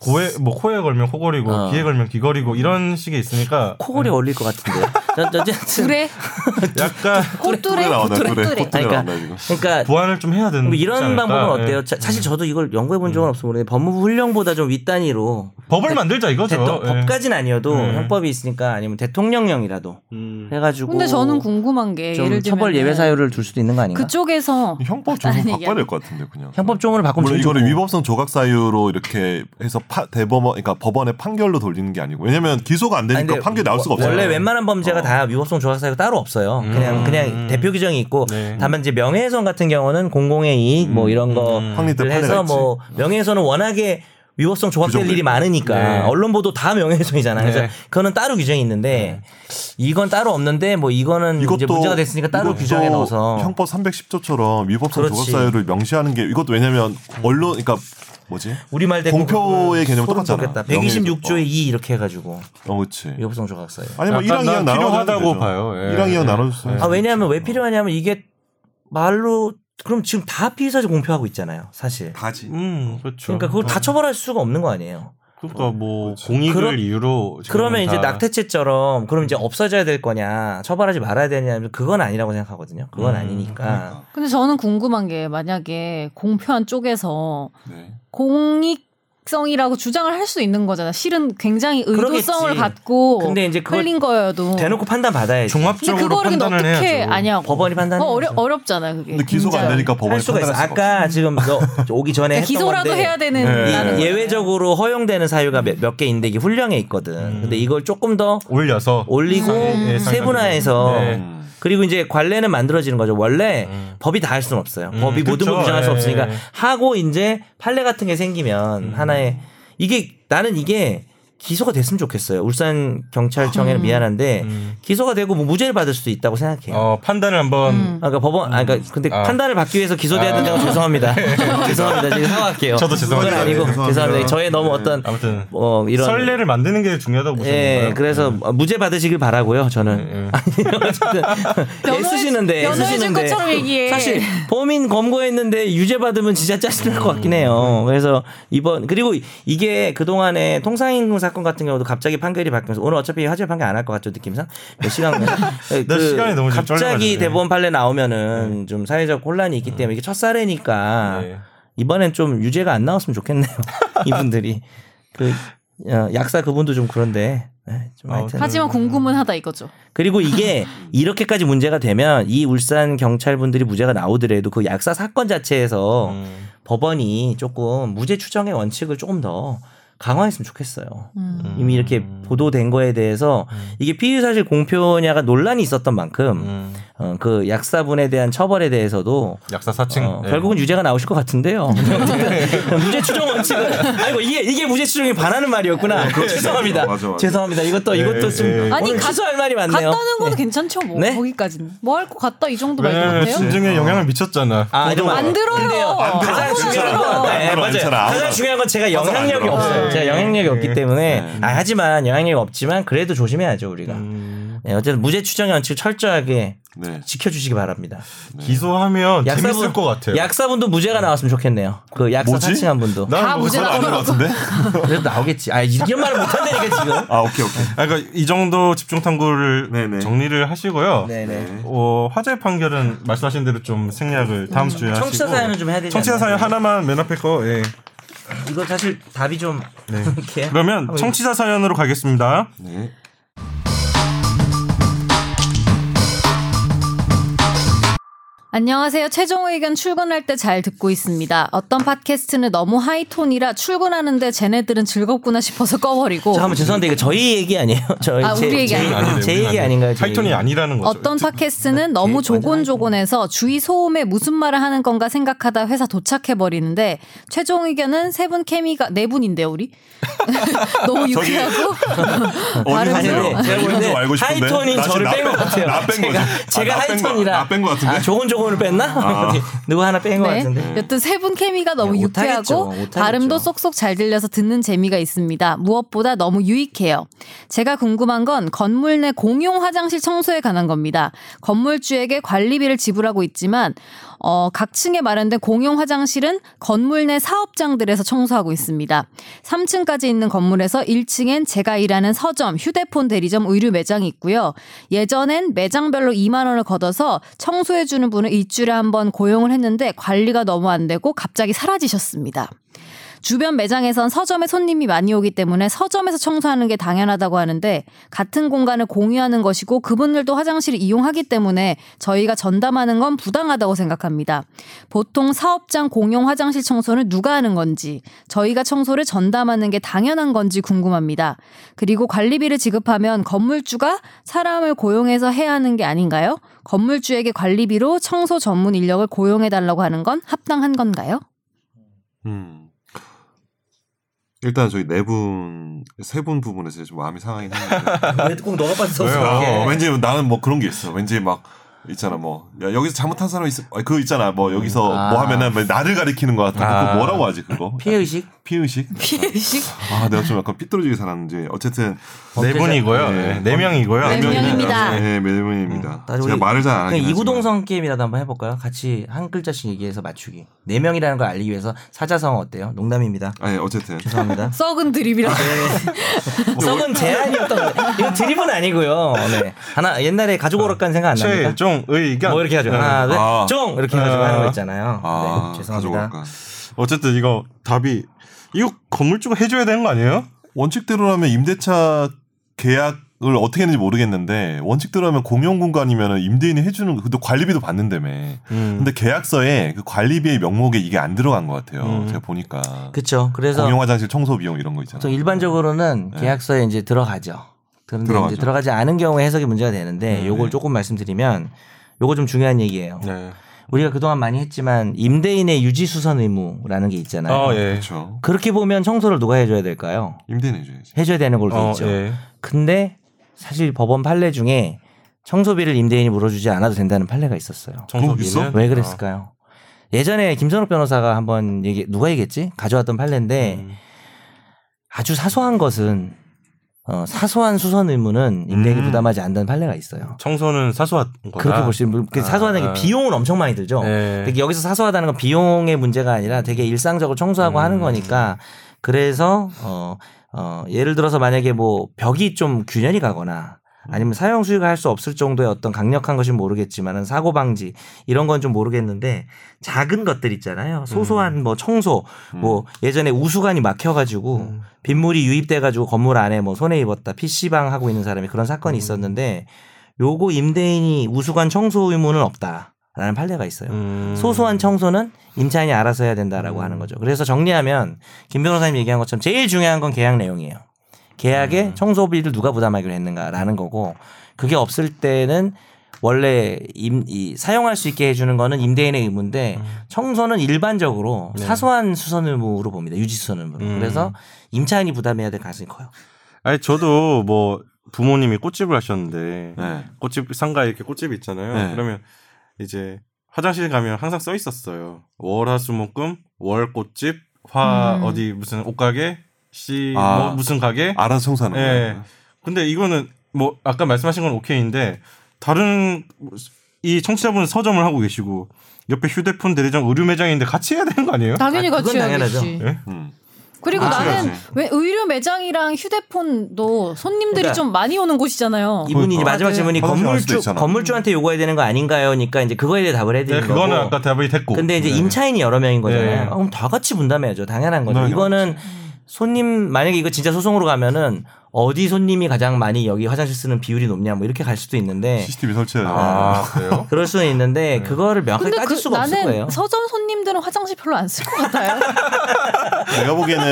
Speaker 1: 고에 뭐 코에 걸면 코걸이고
Speaker 3: 어.
Speaker 1: 귀에 걸면 귀걸이고 이런 식이 있으니까
Speaker 3: 코골이 어울릴 것 같은데. 저- 저- 어쨌든
Speaker 4: 둘에
Speaker 1: 약간
Speaker 4: 꼬뚜레
Speaker 2: 뚜레 나온다 뚜레
Speaker 4: 꼬뚜레.
Speaker 2: 뚜레
Speaker 3: 그러니까.
Speaker 2: 나온다 이거.
Speaker 3: 그러니까
Speaker 1: 보완을 좀 해야 되는
Speaker 3: 뭐 이런
Speaker 1: 않을까? 음.
Speaker 3: 방법은
Speaker 1: 예.
Speaker 3: 어때요? 자- 사실 저도 이걸 연구해 본 적은 없어 모르는데 법무부 훈령보다 좀 윗단위로
Speaker 1: 법을 만들자
Speaker 2: 그렇죠.
Speaker 1: 이거죠.
Speaker 3: 대통,
Speaker 1: 예.
Speaker 3: 법까지는 아니어도
Speaker 2: 음.
Speaker 1: 네.
Speaker 3: 형법이 있으니까 아니면 대통령령이라도
Speaker 1: 음.
Speaker 3: 해가지고
Speaker 4: 근데 저는 궁금한 게
Speaker 3: 좀
Speaker 4: 예를 들면
Speaker 3: 처벌 예외 사유를 둘 수도 있는 거 아닌가?
Speaker 4: 그쪽에서
Speaker 2: 형법 좀 바꿔야
Speaker 4: 얘기하네.
Speaker 2: 될 것 같은데 그냥.
Speaker 3: 형법종으로 바꾸면
Speaker 2: 물론
Speaker 3: 제일
Speaker 2: 이거를
Speaker 3: 좋고.
Speaker 2: 위법성 조각 사유로 이렇게 해서 파, 대법원 그러니까 법원의 판결로 돌리는 게 아니고 왜냐면 기소가 안
Speaker 3: 아니,
Speaker 2: 되니까
Speaker 3: 근데
Speaker 2: 판결이 나올 수가 없어요. 음.
Speaker 3: 원래 웬만한 범죄가 다 위법성 조각 사유가 따로 없어요. 그냥 그냥 대표 규정이 있고
Speaker 1: 네.
Speaker 3: 다만 이제 명예훼손 같은 경우는 공공의 이익 뭐 이런 거
Speaker 2: 음. 확립 때
Speaker 3: 를
Speaker 2: 판례가
Speaker 3: 해서
Speaker 2: 있지.
Speaker 3: 뭐 명예훼손은 워낙에 위법성 조각될
Speaker 2: 규정도
Speaker 3: 일이
Speaker 2: 있고.
Speaker 3: 많으니까
Speaker 1: 네.
Speaker 3: 언론 보도 다 명예훼손이잖아요.
Speaker 1: 네.
Speaker 3: 그래서 그거는 따로 규정이 있는데 이건 따로 없는데 뭐 이거는 이제 문제가 됐으니까 따로
Speaker 2: 네. 이것도
Speaker 3: 규정해 넣어서
Speaker 2: 형법 310조처럼 위법성
Speaker 3: 그렇지.
Speaker 2: 조각 사유를 명시하는 게 이것도 왜냐면 언론 그러니까 뭐지?
Speaker 3: 우리말 대고
Speaker 2: 공표의 개념 똑같잖아.
Speaker 3: 126조의 2 이렇게 해가지고
Speaker 2: 어, 그렇지.
Speaker 3: 위법성 조각 사유.
Speaker 2: 아니 뭐
Speaker 1: 난-
Speaker 2: 1항
Speaker 1: 난
Speaker 2: 2항 나눠
Speaker 1: 필요하다고 봐요. 예.
Speaker 2: 1항 2항
Speaker 1: 예.
Speaker 2: 나눠 주세요.
Speaker 3: 아 왜냐하면 왜 필요하냐면 이게 말로 그럼 지금 다 피의사실 공표하고 있잖아요 사실
Speaker 2: 다지.
Speaker 1: 음, 그렇죠.
Speaker 3: 그러니까 그걸 다 처벌할 수가 없는 거 아니에요
Speaker 2: 어,
Speaker 1: 그러니까 뭐 공익을
Speaker 3: 그런-
Speaker 1: 이유로 지금
Speaker 3: 그러면 이제
Speaker 1: 다-
Speaker 3: 낙태죄처럼 그럼 이제 없어져야 될 거냐 처벌하지 말아야 되냐 면 그건 아니라고 생각하거든요
Speaker 4: 음,
Speaker 3: 그건 아니니까
Speaker 4: 근데 저는 궁금한 게 만약에 공표한 쪽에서
Speaker 2: 네.
Speaker 4: 공익 성이라고 주장을 할 수 있는 거잖아. 실은 굉장히 의도성을
Speaker 3: 그러겠지.
Speaker 4: 갖고
Speaker 3: 근데 이제 그걸
Speaker 4: 흘린 거여도.
Speaker 3: 대놓고 판단 받아야지
Speaker 4: 근데
Speaker 1: 종합적으로
Speaker 4: 그거를 근데
Speaker 1: 판단을
Speaker 4: 어떻게
Speaker 1: 해야죠.
Speaker 4: 아냐고.
Speaker 3: 법원이 판단해
Speaker 4: 어, 어려,
Speaker 3: 야죠.
Speaker 4: 어렵잖아 그게.
Speaker 2: 근데 기소가 안
Speaker 4: 굉장히.
Speaker 2: 되니까 법원에
Speaker 3: 할 수가 있어 아까 지금 너 오기 전에
Speaker 4: 그러니까
Speaker 3: 네, 했던
Speaker 4: 기소라도
Speaker 3: 건데
Speaker 4: 해야 되는
Speaker 2: 예.
Speaker 4: 나는 거잖아요.
Speaker 3: 예외적으로 허용되는 사유가 몇 개 인데 이게 훈령에 있거든 근데 이걸 조금 더
Speaker 1: 올려서
Speaker 3: 올리고
Speaker 1: 음. 예,
Speaker 3: 세분화해서
Speaker 1: 네. 음.
Speaker 3: 그리고 이제 관례는 만들어지는 거죠. 원래 법이 다 할 수는 없어요. 법이 모든
Speaker 1: 그쵸.
Speaker 3: 걸 규정할 수
Speaker 1: 예,
Speaker 3: 없으니까
Speaker 1: 예.
Speaker 3: 하고 이제 판례 같은 게 생기면
Speaker 1: 음.
Speaker 3: 하나의 이게 나는 이게 기소가 됐으면 좋겠어요. 울산 경찰청에는
Speaker 1: 아.
Speaker 3: 미안한데
Speaker 1: 음.
Speaker 3: 기소가 되고 뭐 무죄를 받을 수도 있다고 생각해요.
Speaker 1: 어, 판단을 한번
Speaker 3: 아, 그러니까 법원, 아, 그러니까 근데
Speaker 1: 아.
Speaker 3: 판단을 받기 위해서 기소돼야 된다고 죄송합니다. 죄송합니다. 지금 사과할게요.
Speaker 1: 저도 죄송합니다.
Speaker 3: 그건 아니고
Speaker 1: 네,
Speaker 3: 죄송합니다. 저의 너무 어떤
Speaker 1: 아무튼
Speaker 3: 뭐 이런
Speaker 1: 설레를 만드는 게 중요하다고 보시는
Speaker 3: 예,
Speaker 1: 건가요? 음.
Speaker 3: 그래서 어, 무죄 받으시길 바라고요. 저는
Speaker 1: 예.
Speaker 3: 아니요, 어쨌든 예, 애쓰시는데
Speaker 4: 변호해 줄
Speaker 3: 애쓰시는데
Speaker 4: 것처럼 얘기해.
Speaker 3: 사실 범인 검거했는데 유죄 받으면 진짜 짜증날 것 같긴 해요. 그래서 이번 그리고 이게 그 동안에 통상임금 사건 같은 경우도 갑자기 판결이 바뀌면서 오늘 어차피 화재 판결 안 할 것 같죠 느낌상 몇 시간 뭐. 그
Speaker 1: 나 네, 시간이 너무 지금
Speaker 3: 갑자기
Speaker 1: 쫄려가지고. 예. 네. 음.
Speaker 3: 대법원 판례 나오면은 좀 사회적 혼란이 있기 때문에 이게 첫 사례니까
Speaker 1: 예.
Speaker 3: 이번엔 좀 유죄가 안 나왔으면 좋겠네요. 이분들이 그 어, 약사 그분도 좀 그런데 네, 좀
Speaker 1: 어,
Speaker 3: 하여튼.
Speaker 4: 하지만 궁금은 하다 이거죠.
Speaker 3: 그리고 이게 이렇게까지 문제가 되면 이 울산 경찰 분들이 무죄가 나오더라도 그 약사 사건 자체에서
Speaker 1: 음.
Speaker 3: 법원이 조금 무죄 추정의 원칙을 조금 더 강화했으면 좋겠어요.
Speaker 4: 음.
Speaker 3: 이미 이렇게 보도된 거에 대해서 이게 피의사실 공표냐가 논란이 있었던 만큼
Speaker 1: 음.
Speaker 3: 어, 그 약사분에 대한 처벌에 대해서도
Speaker 1: 약사 사칭
Speaker 3: 어,
Speaker 1: 예.
Speaker 3: 결국은 유죄가 나오실 것 같은데요. 무죄 추정 원칙은 아이고 이게 이게 무죄 추정에 반하는 말이었구나. 죄송합니다.
Speaker 2: 맞아, 맞아.
Speaker 3: 죄송합니다. 이것도 이것도 좀
Speaker 4: 아니,
Speaker 3: 오늘
Speaker 4: 갔-
Speaker 3: 취소할 말이 많네요.
Speaker 4: 갔다는 거는
Speaker 3: 네.
Speaker 4: 괜찮죠 뭐
Speaker 3: 네?
Speaker 4: 거기까지는 뭐 할 것 같다 이 정도
Speaker 2: 네,
Speaker 4: 말도
Speaker 1: 왜냐면
Speaker 4: 못해요?
Speaker 1: 심증에 영향을 미쳤잖아.
Speaker 3: 어. 아, 이러면
Speaker 4: 안 들어요.
Speaker 3: 근데요.
Speaker 4: 안 들어,
Speaker 3: 가장
Speaker 4: 안
Speaker 3: 중요한
Speaker 4: 들어.
Speaker 3: 건
Speaker 2: 안
Speaker 3: 네,
Speaker 2: 들어, 안
Speaker 3: 맞아요.
Speaker 2: 들어, 안
Speaker 3: 가장
Speaker 2: 들어.
Speaker 3: 중요한 건 제가
Speaker 2: 안
Speaker 3: 영향력이
Speaker 2: 들어.
Speaker 3: 없어요.
Speaker 1: 네.
Speaker 3: 제가 영향력이 없기 때문에 아, 하지만 영향력이 없지만 그래도 조심해야죠 우리가. 네, 어쨌든 무죄 추정의 원칙 철저하게
Speaker 2: 네.
Speaker 3: 지켜주시기 바랍니다.
Speaker 1: 네. 기소하면 재밌을 것 같아요.
Speaker 3: 약사분도 무죄가 나왔으면 좋겠네요. 그 약사
Speaker 2: 뭐지?
Speaker 3: 사칭한 분도.
Speaker 1: 나는
Speaker 4: 다
Speaker 1: 뭐
Speaker 4: 무죄
Speaker 1: 그거
Speaker 2: 아닌 것
Speaker 4: 나오고
Speaker 2: 같은데?
Speaker 3: 그래도 나오겠지. 아 이런 말을 못한다니까 지금.
Speaker 2: 아 오케이 오케이.
Speaker 1: 아, 그러니까 이 정도 집중 탐구를
Speaker 2: 네네.
Speaker 1: 정리를 하시고요.
Speaker 3: 네네.
Speaker 1: 어, 화재 판결은 말씀하신 대로 좀 생략을 다음 주에 하시고
Speaker 3: 청취자 사연은 좀 해야 되지
Speaker 1: 청취자
Speaker 3: 않나요? 네.
Speaker 1: 사연 하나만 맨 앞에 거. 예.
Speaker 3: 이거 사실 답이 좀
Speaker 2: 네.
Speaker 3: 이렇게.
Speaker 1: 그러면 청취자 사연으로 가겠습니다.
Speaker 2: 네.
Speaker 4: 안녕하세요. 최종 의견 출근할 때 잘 듣고 있습니다. 어떤 팟캐스트는 너무 하이톤이라 출근하는데 쟤네들은 즐겁구나 싶어서 꺼버리고
Speaker 3: 잠깐만 죄송한데 이거 저희 얘기 아니에요? 저
Speaker 4: 아,
Speaker 3: 제-
Speaker 4: 우리 얘기
Speaker 3: 제-
Speaker 4: 아니에요?
Speaker 1: 아니에요.
Speaker 3: 제
Speaker 1: 우리는
Speaker 3: 얘기
Speaker 1: 아니에요.
Speaker 3: 아닌가요? 저희
Speaker 1: 하이톤이
Speaker 3: 얘기?
Speaker 1: 아니라는 거죠.
Speaker 4: 어떤
Speaker 3: 네.
Speaker 4: 팟캐스트는 너무
Speaker 3: 완전
Speaker 4: 조곤조곤해서 주위 소음에 무슨 말을 하는 건가 생각하다 회사 도착해 버리는데 최종 의견은 세 분 케미가 네 분인데 우리 너무 유쾌하고
Speaker 2: 어디
Speaker 3: 아니,
Speaker 2: 있어요?
Speaker 3: 근데 제가
Speaker 2: 네. 이분 좀
Speaker 3: 보는데
Speaker 2: 알고 싶은데.
Speaker 3: 하이톤이
Speaker 2: 나 지금
Speaker 3: 저를
Speaker 2: 나
Speaker 3: 뺀
Speaker 2: 뺀-
Speaker 3: 것 같아요.
Speaker 2: 나뺀
Speaker 3: 제가,
Speaker 2: 거지.
Speaker 3: 제가
Speaker 2: 아, 나뺀 거-
Speaker 3: 하이톤이라.
Speaker 2: 나뺀거 같은데? 아.
Speaker 3: 아, 조곤조곤을 뺐나? 어디 누구 하나 뺀 것
Speaker 4: 네.
Speaker 3: 같은데.
Speaker 4: 여튼 세 분 케미가 너무
Speaker 3: 네,
Speaker 4: 유쾌하고
Speaker 3: 못하겠죠. 못하겠죠.
Speaker 4: 발음도 쏙쏙 잘 들려서 듣는 재미가 있습니다. 무엇보다 너무 유익해요. 제가 궁금한 건 건물 내 공용 화장실 청소에 관한 겁니다. 건물주에게 관리비를 지불하고 있지만 어, 각 층에 마련된 공용 화장실은 건물 내 사업장들에서 청소하고 있습니다. 3층까지 있는 건물에서 1층엔 제가 일하는 서점, 휴대폰 대리점, 의류 매장이 있고요. 예전엔 매장별로 2만 원을 걷어서 청소해주는 분을 일주일에 한 번 고용을 했는데 관리가 너무 안 되고 갑자기 사라지셨습니다. 주변 매장에선 서점에 손님이 많이 오기 때문에 서점에서 청소하는 게 당연하다고 하는데 같은 공간을 공유하는 것이고 그분들도 화장실을 이용하기 때문에 저희가 전담하는 건 부당하다고 생각합니다. 보통 사업장 공용 화장실 청소는 누가 하는 건지 저희가 청소를 전담하는 게 당연한 건지 궁금합니다. 그리고 관리비를 지급하면 건물주가 사람을 고용해서 해야 하는 게 아닌가요? 건물주에게 관리비로 청소 전문 인력을 고용해 달라고 하는 건 합당한 건가요?
Speaker 2: 음. 일단 저희 네 분 세 분 부분에서 좀 마음이 상하긴 했는데
Speaker 3: 왜꼭 너가 빠졌어?
Speaker 2: 왜요? 왠지 나는 뭐 그런 게 있어. 왠지 막 있잖아 뭐 야, 여기서 잘못한 사람 있어. 아, 그거 있잖아 뭐 여기서
Speaker 3: 아.
Speaker 2: 뭐 하면은 뭐 나를 가리키는 것 같아. 그거
Speaker 3: 아.
Speaker 2: 뭐라고 하지 그거?
Speaker 3: 피해 의식?
Speaker 2: 피의식? 아 내가 좀 약간 삐뚤어지게 살았는지 어쨌든
Speaker 1: 네 분이고요. 네, 네 명이고요.
Speaker 4: 네 명입니다.
Speaker 2: 네, 네 명입니다.
Speaker 3: 음, 나중에
Speaker 2: 제가
Speaker 3: 아, 우리
Speaker 2: 말을 잘 안
Speaker 3: 그냥
Speaker 2: 하긴
Speaker 3: 이구동성 게임이라도 한번 해볼까요? 같이 한 글자씩 얘기해서 맞추기. 네 명이라는 걸 알리기 위해서 사자성어 어때요? 농담입니다.
Speaker 2: 하지만. 아, 예, 어쨌든
Speaker 3: 죄송합니다.
Speaker 4: 썩은 드립이라.
Speaker 3: 아, 네. 썩은 제안이었던 거예요. 이거 드립은 아니고요. 네. 하나 옛날에 가족 오락관 생각 안 납니까?
Speaker 1: 최종 의견.
Speaker 3: 뭐 이렇게 하죠.
Speaker 1: 네.
Speaker 3: 하나, 둘,
Speaker 2: 아.
Speaker 3: 쫑 이렇게 해가지고
Speaker 1: 아.
Speaker 3: 하는 거 있잖아요.
Speaker 2: 아
Speaker 3: 네, 죄송합니다.
Speaker 2: 가져올까.
Speaker 1: 어쨌든 이거 답이 이거 건물주가 해줘야 되는 거 아니에요?
Speaker 2: 원칙대로라면 임대차 계약을 어떻게 했는지 모르겠는데 원칙대로라면 공용 공간이면 임대인이 해주는 그것도 관리비도 받는다며.
Speaker 3: 음.
Speaker 2: 근데 계약서에 그 관리비의 명목에 이게 안 들어간 것 같아요.
Speaker 1: 음.
Speaker 2: 제가 보니까
Speaker 3: 그렇죠. 그래서
Speaker 2: 공용 화장실 청소 비용 이런 거 있잖아요.
Speaker 3: 보통 일반적으로는 계약서에 이제 들어가죠. 그런데
Speaker 2: 들어가죠.
Speaker 3: 이제 들어가지 않은 경우에 해석이 문제가 되는데 요걸 조금 말씀드리면 요거 좀 중요한 얘기예요.
Speaker 1: 네.
Speaker 3: 우리가 그동안 많이 했지만 임대인의 유지 수선 의무라는 게 있잖아요.
Speaker 1: 아 예.
Speaker 2: 그렇죠.
Speaker 3: 그렇게 보면 청소를 누가 해줘야 될까요?
Speaker 2: 임대인 해줘야지.
Speaker 3: 해줘야 되는 걸로 돼
Speaker 1: 어,
Speaker 3: 있죠.
Speaker 1: 예.
Speaker 3: 근데 사실 법원 판례 중에 청소비를 임대인이 물어주지 않아도 된다는 판례가 있었어요.
Speaker 1: 청소비는
Speaker 2: 있어?
Speaker 3: 왜 그랬을까요? 예전에 김선욱 변호사가 한번 얘기 누가 얘기했지? 가져왔던 판례인데
Speaker 1: 음.
Speaker 3: 아주 사소한 것은 어, 사소한 수선 의무는 임대인이
Speaker 1: 음.
Speaker 3: 부담하지 않는 판례가 있어요.
Speaker 1: 청소는 사소한 거다.
Speaker 3: 그렇게 볼 수 있는 그
Speaker 1: 아,
Speaker 3: 사소하다는 게
Speaker 1: 아.
Speaker 3: 비용은 엄청 많이 들죠.
Speaker 1: 네.
Speaker 3: 근데 여기서 사소하다는 건 비용의 문제가 아니라 되게 일상적으로 청소하고 하는 거니까 그래서 어, 어, 예를 들어서 만약에 뭐 벽이 좀 균열이 가거나 아니면 사용 수위가 할 수 없을 정도의 어떤 강력한 것이 모르겠지만은 사고 방지 이런 건 좀 모르겠는데 작은 것들 있잖아요 소소한 뭐 청소 뭐 예전에 우수관이 막혀가지고 빗물이 유입돼가지고 건물 안에 뭐 손해 입었다 PC방 하고 있는 사람이 그런 사건이 있었는데 요거 임대인이 우수관 청소 의무는 없다라는 판례가 있어요.
Speaker 1: 음.
Speaker 3: 소소한 청소는 임차인이 알아서 해야 된다라고 하는 거죠. 그래서 정리하면 김 변호사님 얘기한 것처럼 제일 중요한 건 계약 내용이에요. 계약에 청소비를 누가 부담하기로 했는가라는 거고 그게 없을 때는 원래 임, 이, 사용할 수 있게 해주는 거는 임대인의 의무인데
Speaker 1: 음.
Speaker 3: 청소는 일반적으로 사소한 수선 의무로 봅니다. 유지 수선 의무. 로
Speaker 1: 음.
Speaker 3: 그래서 임차인이 부담해야 될 가능성이 커요.
Speaker 1: 아니 저도 뭐 부모님이 꽃집을 하셨는데
Speaker 2: 네.
Speaker 1: 꽃집 상가에 이렇게 꽃집이 있잖아요.
Speaker 2: 네.
Speaker 1: 그러면 이제 화장실 가면 항상 써 있었어요. 월화수목금 월 꽃집 화
Speaker 4: 음.
Speaker 1: 어디 무슨 옷가게 씨
Speaker 2: 아.
Speaker 1: 뭐 무슨 가게.
Speaker 2: 알아서 청소하는
Speaker 1: 예.
Speaker 3: 네.
Speaker 2: 거예요.
Speaker 1: 근데 이거는 뭐 아까 말씀하신 건 오케이인데 다른 이 청취자분은 서점을 하고 계시고 옆에 휴대폰 대리점 의류 매장인데 같이 해야 되는 거 아니에요?
Speaker 4: 당연히
Speaker 3: 아, 그건
Speaker 4: 같이
Speaker 3: 당연하죠.
Speaker 4: 해야겠지.
Speaker 2: 음.
Speaker 4: 그리고
Speaker 3: 아,
Speaker 4: 나는
Speaker 2: 그래야지.
Speaker 4: 왜 의류 매장이랑 휴대폰도 손님들이
Speaker 3: 그러니까
Speaker 4: 좀 많이 오는 곳이잖아요.
Speaker 3: 이분이 이제 마지막 질문이
Speaker 2: 화장실 갈 수도
Speaker 3: 건물주
Speaker 2: 있잖아.
Speaker 3: 건물주한테 요구해야 되는 거 아닌가요? 그러니까 이제 그거에 대해 답을 해드리는
Speaker 1: 네, 그거는
Speaker 3: 거고.
Speaker 1: 아까 답이 됐고.
Speaker 3: 근데 이제
Speaker 1: 네.
Speaker 3: 임차인이 여러 명인 거잖아요.
Speaker 1: 네.
Speaker 3: 아, 그럼 다 같이 분담해야죠. 당연한 거죠.
Speaker 2: 네,
Speaker 3: 이거는 손님 만약에 이거 진짜 소송으로 가면은 어디 손님이 가장 많이 여기 화장실 쓰는 비율이 높냐 뭐 이렇게 갈 수도 있는데
Speaker 2: CCTV 설치해야 돼요.
Speaker 1: 아 그래요?
Speaker 3: 그럴 수는 있는데 그거를 명확하게 뭐 따질 수가
Speaker 4: 나는
Speaker 3: 없을 거예요.
Speaker 4: 서점 손님들은 화장실 별로 안 쓸 것 같아요.
Speaker 2: 내가 보기에는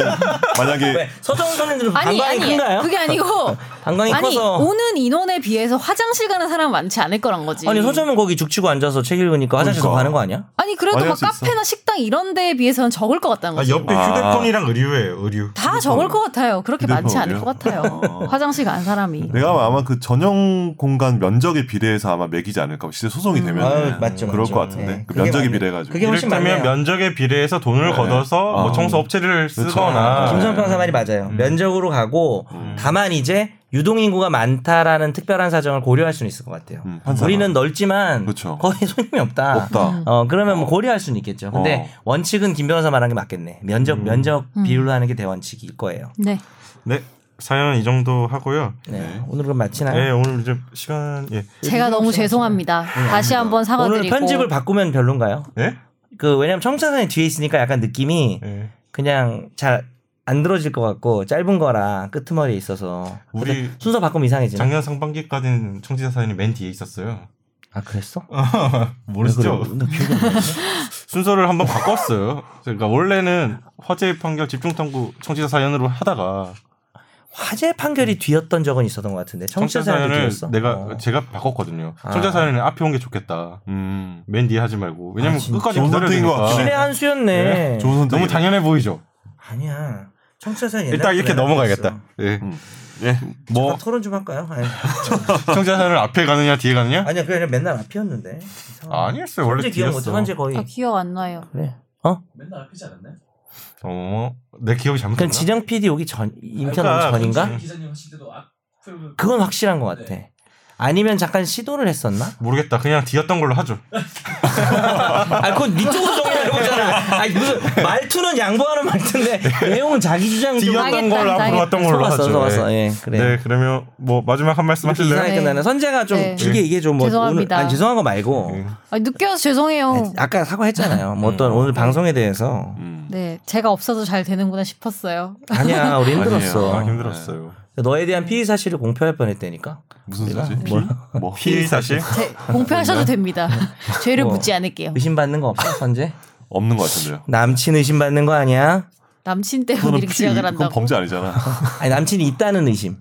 Speaker 2: 만약에
Speaker 3: 서정 선생님들은
Speaker 4: 아니
Speaker 3: 방광이
Speaker 4: 아니
Speaker 3: 큰가요?
Speaker 4: 그게 아니고
Speaker 3: 방광이
Speaker 4: 아니
Speaker 3: 커서
Speaker 4: 오는 인원에 비해서 화장실 가는 사람 많지 않을 거란 거지.
Speaker 3: 아니 서점은 거기 죽치고 앉아서 책 읽으니까 화장실 더
Speaker 2: 그러니까.
Speaker 3: 가는 거 아니야?
Speaker 4: 아니, 그래도
Speaker 2: 많이
Speaker 4: 막
Speaker 2: 할수 있어.
Speaker 4: 카페나 식당 이런 데에 비해서는 적을 것 같다는
Speaker 1: 아,
Speaker 4: 거지.
Speaker 1: 옆에
Speaker 2: 아.
Speaker 1: 휴대폰이랑 의류예요. 의류.
Speaker 4: 다 적을 것 같아요. 그렇게 많지 않을 것
Speaker 2: 휴대폰이요?
Speaker 4: 같아요. 화장실 간 사람이.
Speaker 2: 내가 아마 그 전용 공간 면적에 비례해서 아마 매기지 않을까. 진짜 소송이 되면
Speaker 3: 음. 아유, 맞죠,
Speaker 2: 그럴
Speaker 3: 맞죠.
Speaker 2: 것 같은데
Speaker 3: 네.
Speaker 2: 그
Speaker 3: 그게
Speaker 2: 면적에
Speaker 3: 맞네.
Speaker 2: 비례해가지고.
Speaker 3: 그게 훨씬
Speaker 1: 이를테면
Speaker 3: 많네요.
Speaker 1: 면적에 비례해서 돈을 걷어서
Speaker 2: 아.
Speaker 1: 뭐 청소 업체를 쓰거나
Speaker 3: 김선 평사 말이 맞아요. 면적으로 가고 다만 이제 유동 인구가 많다라는 특별한 사정을 고려할 수는 있을 것 같아요.
Speaker 2: 음, 판사가.
Speaker 3: 우리는 넓지만
Speaker 2: 그쵸.
Speaker 3: 거의 손님이 없다.
Speaker 2: 없다. 음.
Speaker 3: 어 그러면 뭐 고려할 수는 있겠죠. 근데 원칙은 김 변호사 말한 게 맞겠네. 면적 면적
Speaker 4: 음.
Speaker 3: 비율로 하는 게 대원칙일 거예요.
Speaker 4: 네.
Speaker 1: 네 사연은 이 정도 하고요.
Speaker 3: 네. 오늘은 마치나요?
Speaker 1: 네 오늘 이제 시간 예.
Speaker 4: 제가 너무 죄송합니다. 다시 한번
Speaker 3: 오늘
Speaker 4: 사과드리고.
Speaker 3: 편집을 바꾸면 별론가요?
Speaker 2: 네?
Speaker 1: 예?
Speaker 3: 그 왜냐면 청사선이 뒤에 있으니까 약간 느낌이
Speaker 1: 예.
Speaker 3: 그냥 잘 안 들어질 것 같고 짧은 거라 끄트머리에 있어서
Speaker 1: 우리
Speaker 3: 순서 바꾸면 이상해지네.
Speaker 1: 작년 상반기까지는 청취자 사연이 맨 뒤에 있었어요.
Speaker 3: 아 그랬어?
Speaker 1: 모르시죠?
Speaker 3: 나 기억이 안 나.
Speaker 1: 순서를 한번 바꿨어요. 그러니까 원래는 화재 판결 집중 탐구 청취자 사연으로 하다가
Speaker 3: 화재 판결이 뒤였던 적은 있었던 것 같은데 청취자
Speaker 1: 음. 청취자
Speaker 3: 사연도
Speaker 1: 사연을
Speaker 3: 뒤였어.
Speaker 1: 내가
Speaker 3: 어. 아.
Speaker 1: 제가 바꿨거든요. 청취자 사연은 앞에 온 게 좋겠다.
Speaker 2: 음.
Speaker 1: 맨 뒤에 하지 말고 왜냐면
Speaker 3: 아, 진짜.
Speaker 1: 끝까지
Speaker 2: 좋은
Speaker 1: 기다려야
Speaker 2: 선택인 것
Speaker 1: 되니까.
Speaker 2: 같긴
Speaker 3: 신의 한 수였네.
Speaker 2: 좋은 선택.
Speaker 1: 너무 당연해 보이죠.
Speaker 3: 아니야. 청취자 사연 옛날
Speaker 1: 일단 이렇게
Speaker 3: 거야.
Speaker 1: 넘어가야겠다.
Speaker 3: 그랬어.
Speaker 1: 예.
Speaker 2: 음. 네.
Speaker 3: 아,
Speaker 1: 뭐
Speaker 3: 토론 좀 할까요? 아니,
Speaker 1: 청취자 사연을 앞에 가느냐 뒤에 가느냐?
Speaker 3: 아니야 그냥 맨날 앞이었는데. 이상하네.
Speaker 1: 아니었어요. 원래
Speaker 3: 현재 기억 못해
Speaker 1: 뒤였어.
Speaker 3: 현재 거의.
Speaker 4: 아, 기억 안 나요.
Speaker 3: 그래.
Speaker 1: 어, 내 기억이
Speaker 3: 그럼
Speaker 1: 잘못됐나?
Speaker 3: 지정 PD 오기 전 임찬 오기
Speaker 1: 그러니까
Speaker 3: 전인가? 그건 확실한 것 같아.
Speaker 1: 네.
Speaker 3: 아니면 잠깐 시도를 했었나?
Speaker 1: 모르겠다. 그냥 뒤였던 걸로 하죠.
Speaker 3: 아, 그건 니 쪽으로 정리하는 거잖아. 아니, 무슨 말투는 양보하는 말투인데
Speaker 1: 네.
Speaker 3: 내용은 자기 주장 좀
Speaker 1: 뒤였던
Speaker 4: 당했다,
Speaker 1: 걸 앞으로
Speaker 4: 당했다.
Speaker 1: 왔던 걸로 하죠.
Speaker 3: 속았어, 속았어.
Speaker 1: 예.
Speaker 3: 예, 그래.
Speaker 1: 네, 그러면 뭐 마지막 한 말씀
Speaker 3: 이렇게
Speaker 1: 하실래요?
Speaker 3: 이상하게 끝나네. 선재가 좀
Speaker 4: 네.
Speaker 3: 길게 얘기해 줘. 뭐
Speaker 4: 죄송합니다. 어.
Speaker 3: 오늘, 아니, 죄송한 거 말고
Speaker 1: 음.
Speaker 4: 아, 늦게 와서 죄송해요.
Speaker 3: 아까 사과했잖아요. 뭐 어떤 오늘 방송에 대해서
Speaker 2: 음.
Speaker 4: 네. 제가 없어도 잘 되는구나 싶었어요.
Speaker 3: 아니야, 우리 힘들었어.
Speaker 1: 아, 힘들었어요.
Speaker 3: 너에 대한 피의 사실을 공표할 뻔했다니까.
Speaker 2: 무슨 사실? 피? 뭐?
Speaker 1: 피해 사실?
Speaker 4: 제- 공표하셔도 됩니다. 죄를
Speaker 3: 뭐.
Speaker 4: 묻지 않을게요.
Speaker 3: 의심받는 거 없어, 선재?
Speaker 2: 없는 것 같은데요.
Speaker 3: 남친 의심받는 거 아니야?
Speaker 4: 남친 때문에
Speaker 2: 그거는
Speaker 4: 이렇게
Speaker 2: 피,
Speaker 4: 지각을
Speaker 2: 그건
Speaker 4: 한다고.
Speaker 2: 범죄 아니잖아.
Speaker 3: 아니 남친이 있다는 의심.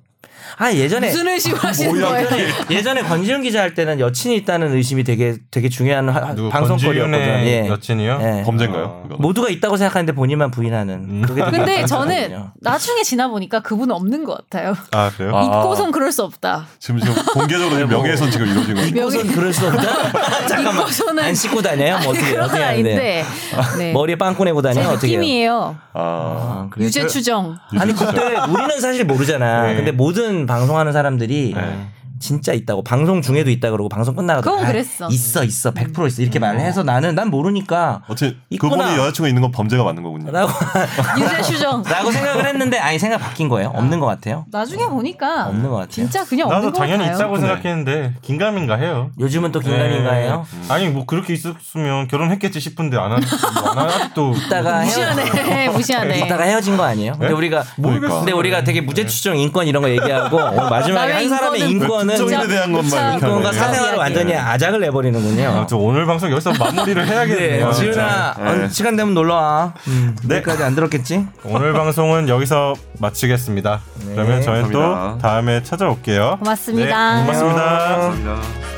Speaker 3: 아 예전에
Speaker 4: 무슨 의심을 하시는
Speaker 2: 뭐야,
Speaker 4: 거예요?
Speaker 3: 예전에 권지윤 기자 할 때는 여친이 있다는 의심이 되게 되게 중요한 화- 화-
Speaker 1: 누구
Speaker 3: 네. 방송거리였거든요.
Speaker 1: 권지윤의
Speaker 3: 예.
Speaker 1: 여친이요?
Speaker 3: 예.
Speaker 2: 범죄인가요? 그거는?
Speaker 3: 모두가 있다고 생각하는데 본인만
Speaker 1: 음.
Speaker 3: 부인하는. 그게 되게
Speaker 4: 근데
Speaker 3: 많거든요.
Speaker 4: 저는 나중에 지나 보니까 그분은 없는 것 같아요.
Speaker 1: 아, 그래요?
Speaker 2: 아.
Speaker 4: 입고선 그럴 수 없다.
Speaker 2: 지금 지금 공개적으로 지금 명예훼손 지금 이루어진 거예요.
Speaker 4: 명예-
Speaker 3: 옷은 그럴 수 없다. 잠깐만.
Speaker 4: 입고서는
Speaker 3: 안 씻고 다녀요? 뭐
Speaker 4: 아니,
Speaker 3: 어떻게 해요?
Speaker 4: 네. 그런 건
Speaker 3: 어떻게 하는데?
Speaker 4: 아닌데. 네.
Speaker 3: 머리에 빵꾸 내고
Speaker 4: 제
Speaker 3: 다녀요? 어떻게 해요?
Speaker 4: 느낌이에요.
Speaker 2: 아,
Speaker 3: 아, 그래요?
Speaker 4: 유죄 추정.
Speaker 3: 아니 그때 우리는 사실 모르잖아.
Speaker 1: 네.
Speaker 3: 근데 모든 방송하는 사람들이 진짜 있다고 방송 중에도 있다 그러고 방송 끝나고
Speaker 4: 그건 그랬어. 음.
Speaker 3: 있어 있어 100% 있어 이렇게 말을 해서 나는 난 모르니까
Speaker 2: 어째
Speaker 3: 있구나.
Speaker 2: 그분이 여자친구 있는 건 범죄가 맞는 거군요.
Speaker 3: 라고
Speaker 4: 유죄 추정.
Speaker 3: 라고 생각을 했는데 아니 생각 바뀐 거예요. 없는 것 같아요.
Speaker 4: 나중에 보니까
Speaker 3: 없는 것 같아요.
Speaker 4: 진짜 그냥
Speaker 1: 나도
Speaker 4: 없는 것
Speaker 1: 당연히
Speaker 4: 같아요.
Speaker 1: 있다고 생각했는데 긴가민가 해요.
Speaker 3: 요즘은 또 긴가민가해요.
Speaker 1: 네. 아니 뭐 그렇게 있었으면 결혼했겠지 싶은데 안 하는 아직도
Speaker 3: 있다가 헤어,
Speaker 4: 무시하네. 무시하네.
Speaker 3: 있다가 헤어진 거 아니에요? 근데 우리가
Speaker 2: 모르겠어요.
Speaker 3: 근데 우리가 되게 무죄 추정 인권 이런 거 얘기하고 오늘 마지막에
Speaker 4: 남의
Speaker 3: 한 사람의
Speaker 4: 인권은
Speaker 3: 인권은
Speaker 2: 특정인에 대한 것만 이렇게 하는
Speaker 3: 인권과
Speaker 4: 그런 거
Speaker 2: 거예요.
Speaker 3: 그러니까
Speaker 2: 네.
Speaker 3: 사생활을
Speaker 4: 이야기.
Speaker 3: 완전히 아작을 내버리는군요.
Speaker 1: 아무튼 오늘 방송 여기서 마무리를 해야겠네요.
Speaker 3: 네,
Speaker 1: 진짜.
Speaker 3: 지윤아 어, 시간 되면 놀러 와. 음, 여기까지 안 들었겠지?
Speaker 1: 오늘 방송은 여기서 마치겠습니다. 그러면 저희는 또
Speaker 2: 네, 감사합니다.
Speaker 1: 다음에 찾아올게요.
Speaker 4: 고맙습니다.
Speaker 1: 네, 고맙습니다.
Speaker 2: 감사합니다.